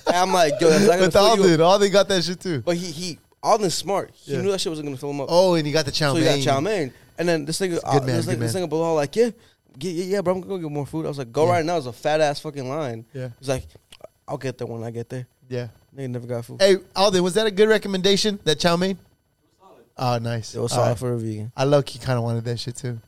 [SPEAKER 3] I'm like, yo, that's not gonna
[SPEAKER 1] With
[SPEAKER 3] fill you.
[SPEAKER 1] Alden, Alden got that shit too.
[SPEAKER 3] But he he Alden's smart. He
[SPEAKER 1] Yeah.
[SPEAKER 3] knew that shit wasn't gonna fill him up.
[SPEAKER 1] Oh, and he got the chow
[SPEAKER 3] so he got
[SPEAKER 1] mein.
[SPEAKER 3] chow mein. And then this nigga, uh,
[SPEAKER 1] man,
[SPEAKER 3] this,
[SPEAKER 1] good
[SPEAKER 3] nigga this
[SPEAKER 1] man.
[SPEAKER 3] nigga below, like, yeah, yeah, yeah, yeah, bro, I'm gonna go get more food. I was like, go
[SPEAKER 1] Yeah.
[SPEAKER 3] right now. It's a fat ass fucking line.
[SPEAKER 1] Yeah,
[SPEAKER 3] He's like, I'll get there when I get there.
[SPEAKER 1] yeah.
[SPEAKER 3] Nigga never got food.
[SPEAKER 1] Hey, Alden, was that a good recommendation? That chow mein? Oh, nice.
[SPEAKER 3] It was
[SPEAKER 1] All
[SPEAKER 3] solid
[SPEAKER 1] right.
[SPEAKER 3] for a vegan.
[SPEAKER 1] I low key kind of wanted that shit too,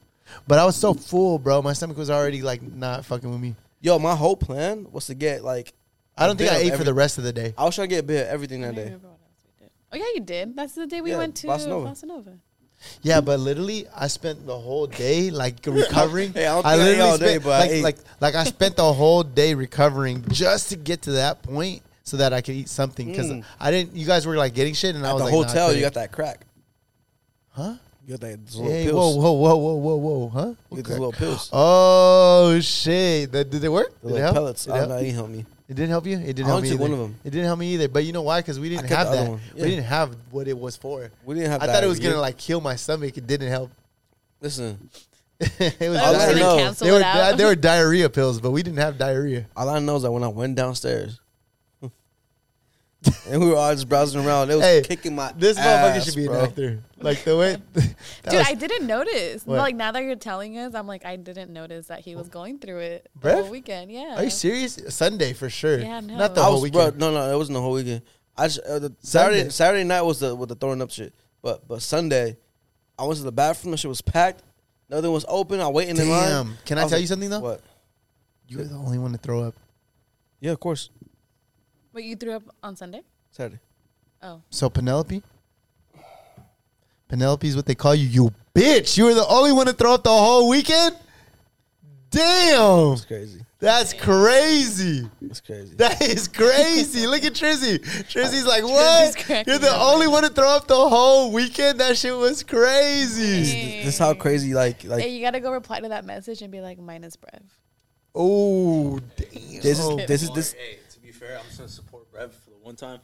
[SPEAKER 1] but I was so full, bro. My stomach was already like not fucking with me.
[SPEAKER 3] Yo, my whole plan was to get like,
[SPEAKER 1] I don't think I
[SPEAKER 3] Damn,
[SPEAKER 1] ate for
[SPEAKER 3] every-
[SPEAKER 1] the rest of the day.
[SPEAKER 3] I was trying to get a bit of everything
[SPEAKER 2] I
[SPEAKER 3] that
[SPEAKER 2] don't
[SPEAKER 3] day.
[SPEAKER 2] remember what else we did. Oh yeah, you did. That's the day we
[SPEAKER 3] Yeah,
[SPEAKER 2] went to
[SPEAKER 3] Bossa Nova.
[SPEAKER 2] Bossa Nova.
[SPEAKER 1] Yeah, but literally, I spent the whole day like
[SPEAKER 3] [LAUGHS]
[SPEAKER 1] recovering.
[SPEAKER 3] Hey, I don't
[SPEAKER 1] I
[SPEAKER 3] think I ate
[SPEAKER 1] literally
[SPEAKER 3] all day,
[SPEAKER 1] spent,
[SPEAKER 3] but I
[SPEAKER 1] like,
[SPEAKER 3] ate.
[SPEAKER 1] like like I spent the whole day recovering just to get to that point so that I could eat something because
[SPEAKER 3] Mm.
[SPEAKER 1] I didn't. You guys were like getting shit, and I
[SPEAKER 3] At
[SPEAKER 1] was
[SPEAKER 3] the
[SPEAKER 1] like, nah, I
[SPEAKER 3] hotel, you got
[SPEAKER 1] couldn't.
[SPEAKER 3] that crack.
[SPEAKER 1] huh?
[SPEAKER 3] You got that those little
[SPEAKER 1] Hey, whoa,
[SPEAKER 3] pills.
[SPEAKER 1] whoa, whoa, whoa, whoa, whoa, huh?
[SPEAKER 3] You got
[SPEAKER 1] Okay.
[SPEAKER 3] those little pills.
[SPEAKER 1] Oh shit! That did it work?
[SPEAKER 3] The
[SPEAKER 1] did it
[SPEAKER 3] little
[SPEAKER 1] help?
[SPEAKER 3] pellets.
[SPEAKER 1] Did
[SPEAKER 3] I
[SPEAKER 1] it
[SPEAKER 3] don't
[SPEAKER 1] help?
[SPEAKER 3] know. He helped me.
[SPEAKER 1] It didn't help you. It didn't
[SPEAKER 3] I
[SPEAKER 1] help
[SPEAKER 3] only
[SPEAKER 1] me.
[SPEAKER 3] took
[SPEAKER 1] Either.
[SPEAKER 3] one of 'em.
[SPEAKER 1] It didn't help me either. But you know why? Because we didn't
[SPEAKER 3] kept the
[SPEAKER 1] have
[SPEAKER 3] other
[SPEAKER 1] that.
[SPEAKER 3] one.
[SPEAKER 1] We
[SPEAKER 3] Yeah.
[SPEAKER 1] didn't have what it was for.
[SPEAKER 3] We didn't have.
[SPEAKER 1] I
[SPEAKER 3] that
[SPEAKER 1] thought it was
[SPEAKER 3] here.
[SPEAKER 1] gonna like kill my stomach. It didn't help. [LAUGHS]
[SPEAKER 3] Listen,
[SPEAKER 1] it was
[SPEAKER 4] I was
[SPEAKER 3] I
[SPEAKER 4] gonna
[SPEAKER 3] know.
[SPEAKER 1] they
[SPEAKER 4] cancel
[SPEAKER 1] were
[SPEAKER 4] Oh, it out.
[SPEAKER 1] they were diarrhea pills, but we didn't have diarrhea.
[SPEAKER 3] all I know is that when I went downstairs, [LAUGHS] and we were all just browsing around, it was
[SPEAKER 1] Hey,
[SPEAKER 3] kicking my.
[SPEAKER 1] This motherfucker
[SPEAKER 3] ass,
[SPEAKER 1] should be
[SPEAKER 3] bro.
[SPEAKER 1] an actor. Like the
[SPEAKER 4] [LAUGHS]
[SPEAKER 1] way, [LAUGHS] that
[SPEAKER 4] Dude,
[SPEAKER 1] was-
[SPEAKER 4] I didn't notice.
[SPEAKER 1] What?
[SPEAKER 4] Like now that you're telling us, I'm like, I didn't notice that he was going through it the
[SPEAKER 1] Bruh?
[SPEAKER 4] whole weekend. Yeah.
[SPEAKER 1] are you serious? Sunday for sure.
[SPEAKER 4] Yeah, no.
[SPEAKER 1] Not the
[SPEAKER 3] I
[SPEAKER 1] whole
[SPEAKER 3] was, bro,
[SPEAKER 1] weekend.
[SPEAKER 3] no, no, it wasn't the whole weekend. I just, uh, the Saturday
[SPEAKER 1] Sunday.
[SPEAKER 3] Saturday night was the with the throwing up shit, but but Sunday, I went to the bathroom. The shit was packed. Nothing was open. I waited in line.
[SPEAKER 1] Damn. Can I,
[SPEAKER 3] was
[SPEAKER 1] tell
[SPEAKER 3] like,
[SPEAKER 1] you something though?
[SPEAKER 3] What?
[SPEAKER 1] You were the only one to throw up.
[SPEAKER 3] Yeah, of course.
[SPEAKER 4] Wait, you threw up on Sunday?
[SPEAKER 3] Saturday.
[SPEAKER 4] Oh.
[SPEAKER 1] So Penelope, Penelope's what they call you. You bitch. You were the only one to throw up the whole weekend. Damn.
[SPEAKER 3] It's crazy.
[SPEAKER 1] That's crazy.
[SPEAKER 3] It's crazy.
[SPEAKER 1] That [LAUGHS] is crazy. Look at Trizzy. Trizzy's like, what?
[SPEAKER 4] cracking
[SPEAKER 1] You're the
[SPEAKER 4] up.
[SPEAKER 1] only one to throw up the whole weekend. That shit was crazy.
[SPEAKER 3] this is how crazy. Like
[SPEAKER 4] Hey,
[SPEAKER 3] like
[SPEAKER 4] you gotta go reply to that message and be like, minus breath.
[SPEAKER 1] Oh, damn.
[SPEAKER 3] this is this is
[SPEAKER 1] oh,
[SPEAKER 6] Well,
[SPEAKER 3] this.
[SPEAKER 6] Hey, to be fair, fair, I'm just gonna support Rev for the one time.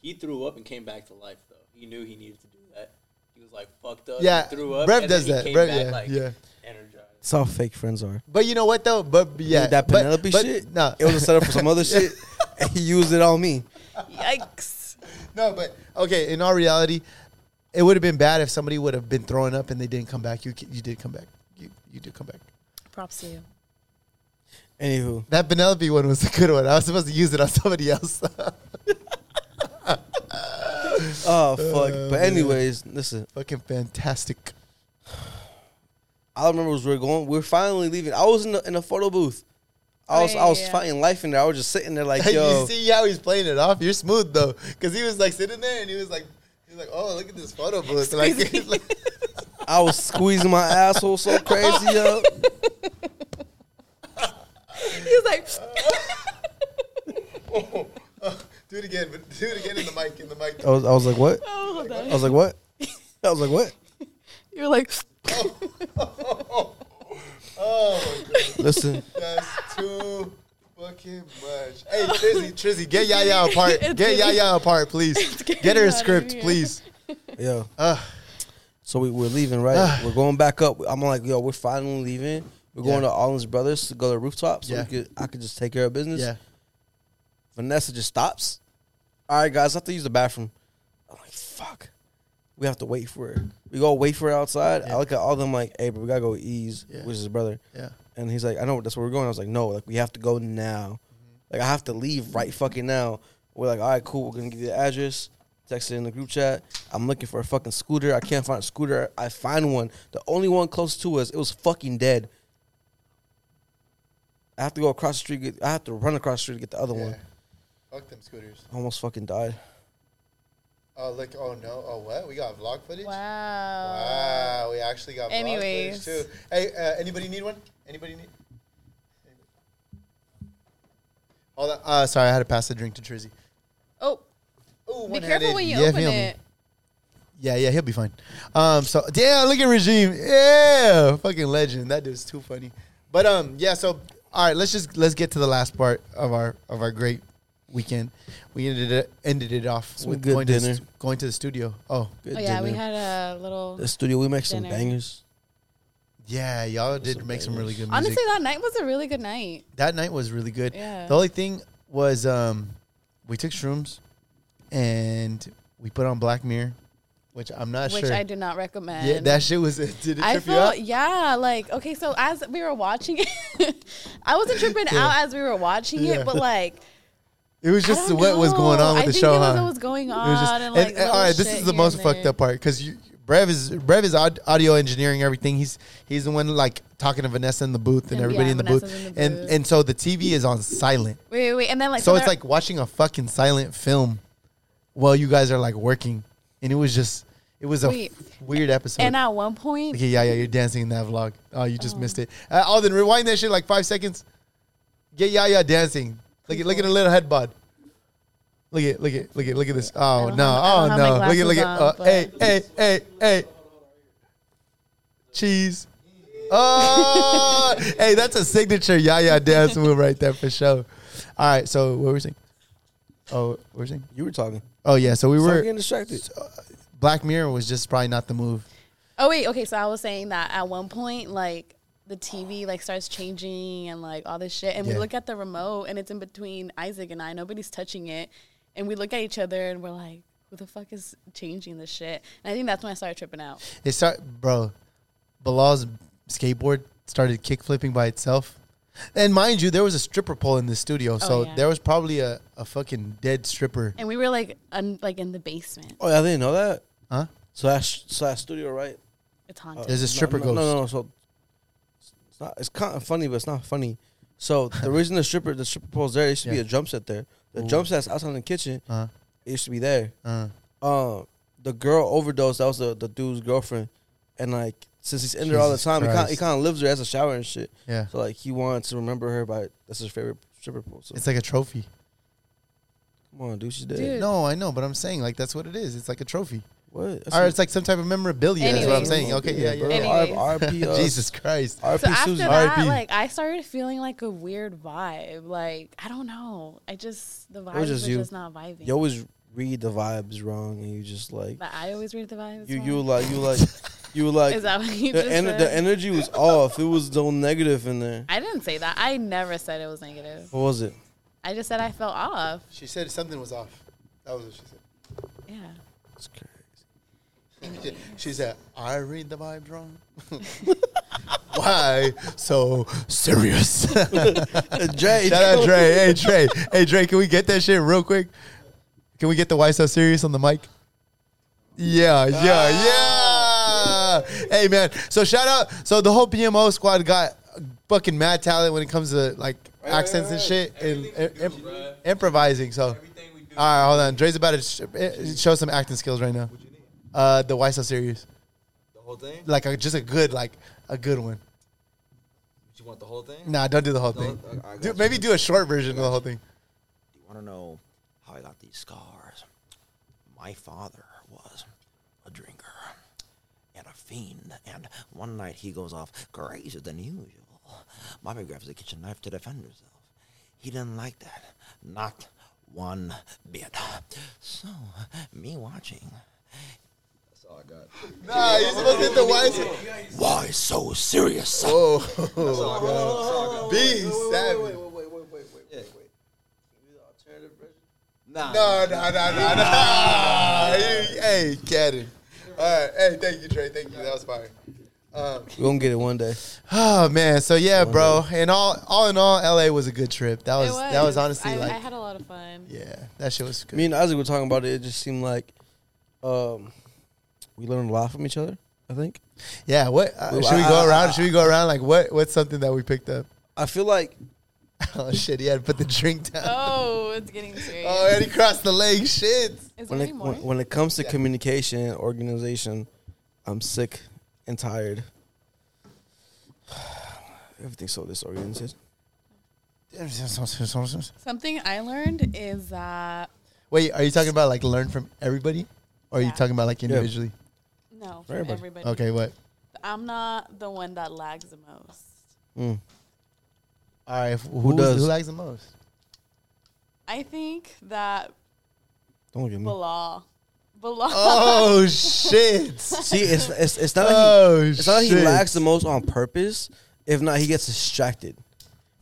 [SPEAKER 6] He threw up and came back to life though. He knew he needed to do that. He was like fucked up.
[SPEAKER 1] Yeah,
[SPEAKER 6] he threw up.
[SPEAKER 1] Rev
[SPEAKER 6] and
[SPEAKER 1] does
[SPEAKER 6] then he
[SPEAKER 1] that.
[SPEAKER 6] came
[SPEAKER 1] Rev-
[SPEAKER 6] back,
[SPEAKER 1] yeah,
[SPEAKER 6] like,
[SPEAKER 1] yeah.
[SPEAKER 6] Energized.
[SPEAKER 3] That's how fake friends are.
[SPEAKER 1] But you know what though? But yeah,
[SPEAKER 3] Dude, that
[SPEAKER 1] but-
[SPEAKER 3] Penelope
[SPEAKER 1] but-
[SPEAKER 3] shit.
[SPEAKER 1] No,
[SPEAKER 3] It was a setup for
[SPEAKER 1] [LAUGHS]
[SPEAKER 3] some other shit, and he used it on me.
[SPEAKER 4] Yikes.
[SPEAKER 1] no, but okay. In all reality, it would have been bad if somebody would have been throwing up and they didn't come back. You ca- you did come back. You you did come back.
[SPEAKER 4] Props to you.
[SPEAKER 3] Anywho,
[SPEAKER 1] That Penelope one was a good one. I was supposed to use it on [LAUGHS] somebody else.
[SPEAKER 3] oh fuck.
[SPEAKER 1] Uh,
[SPEAKER 3] but
[SPEAKER 1] man.
[SPEAKER 3] anyways, listen.
[SPEAKER 1] Fucking fantastic. [LAUGHS]
[SPEAKER 3] All I remember was we were going. We were finally leaving. I was in the, in the photo booth. I
[SPEAKER 4] Oh,
[SPEAKER 3] was
[SPEAKER 4] yeah,
[SPEAKER 3] I was
[SPEAKER 4] yeah.
[SPEAKER 3] fighting life in there. I was just sitting there [LAUGHS] like,
[SPEAKER 1] you
[SPEAKER 3] yo,
[SPEAKER 1] see how he's playing it off? You're smooth though, because he was like sitting there and he was like, he was like, oh look at this photo booth. Like, [LAUGHS]
[SPEAKER 3] I was squeezing my asshole so crazy, yo.
[SPEAKER 4] He was like,
[SPEAKER 1] do it again, but do it again in the mic, in the mic.
[SPEAKER 3] [LAUGHS] I was I was like, what?
[SPEAKER 4] oh, hold
[SPEAKER 3] I
[SPEAKER 4] on.
[SPEAKER 3] was like, what? I was like, what?
[SPEAKER 4] You're like,
[SPEAKER 1] Oh, oh my god,
[SPEAKER 3] Listen,
[SPEAKER 1] that's too fucking much. Hey Trizzy, Trizzy, get Yaya
[SPEAKER 3] [LAUGHS]
[SPEAKER 1] apart. Get Yaya apart, please. Get her a
[SPEAKER 4] out of
[SPEAKER 1] script,
[SPEAKER 4] here.
[SPEAKER 1] please.
[SPEAKER 3] yo.
[SPEAKER 1] Ugh.
[SPEAKER 3] So we, we're leaving, right? we're going back up. I'm like, yo, we're finally leaving. We're going
[SPEAKER 1] Yeah.
[SPEAKER 3] to Allen's Brothers to go to the rooftop so
[SPEAKER 1] Yeah.
[SPEAKER 3] we could, I could just take care of business.
[SPEAKER 1] Yeah.
[SPEAKER 3] Vanessa just stops. All right, guys, I have to use the bathroom. I'm like, fuck. We have to wait for her. We go wait for her outside.
[SPEAKER 1] Yeah.
[SPEAKER 3] I look at all of them like, hey, but we gotta go ease,
[SPEAKER 1] Yeah.
[SPEAKER 3] which is his brother.
[SPEAKER 1] Yeah.
[SPEAKER 3] And he's like, I know that's where we're going. I was like, no, like we have to go now.
[SPEAKER 1] Mm-hmm.
[SPEAKER 3] Like I have to leave right fucking now. We're like, all right, cool. We're gonna give you the address. Text it in the group chat. I'm looking for a fucking scooter. I can't find a scooter. I find one. The only one close to us, it was fucking dead. I have to go across the street. Get, I have to run across the street to get the other one.
[SPEAKER 1] Yeah. Fuck them scooters.
[SPEAKER 3] I almost fucking died.
[SPEAKER 1] Oh look! Oh no! Oh what? We got vlog footage.
[SPEAKER 4] wow.
[SPEAKER 1] Wow, Ah, we actually got Anyways. footage
[SPEAKER 4] Anyways.
[SPEAKER 1] too. Hey, uh, anybody need one? Anybody need? Hold on. Uh, sorry, I had to pass the drink to Trizzy.
[SPEAKER 4] Oh,
[SPEAKER 1] Ooh,
[SPEAKER 4] be careful when you
[SPEAKER 1] yeah,
[SPEAKER 4] open
[SPEAKER 1] feel me.
[SPEAKER 4] it.
[SPEAKER 1] Yeah, yeah, he'll be fine. Um, so damn, look at regime. Yeah, fucking legend. That dude's too funny. But um, yeah. So all right, let's just let's get to the last part of our of our great weekend. We ended it ended it off
[SPEAKER 3] Some good
[SPEAKER 1] going to
[SPEAKER 3] dinner.
[SPEAKER 1] the, stu- going to the studio. Oh
[SPEAKER 3] Good
[SPEAKER 4] Oh, yeah, we
[SPEAKER 3] dinner.
[SPEAKER 4] had a little.
[SPEAKER 3] the studio. We make some
[SPEAKER 4] dinner.
[SPEAKER 3] bangers.
[SPEAKER 1] yeah, y'all did
[SPEAKER 3] some
[SPEAKER 1] make some really good. music.
[SPEAKER 4] Honestly, that night was a really good night.
[SPEAKER 1] that night was really good.
[SPEAKER 4] Yeah.
[SPEAKER 1] The only thing was um, we took shrooms and we put on Black Mirror, which I'm not
[SPEAKER 4] which
[SPEAKER 1] sure.
[SPEAKER 4] I do not recommend.
[SPEAKER 1] yeah, that shit was. [LAUGHS] Did it
[SPEAKER 4] I
[SPEAKER 1] trip you out?
[SPEAKER 4] felt yeah, like okay. So as we were watching it, [LAUGHS] I wasn't tripping out as we were watching
[SPEAKER 1] Yeah.
[SPEAKER 4] it, but like
[SPEAKER 1] It was
[SPEAKER 4] I
[SPEAKER 1] just
[SPEAKER 4] don't
[SPEAKER 1] what was going
[SPEAKER 4] know.
[SPEAKER 1] on with
[SPEAKER 4] I
[SPEAKER 1] the
[SPEAKER 4] think
[SPEAKER 1] show,
[SPEAKER 4] it was
[SPEAKER 1] huh?
[SPEAKER 4] what was going
[SPEAKER 1] It was just-
[SPEAKER 4] on and, like, little
[SPEAKER 1] all right, this
[SPEAKER 4] shit
[SPEAKER 1] is the
[SPEAKER 4] here
[SPEAKER 1] most
[SPEAKER 4] and
[SPEAKER 1] fucked
[SPEAKER 4] there.
[SPEAKER 1] up part because you. Brev is Brev is aud- audio engineering everything. He's he's the one like talking to Vanessa in the booth and
[SPEAKER 4] Yeah,
[SPEAKER 1] everybody in the
[SPEAKER 4] Vanessa's
[SPEAKER 1] booth,
[SPEAKER 4] in the
[SPEAKER 1] and
[SPEAKER 4] booth.
[SPEAKER 1] and so the TV is on silent.
[SPEAKER 4] wait, wait, wait, and then like
[SPEAKER 1] so it's
[SPEAKER 4] they're-
[SPEAKER 1] like watching a fucking silent film while you guys are like working, and it was just it was a
[SPEAKER 4] Wait.
[SPEAKER 1] weird episode.
[SPEAKER 4] and at one point
[SPEAKER 1] okay, yeah, yeah, you're dancing in that vlog. Oh, you just missed it. Uh, Alden, rewind that shit like five seconds. Get Yaya dancing. Look at look at her little head bod. Look at look at look at look at this. Oh
[SPEAKER 4] don't
[SPEAKER 1] no!
[SPEAKER 4] have- I
[SPEAKER 1] oh
[SPEAKER 4] don't have
[SPEAKER 1] no!
[SPEAKER 4] my
[SPEAKER 1] Look at look at.
[SPEAKER 4] glasses
[SPEAKER 1] uh,
[SPEAKER 4] on, but-
[SPEAKER 1] hey hey hey hey. Cheese. Oh, [LAUGHS] hey, that's a signature Yaya dance move right there for sure. All right, so what were we saying? Oh, what were we saying?
[SPEAKER 3] You were talking.
[SPEAKER 1] Oh yeah, so we
[SPEAKER 3] Stop
[SPEAKER 1] were.
[SPEAKER 3] getting distracted.
[SPEAKER 1] Black Mirror was just probably not the move.
[SPEAKER 4] oh wait, okay. So I was saying that at one point like the TV like starts changing and like all this shit, and
[SPEAKER 1] Yeah.
[SPEAKER 4] we look at the remote and it's in between Isaac and I. Nobody's touching it, and we look at each other and we're like, who the fuck is changing this shit? And I think that's when I started tripping out.
[SPEAKER 1] It start, bro. Bilal's skateboard started kick flipping by itself, and mind you, there was a stripper pole in the studio, so
[SPEAKER 4] Oh, yeah.
[SPEAKER 1] there was probably a, a fucking dead stripper.
[SPEAKER 4] And we were like, un- like in the basement.
[SPEAKER 3] Oh, yeah, I didn't know that.
[SPEAKER 1] Huh?
[SPEAKER 3] So that sh- so that studio, right?
[SPEAKER 4] It's
[SPEAKER 3] Uh,
[SPEAKER 4] haunted.
[SPEAKER 1] There's a
[SPEAKER 3] no,
[SPEAKER 1] stripper
[SPEAKER 3] no,
[SPEAKER 1] ghost.
[SPEAKER 3] No, no, no. So it's not. It's kind of funny, but it's not funny.
[SPEAKER 1] [LAUGHS]
[SPEAKER 3] So the reason the stripper, the stripper pole's there, it used to
[SPEAKER 1] Yeah.
[SPEAKER 3] be a jump set there. The jump set's outside in the kitchen.
[SPEAKER 1] Uh,
[SPEAKER 3] It used to be there.
[SPEAKER 1] uh,
[SPEAKER 3] Um, the girl overdosed. That was the, the dude's girlfriend, and like since he's in there all the
[SPEAKER 1] Jesus
[SPEAKER 3] time, he kind
[SPEAKER 1] Christ.
[SPEAKER 3] he kind of lives there as a shower and shit.
[SPEAKER 1] yeah,
[SPEAKER 3] So like he wanted to remember her by that's his favorite stripper pole. So
[SPEAKER 1] it's like a trophy.
[SPEAKER 3] come on, dude, she's dead.
[SPEAKER 4] Dude.
[SPEAKER 1] No, I know, but I'm saying like that's what it is. It's like a trophy.
[SPEAKER 3] What?
[SPEAKER 1] Or it's like some type of memorabilia. That's what I'm
[SPEAKER 4] Anyways.
[SPEAKER 1] saying. Okay, yeah, yeah.
[SPEAKER 3] bro.
[SPEAKER 1] yeah.
[SPEAKER 4] Anyways.
[SPEAKER 3] R- RP, uh,
[SPEAKER 1] [LAUGHS] Jesus Christ.
[SPEAKER 3] RP
[SPEAKER 4] So after
[SPEAKER 3] Susan.
[SPEAKER 4] that,
[SPEAKER 1] RIP.
[SPEAKER 4] like I started feeling like a weird vibe. Like I don't know. I just the vibes
[SPEAKER 3] just
[SPEAKER 4] were
[SPEAKER 3] you.
[SPEAKER 4] just not vibing.
[SPEAKER 3] you always read the vibes wrong, and you just like
[SPEAKER 4] but I always read the vibes.
[SPEAKER 3] you
[SPEAKER 4] wrong.
[SPEAKER 3] you like you like
[SPEAKER 4] [LAUGHS]
[SPEAKER 3] you like
[SPEAKER 4] Is that what you
[SPEAKER 3] the
[SPEAKER 4] just
[SPEAKER 3] en-
[SPEAKER 4] said?
[SPEAKER 3] the energy was off. It was so negative in there.
[SPEAKER 4] I didn't say that. I never said it was negative.
[SPEAKER 3] What was it?
[SPEAKER 4] I just said I felt off.
[SPEAKER 1] She said something was off. That was what she said.
[SPEAKER 4] Yeah.
[SPEAKER 3] It's crazy.
[SPEAKER 1] She- She said, I read the vibes wrong. [LAUGHS] Why so serious? [LAUGHS] Shout
[SPEAKER 3] Jay,
[SPEAKER 1] out Dre. Hey, Dre. Hey, Dre, can we get that shit real quick? Can we get the Why So Serious on the mic? Yeah,
[SPEAKER 7] Ah.
[SPEAKER 1] yeah, yeah. Hey, man. So, shout out. So, the whole PMO squad got fucking mad talent when it comes to like accents and shit and im- improvising. So, all right, hold on. Dre's about to sh- eh, show some acting skills right now. Uh, the Why So Serious.
[SPEAKER 7] The whole thing?
[SPEAKER 1] like a, just a good like a good one.
[SPEAKER 7] You want the whole thing?
[SPEAKER 1] Nah, don't do the whole
[SPEAKER 7] No,
[SPEAKER 1] thing.
[SPEAKER 7] I- I
[SPEAKER 1] Do,
[SPEAKER 7] got
[SPEAKER 1] maybe
[SPEAKER 7] you.
[SPEAKER 1] do a short version of the whole thing.
[SPEAKER 7] You want to know how I got these scars? My father was a drinker and a fiend, and one night he goes off crazier than usual. Mommy grabs the kitchen knife to defend herself. He didn't like that. Not one bit. So, me watching. That's all I got.
[SPEAKER 1] Nah, you're Ah, supposed to hit the wise.
[SPEAKER 7] Why so serious?
[SPEAKER 1] [LAUGHS] Oh, be savage.
[SPEAKER 7] wait, wait, wait, wait, wait, wait.
[SPEAKER 1] No, no, no, no, [LAUGHS] no. You- Hey, get it. All right. Hey, thank you, Trey. Thank you. That was fire.
[SPEAKER 3] We're gonna get it one day.
[SPEAKER 1] Oh man. So yeah, bro. And all, all in all, LA was a good trip. That was,
[SPEAKER 4] It was.
[SPEAKER 1] that was honestly
[SPEAKER 4] I,
[SPEAKER 1] like,
[SPEAKER 4] I had a lot of fun.
[SPEAKER 1] yeah, that shit was good.
[SPEAKER 3] Me and Isaac were talking about it. It just seemed like um, we learned a lot from each other. I think.
[SPEAKER 1] yeah. What uh,
[SPEAKER 3] Well,
[SPEAKER 1] should we
[SPEAKER 3] I-
[SPEAKER 1] go
[SPEAKER 3] I-
[SPEAKER 1] around? Should we go around? Like, what, what's something that we picked up? [LAUGHS]
[SPEAKER 3] I feel like
[SPEAKER 1] Oh shit, he had to put the drink down.
[SPEAKER 4] Oh, it's getting serious.
[SPEAKER 1] Oh, and he crossed the leg. Shit.
[SPEAKER 4] Is there
[SPEAKER 3] Uh, when
[SPEAKER 4] any
[SPEAKER 3] it
[SPEAKER 4] more?
[SPEAKER 3] when, when it comes to communication and organization, I'm sick and tired. [SIGHS] Everything's so disoriented.
[SPEAKER 4] Something I learned is that
[SPEAKER 1] Wait, are you talking about like learn from everybody? Or are you
[SPEAKER 4] Yeah.
[SPEAKER 1] talking about like individually?
[SPEAKER 4] no,
[SPEAKER 3] For
[SPEAKER 4] for
[SPEAKER 3] everybody.
[SPEAKER 4] everybody.
[SPEAKER 1] Okay, what?
[SPEAKER 4] I'm not the one that lags the most.
[SPEAKER 3] Mm.
[SPEAKER 1] All right, who, who
[SPEAKER 3] does?
[SPEAKER 1] does? Who likes the most?
[SPEAKER 4] I think that
[SPEAKER 3] Don't look at me.
[SPEAKER 4] Bilal, Bilal,
[SPEAKER 1] [LAUGHS] Oh shit!
[SPEAKER 3] See, it's it's, it's not like
[SPEAKER 1] Oh
[SPEAKER 3] he,
[SPEAKER 1] shit!
[SPEAKER 3] it's not like he lacks the most on purpose. If not, he gets distracted.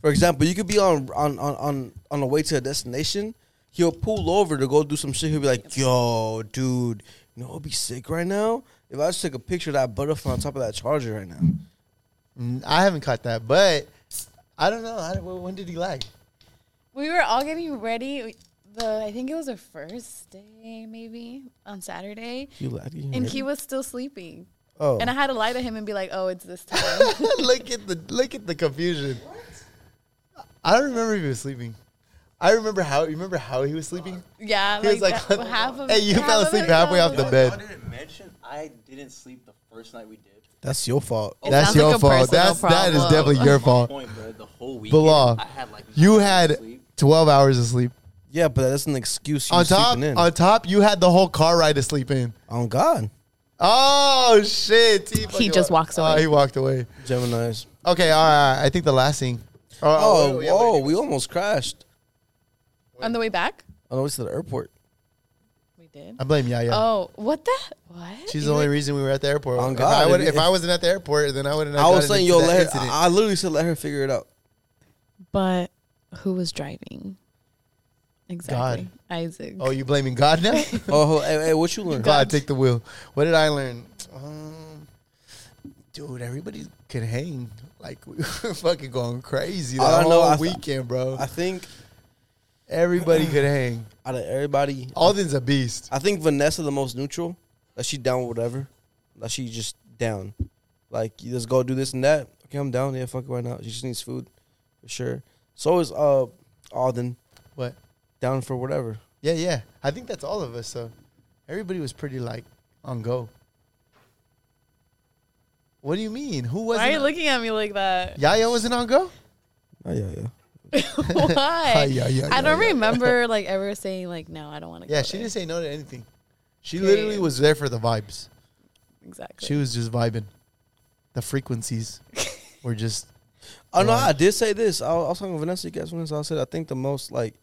[SPEAKER 3] For example, you could be on on on on on the way to a destination. He'll pull over to go do some shit. He'll be like, "Yo, dude, you know, I'll be sick right now if I just took a picture of that butterfly on top of that charger right now."
[SPEAKER 1] Mm, I haven't caught that, but I don't know. I, don't- when did he lag? [LAUGHS]
[SPEAKER 4] we were all getting ready. The I think it was the first day, maybe on Saturday,
[SPEAKER 3] You lagging?
[SPEAKER 4] and he was still sleeping.
[SPEAKER 1] Oh,
[SPEAKER 4] And I had to lie to him and be like, "Oh, it's
[SPEAKER 1] [LAUGHS]
[SPEAKER 4] this time."
[SPEAKER 1] look at the look at the confusion. I don't remember if he was sleeping. I remember how. You remember how he was sleeping?
[SPEAKER 4] yeah,
[SPEAKER 1] He was like,
[SPEAKER 4] that- half of
[SPEAKER 1] "Hey, you
[SPEAKER 4] half
[SPEAKER 1] fell
[SPEAKER 4] of
[SPEAKER 1] asleep
[SPEAKER 4] it
[SPEAKER 1] halfway
[SPEAKER 4] was-
[SPEAKER 1] off the bed."
[SPEAKER 8] didn't mention I didn't sleep the first night we did.
[SPEAKER 3] That's your fault.
[SPEAKER 1] That's
[SPEAKER 4] sounds
[SPEAKER 1] your
[SPEAKER 4] like a
[SPEAKER 1] fault.
[SPEAKER 4] personal
[SPEAKER 1] That's that is
[SPEAKER 4] problem.
[SPEAKER 1] definitely your fault.
[SPEAKER 8] Point, bro. The whole week.
[SPEAKER 1] Bilal,
[SPEAKER 8] I had like
[SPEAKER 1] You
[SPEAKER 8] nine
[SPEAKER 1] had
[SPEAKER 8] hours sleep.
[SPEAKER 1] 12 hours of sleep.
[SPEAKER 3] Yeah, but that's an excuse. You
[SPEAKER 1] On top,
[SPEAKER 3] in.
[SPEAKER 1] on top, you had the whole car ride to sleep in.
[SPEAKER 3] on God,
[SPEAKER 1] Oh shit! He, fucking
[SPEAKER 4] just
[SPEAKER 1] wa-
[SPEAKER 4] walks
[SPEAKER 1] Oh,
[SPEAKER 4] away.
[SPEAKER 1] he walked away.
[SPEAKER 3] Gemini's.
[SPEAKER 1] Okay, all right. all right. I think the last thing. Oh,
[SPEAKER 3] Oh,
[SPEAKER 1] oh, yeah,
[SPEAKER 3] whoa,
[SPEAKER 1] wait.
[SPEAKER 3] we almost crashed
[SPEAKER 4] on the way back.
[SPEAKER 3] on the way to the airport.
[SPEAKER 4] We did.
[SPEAKER 1] I blame Yaya.
[SPEAKER 4] Oh, what the what?
[SPEAKER 1] She's the only reason we were at the airport.
[SPEAKER 3] On
[SPEAKER 1] if
[SPEAKER 3] God,
[SPEAKER 1] I would,
[SPEAKER 3] if-
[SPEAKER 1] if, I wasn't at the airport, then I wouldn't. Have
[SPEAKER 3] I was
[SPEAKER 1] gotten
[SPEAKER 3] saying,
[SPEAKER 1] into
[SPEAKER 3] yo,
[SPEAKER 1] that
[SPEAKER 3] let her,
[SPEAKER 1] incident.
[SPEAKER 3] I I literally said, let her figure
[SPEAKER 1] [LAUGHS]
[SPEAKER 3] it out.
[SPEAKER 4] But who was driving? Exactly.
[SPEAKER 1] God.
[SPEAKER 4] Isaac.
[SPEAKER 1] oh, you blaming God
[SPEAKER 4] [LAUGHS]
[SPEAKER 1] now?
[SPEAKER 3] Oh, hey, hey, what you learned?
[SPEAKER 1] God, take the wheel. What did I learn? Um, dude, everybody can hang. Like [LAUGHS] we were fucking going crazy the
[SPEAKER 3] I don't
[SPEAKER 1] whole
[SPEAKER 3] know, I-
[SPEAKER 1] weekend, bro.
[SPEAKER 3] I think
[SPEAKER 1] everybody could hang.
[SPEAKER 3] out of everybody,
[SPEAKER 1] Alden's a beast.
[SPEAKER 3] I think Vanessa the most neutral. That she down with whatever. That she just down. Like you just go do this and that. Okay, I'm down. Yeah, fuck it right now. She just needs food, for sure. So is uh Alden
[SPEAKER 1] What?
[SPEAKER 3] down for whatever.
[SPEAKER 1] Yeah, yeah. I think that's all of us. So everybody was pretty like on go. What do you mean? Who
[SPEAKER 4] Why are
[SPEAKER 1] wasn't?
[SPEAKER 4] you looking at me
[SPEAKER 1] [LAUGHS]
[SPEAKER 4] like that? [LAUGHS]
[SPEAKER 1] Yaya wasn't on go.
[SPEAKER 3] Oh yeah, yeah.
[SPEAKER 1] yeah,
[SPEAKER 4] Why?
[SPEAKER 1] yeah,
[SPEAKER 4] I
[SPEAKER 1] yeah,
[SPEAKER 4] don't remember like ever saying like no, I don't want to.
[SPEAKER 1] Yeah, she didn't say no to anything. She literally
[SPEAKER 4] Period.
[SPEAKER 1] was there for the vibes.
[SPEAKER 4] Exactly.
[SPEAKER 1] She was just vibing. The [LAUGHS] frequencies were just
[SPEAKER 3] Oh no, I did say this. I was, I was talking to Vanessa. You guys, Vanessa, I said I think the most like,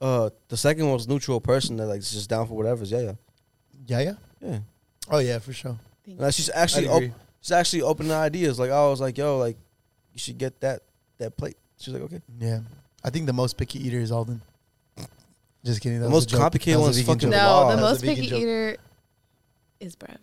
[SPEAKER 3] uh, the second one was neutral person that like is just down for whatever's. Yeah, yeah,
[SPEAKER 1] yeah, yeah.
[SPEAKER 3] yeah.
[SPEAKER 1] Oh yeah, for sure.
[SPEAKER 3] And she's actually
[SPEAKER 1] I'd agree.
[SPEAKER 3] op- she's actually open to ideas. Like I was like, yo, like you should get that that plate. She's like, okay.
[SPEAKER 1] Yeah, I think the most picky eater is Alden. Just kidding. That
[SPEAKER 3] The
[SPEAKER 1] was a
[SPEAKER 3] most
[SPEAKER 1] joke.
[SPEAKER 3] complicated
[SPEAKER 1] That was a
[SPEAKER 3] one is
[SPEAKER 1] vegan
[SPEAKER 3] fucking
[SPEAKER 1] joke.
[SPEAKER 4] no,
[SPEAKER 3] Wow.
[SPEAKER 4] the
[SPEAKER 1] That's a
[SPEAKER 4] most
[SPEAKER 1] vegan
[SPEAKER 4] picky
[SPEAKER 1] joke.
[SPEAKER 4] eater is Brev.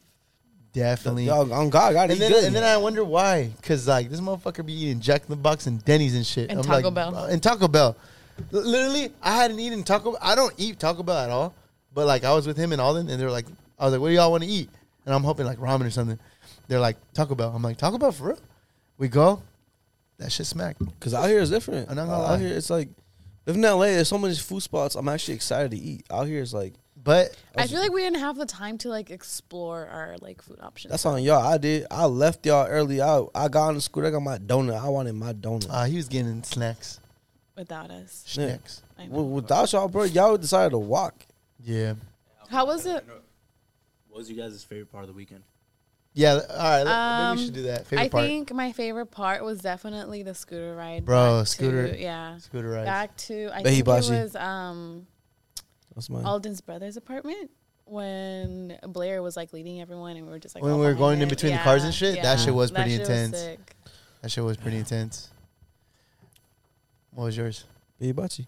[SPEAKER 1] Definitely.
[SPEAKER 3] Y'all, on God, I gotta
[SPEAKER 1] And
[SPEAKER 3] eat
[SPEAKER 1] then,
[SPEAKER 3] good.
[SPEAKER 1] and then I wonder why, cause like this motherfucker be eating Jack in the Box and Denny's and shit.
[SPEAKER 4] And
[SPEAKER 1] I'm
[SPEAKER 4] Taco
[SPEAKER 1] like,
[SPEAKER 4] Bell.
[SPEAKER 1] uh, And Taco Bell. L- Literally, I hadn't eaten Taco. I don't eat Taco Bell at all. But like, I was with him and Alden, and they were like, I was like, "What do y'all want to eat?" And I'm hoping like ramen or something. They're like Taco Bell. I'm like Taco Bell for real. We go. That shit smacked.
[SPEAKER 3] Cause out here it's different.
[SPEAKER 1] I'm not gonna
[SPEAKER 3] out
[SPEAKER 1] lie.
[SPEAKER 3] here it's like living in LA. There's so many food spots. I'm actually excited to eat. Out here it's like
[SPEAKER 1] But
[SPEAKER 4] I feel like we didn't have the time to like explore our like food options.
[SPEAKER 3] that's on y'all. I did. I left y'all early. I I got on the scooter. I got my donut. I wanted my donut.
[SPEAKER 1] uh, he was getting snacks.
[SPEAKER 4] without us.
[SPEAKER 3] Yeah.
[SPEAKER 1] Snacks.
[SPEAKER 4] I know.
[SPEAKER 3] W- Without y'all, bro, y'all decided to walk.
[SPEAKER 1] Yeah.
[SPEAKER 4] How was it?
[SPEAKER 8] What was you guys' favorite part of the weekend?
[SPEAKER 1] Yeah. All right. let- maybe
[SPEAKER 4] Um,
[SPEAKER 1] we should do that. Favorite
[SPEAKER 4] I
[SPEAKER 1] part.
[SPEAKER 4] think my favorite part was definitely the scooter ride.
[SPEAKER 1] Bro,
[SPEAKER 4] back to-
[SPEAKER 1] scooter-
[SPEAKER 4] yeah.
[SPEAKER 1] Scooter rides.
[SPEAKER 4] Back to I
[SPEAKER 3] Baby
[SPEAKER 4] think
[SPEAKER 3] Bashi.
[SPEAKER 4] it was um
[SPEAKER 3] That's mine.
[SPEAKER 4] Alden's brother's apartment when Blair was like leading everyone and we were just like
[SPEAKER 1] When
[SPEAKER 4] all
[SPEAKER 1] we were
[SPEAKER 4] behind
[SPEAKER 1] going in
[SPEAKER 4] him.
[SPEAKER 1] between the cars and shit? That shit was pretty intense.
[SPEAKER 4] sick.
[SPEAKER 1] That shit was pretty intense. What was yours?
[SPEAKER 3] Baby Bachi.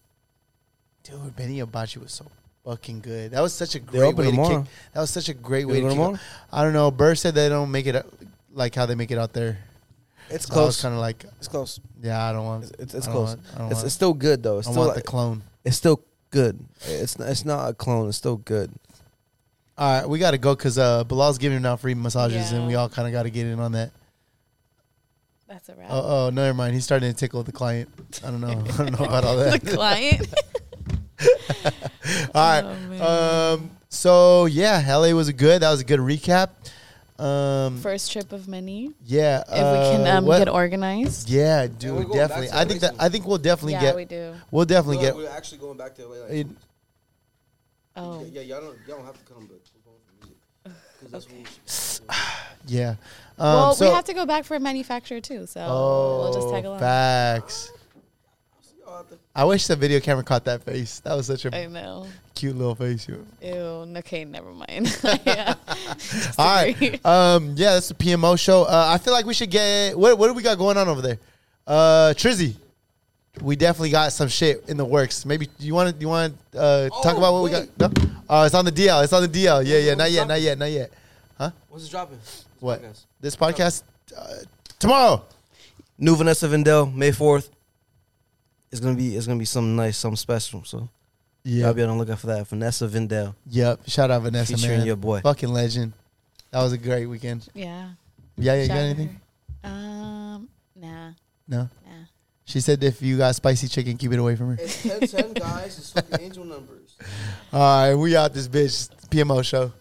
[SPEAKER 1] Dude, Benny Abachi was so fucking good. That was such a
[SPEAKER 3] They
[SPEAKER 1] great
[SPEAKER 3] open
[SPEAKER 1] way to
[SPEAKER 3] tomorrow.
[SPEAKER 1] kick. That was such a great
[SPEAKER 3] They
[SPEAKER 1] way to
[SPEAKER 3] open
[SPEAKER 1] kick.
[SPEAKER 3] tomorrow?
[SPEAKER 1] off- I don't know. Burr said they don't make it out, like how they make it out there.
[SPEAKER 3] It's
[SPEAKER 1] So I was
[SPEAKER 3] close.
[SPEAKER 1] kind of like,
[SPEAKER 3] It's close.
[SPEAKER 1] yeah, I don't want.
[SPEAKER 3] It's, it's, it's
[SPEAKER 1] I don't
[SPEAKER 3] close.
[SPEAKER 1] want- I don't
[SPEAKER 3] it's,
[SPEAKER 1] want,
[SPEAKER 3] it's still good though.
[SPEAKER 1] I
[SPEAKER 3] It's
[SPEAKER 1] don't
[SPEAKER 3] still
[SPEAKER 1] want the
[SPEAKER 3] like-
[SPEAKER 1] clone.
[SPEAKER 3] it's still good. It's not, it's not a clone. It's still good.
[SPEAKER 1] All right, we gotta go because uh, Bilal's giving out free massages, and
[SPEAKER 4] Yeah.
[SPEAKER 1] we all kind of got to get in on that.
[SPEAKER 4] That's a wrap.
[SPEAKER 1] Oh, oh, never mind. He's starting to tickle the client. I don't know. [LAUGHS] I don't know about all
[SPEAKER 4] the
[SPEAKER 1] that.
[SPEAKER 4] client.
[SPEAKER 1] [LAUGHS] All right.
[SPEAKER 4] [LAUGHS] Oh, man.
[SPEAKER 1] um. So yeah, LA was a good. That was a good recap. Um.
[SPEAKER 4] First trip of many. If
[SPEAKER 1] yeah.
[SPEAKER 4] we can
[SPEAKER 1] uh,
[SPEAKER 4] um,
[SPEAKER 1] what-
[SPEAKER 4] get organized.
[SPEAKER 1] Yeah,
[SPEAKER 3] we're
[SPEAKER 1] dude,
[SPEAKER 3] going back
[SPEAKER 1] definitely.
[SPEAKER 3] to
[SPEAKER 1] I think that
[SPEAKER 3] Mason.
[SPEAKER 1] I think we'll definitely
[SPEAKER 4] Yeah,
[SPEAKER 1] get.
[SPEAKER 4] we do.
[SPEAKER 1] We will definitely get.
[SPEAKER 3] actually going back to LA. Like,
[SPEAKER 1] It-
[SPEAKER 4] Oh.
[SPEAKER 1] Um,
[SPEAKER 4] yeah,
[SPEAKER 3] y'all don't, y'all don't have to come, but we're going for music. Because that's
[SPEAKER 1] [LAUGHS] yeah. Um,
[SPEAKER 4] well,
[SPEAKER 1] so,
[SPEAKER 4] we have to go back for a manufacturer too, so we'll just
[SPEAKER 1] Oh,
[SPEAKER 4] tag along.
[SPEAKER 1] Facts. I wish the video camera caught that face. That was such a
[SPEAKER 4] I know.
[SPEAKER 1] cute little face.
[SPEAKER 4] [LAUGHS]
[SPEAKER 1] you know.
[SPEAKER 4] Ew. Okay, never mind. [LAUGHS] yeah.
[SPEAKER 1] All right. Um. Yeah, that's the PMO show. Uh, I feel like we should get. What What do we got going on over there? Uh, Trizzy. We definitely got some shit in the works. Maybe you want to you want to uh, talk
[SPEAKER 3] Oh,
[SPEAKER 1] about what we got? No. Oh, it's on the DL. It's on the DL. Yeah, yeah. Not yet. Not yet. Not yet.
[SPEAKER 3] What's it dropping?
[SPEAKER 1] What? This podcast uh, tomorrow.
[SPEAKER 3] New Vanessa Vendel, May fourth. It's gonna be it's gonna be something nice, something special. So y'all
[SPEAKER 1] Yeah.
[SPEAKER 3] be on the lookout for that. Vanessa Vendel,
[SPEAKER 1] Yep. Shout out Vanessa,
[SPEAKER 3] featuring
[SPEAKER 1] man.
[SPEAKER 3] your boy.
[SPEAKER 1] Fucking legend. That was a great weekend.
[SPEAKER 4] yeah.
[SPEAKER 1] Yeah, yeah. You
[SPEAKER 4] Shout
[SPEAKER 1] got
[SPEAKER 4] out
[SPEAKER 1] anything?
[SPEAKER 4] her. Um. Nah.
[SPEAKER 1] No.
[SPEAKER 4] Nah.
[SPEAKER 1] She said if you got spicy chicken, keep it away from her.
[SPEAKER 3] It's 10 guys. It's fucking angel numbers.
[SPEAKER 1] All right, we out this bitch. PMO show.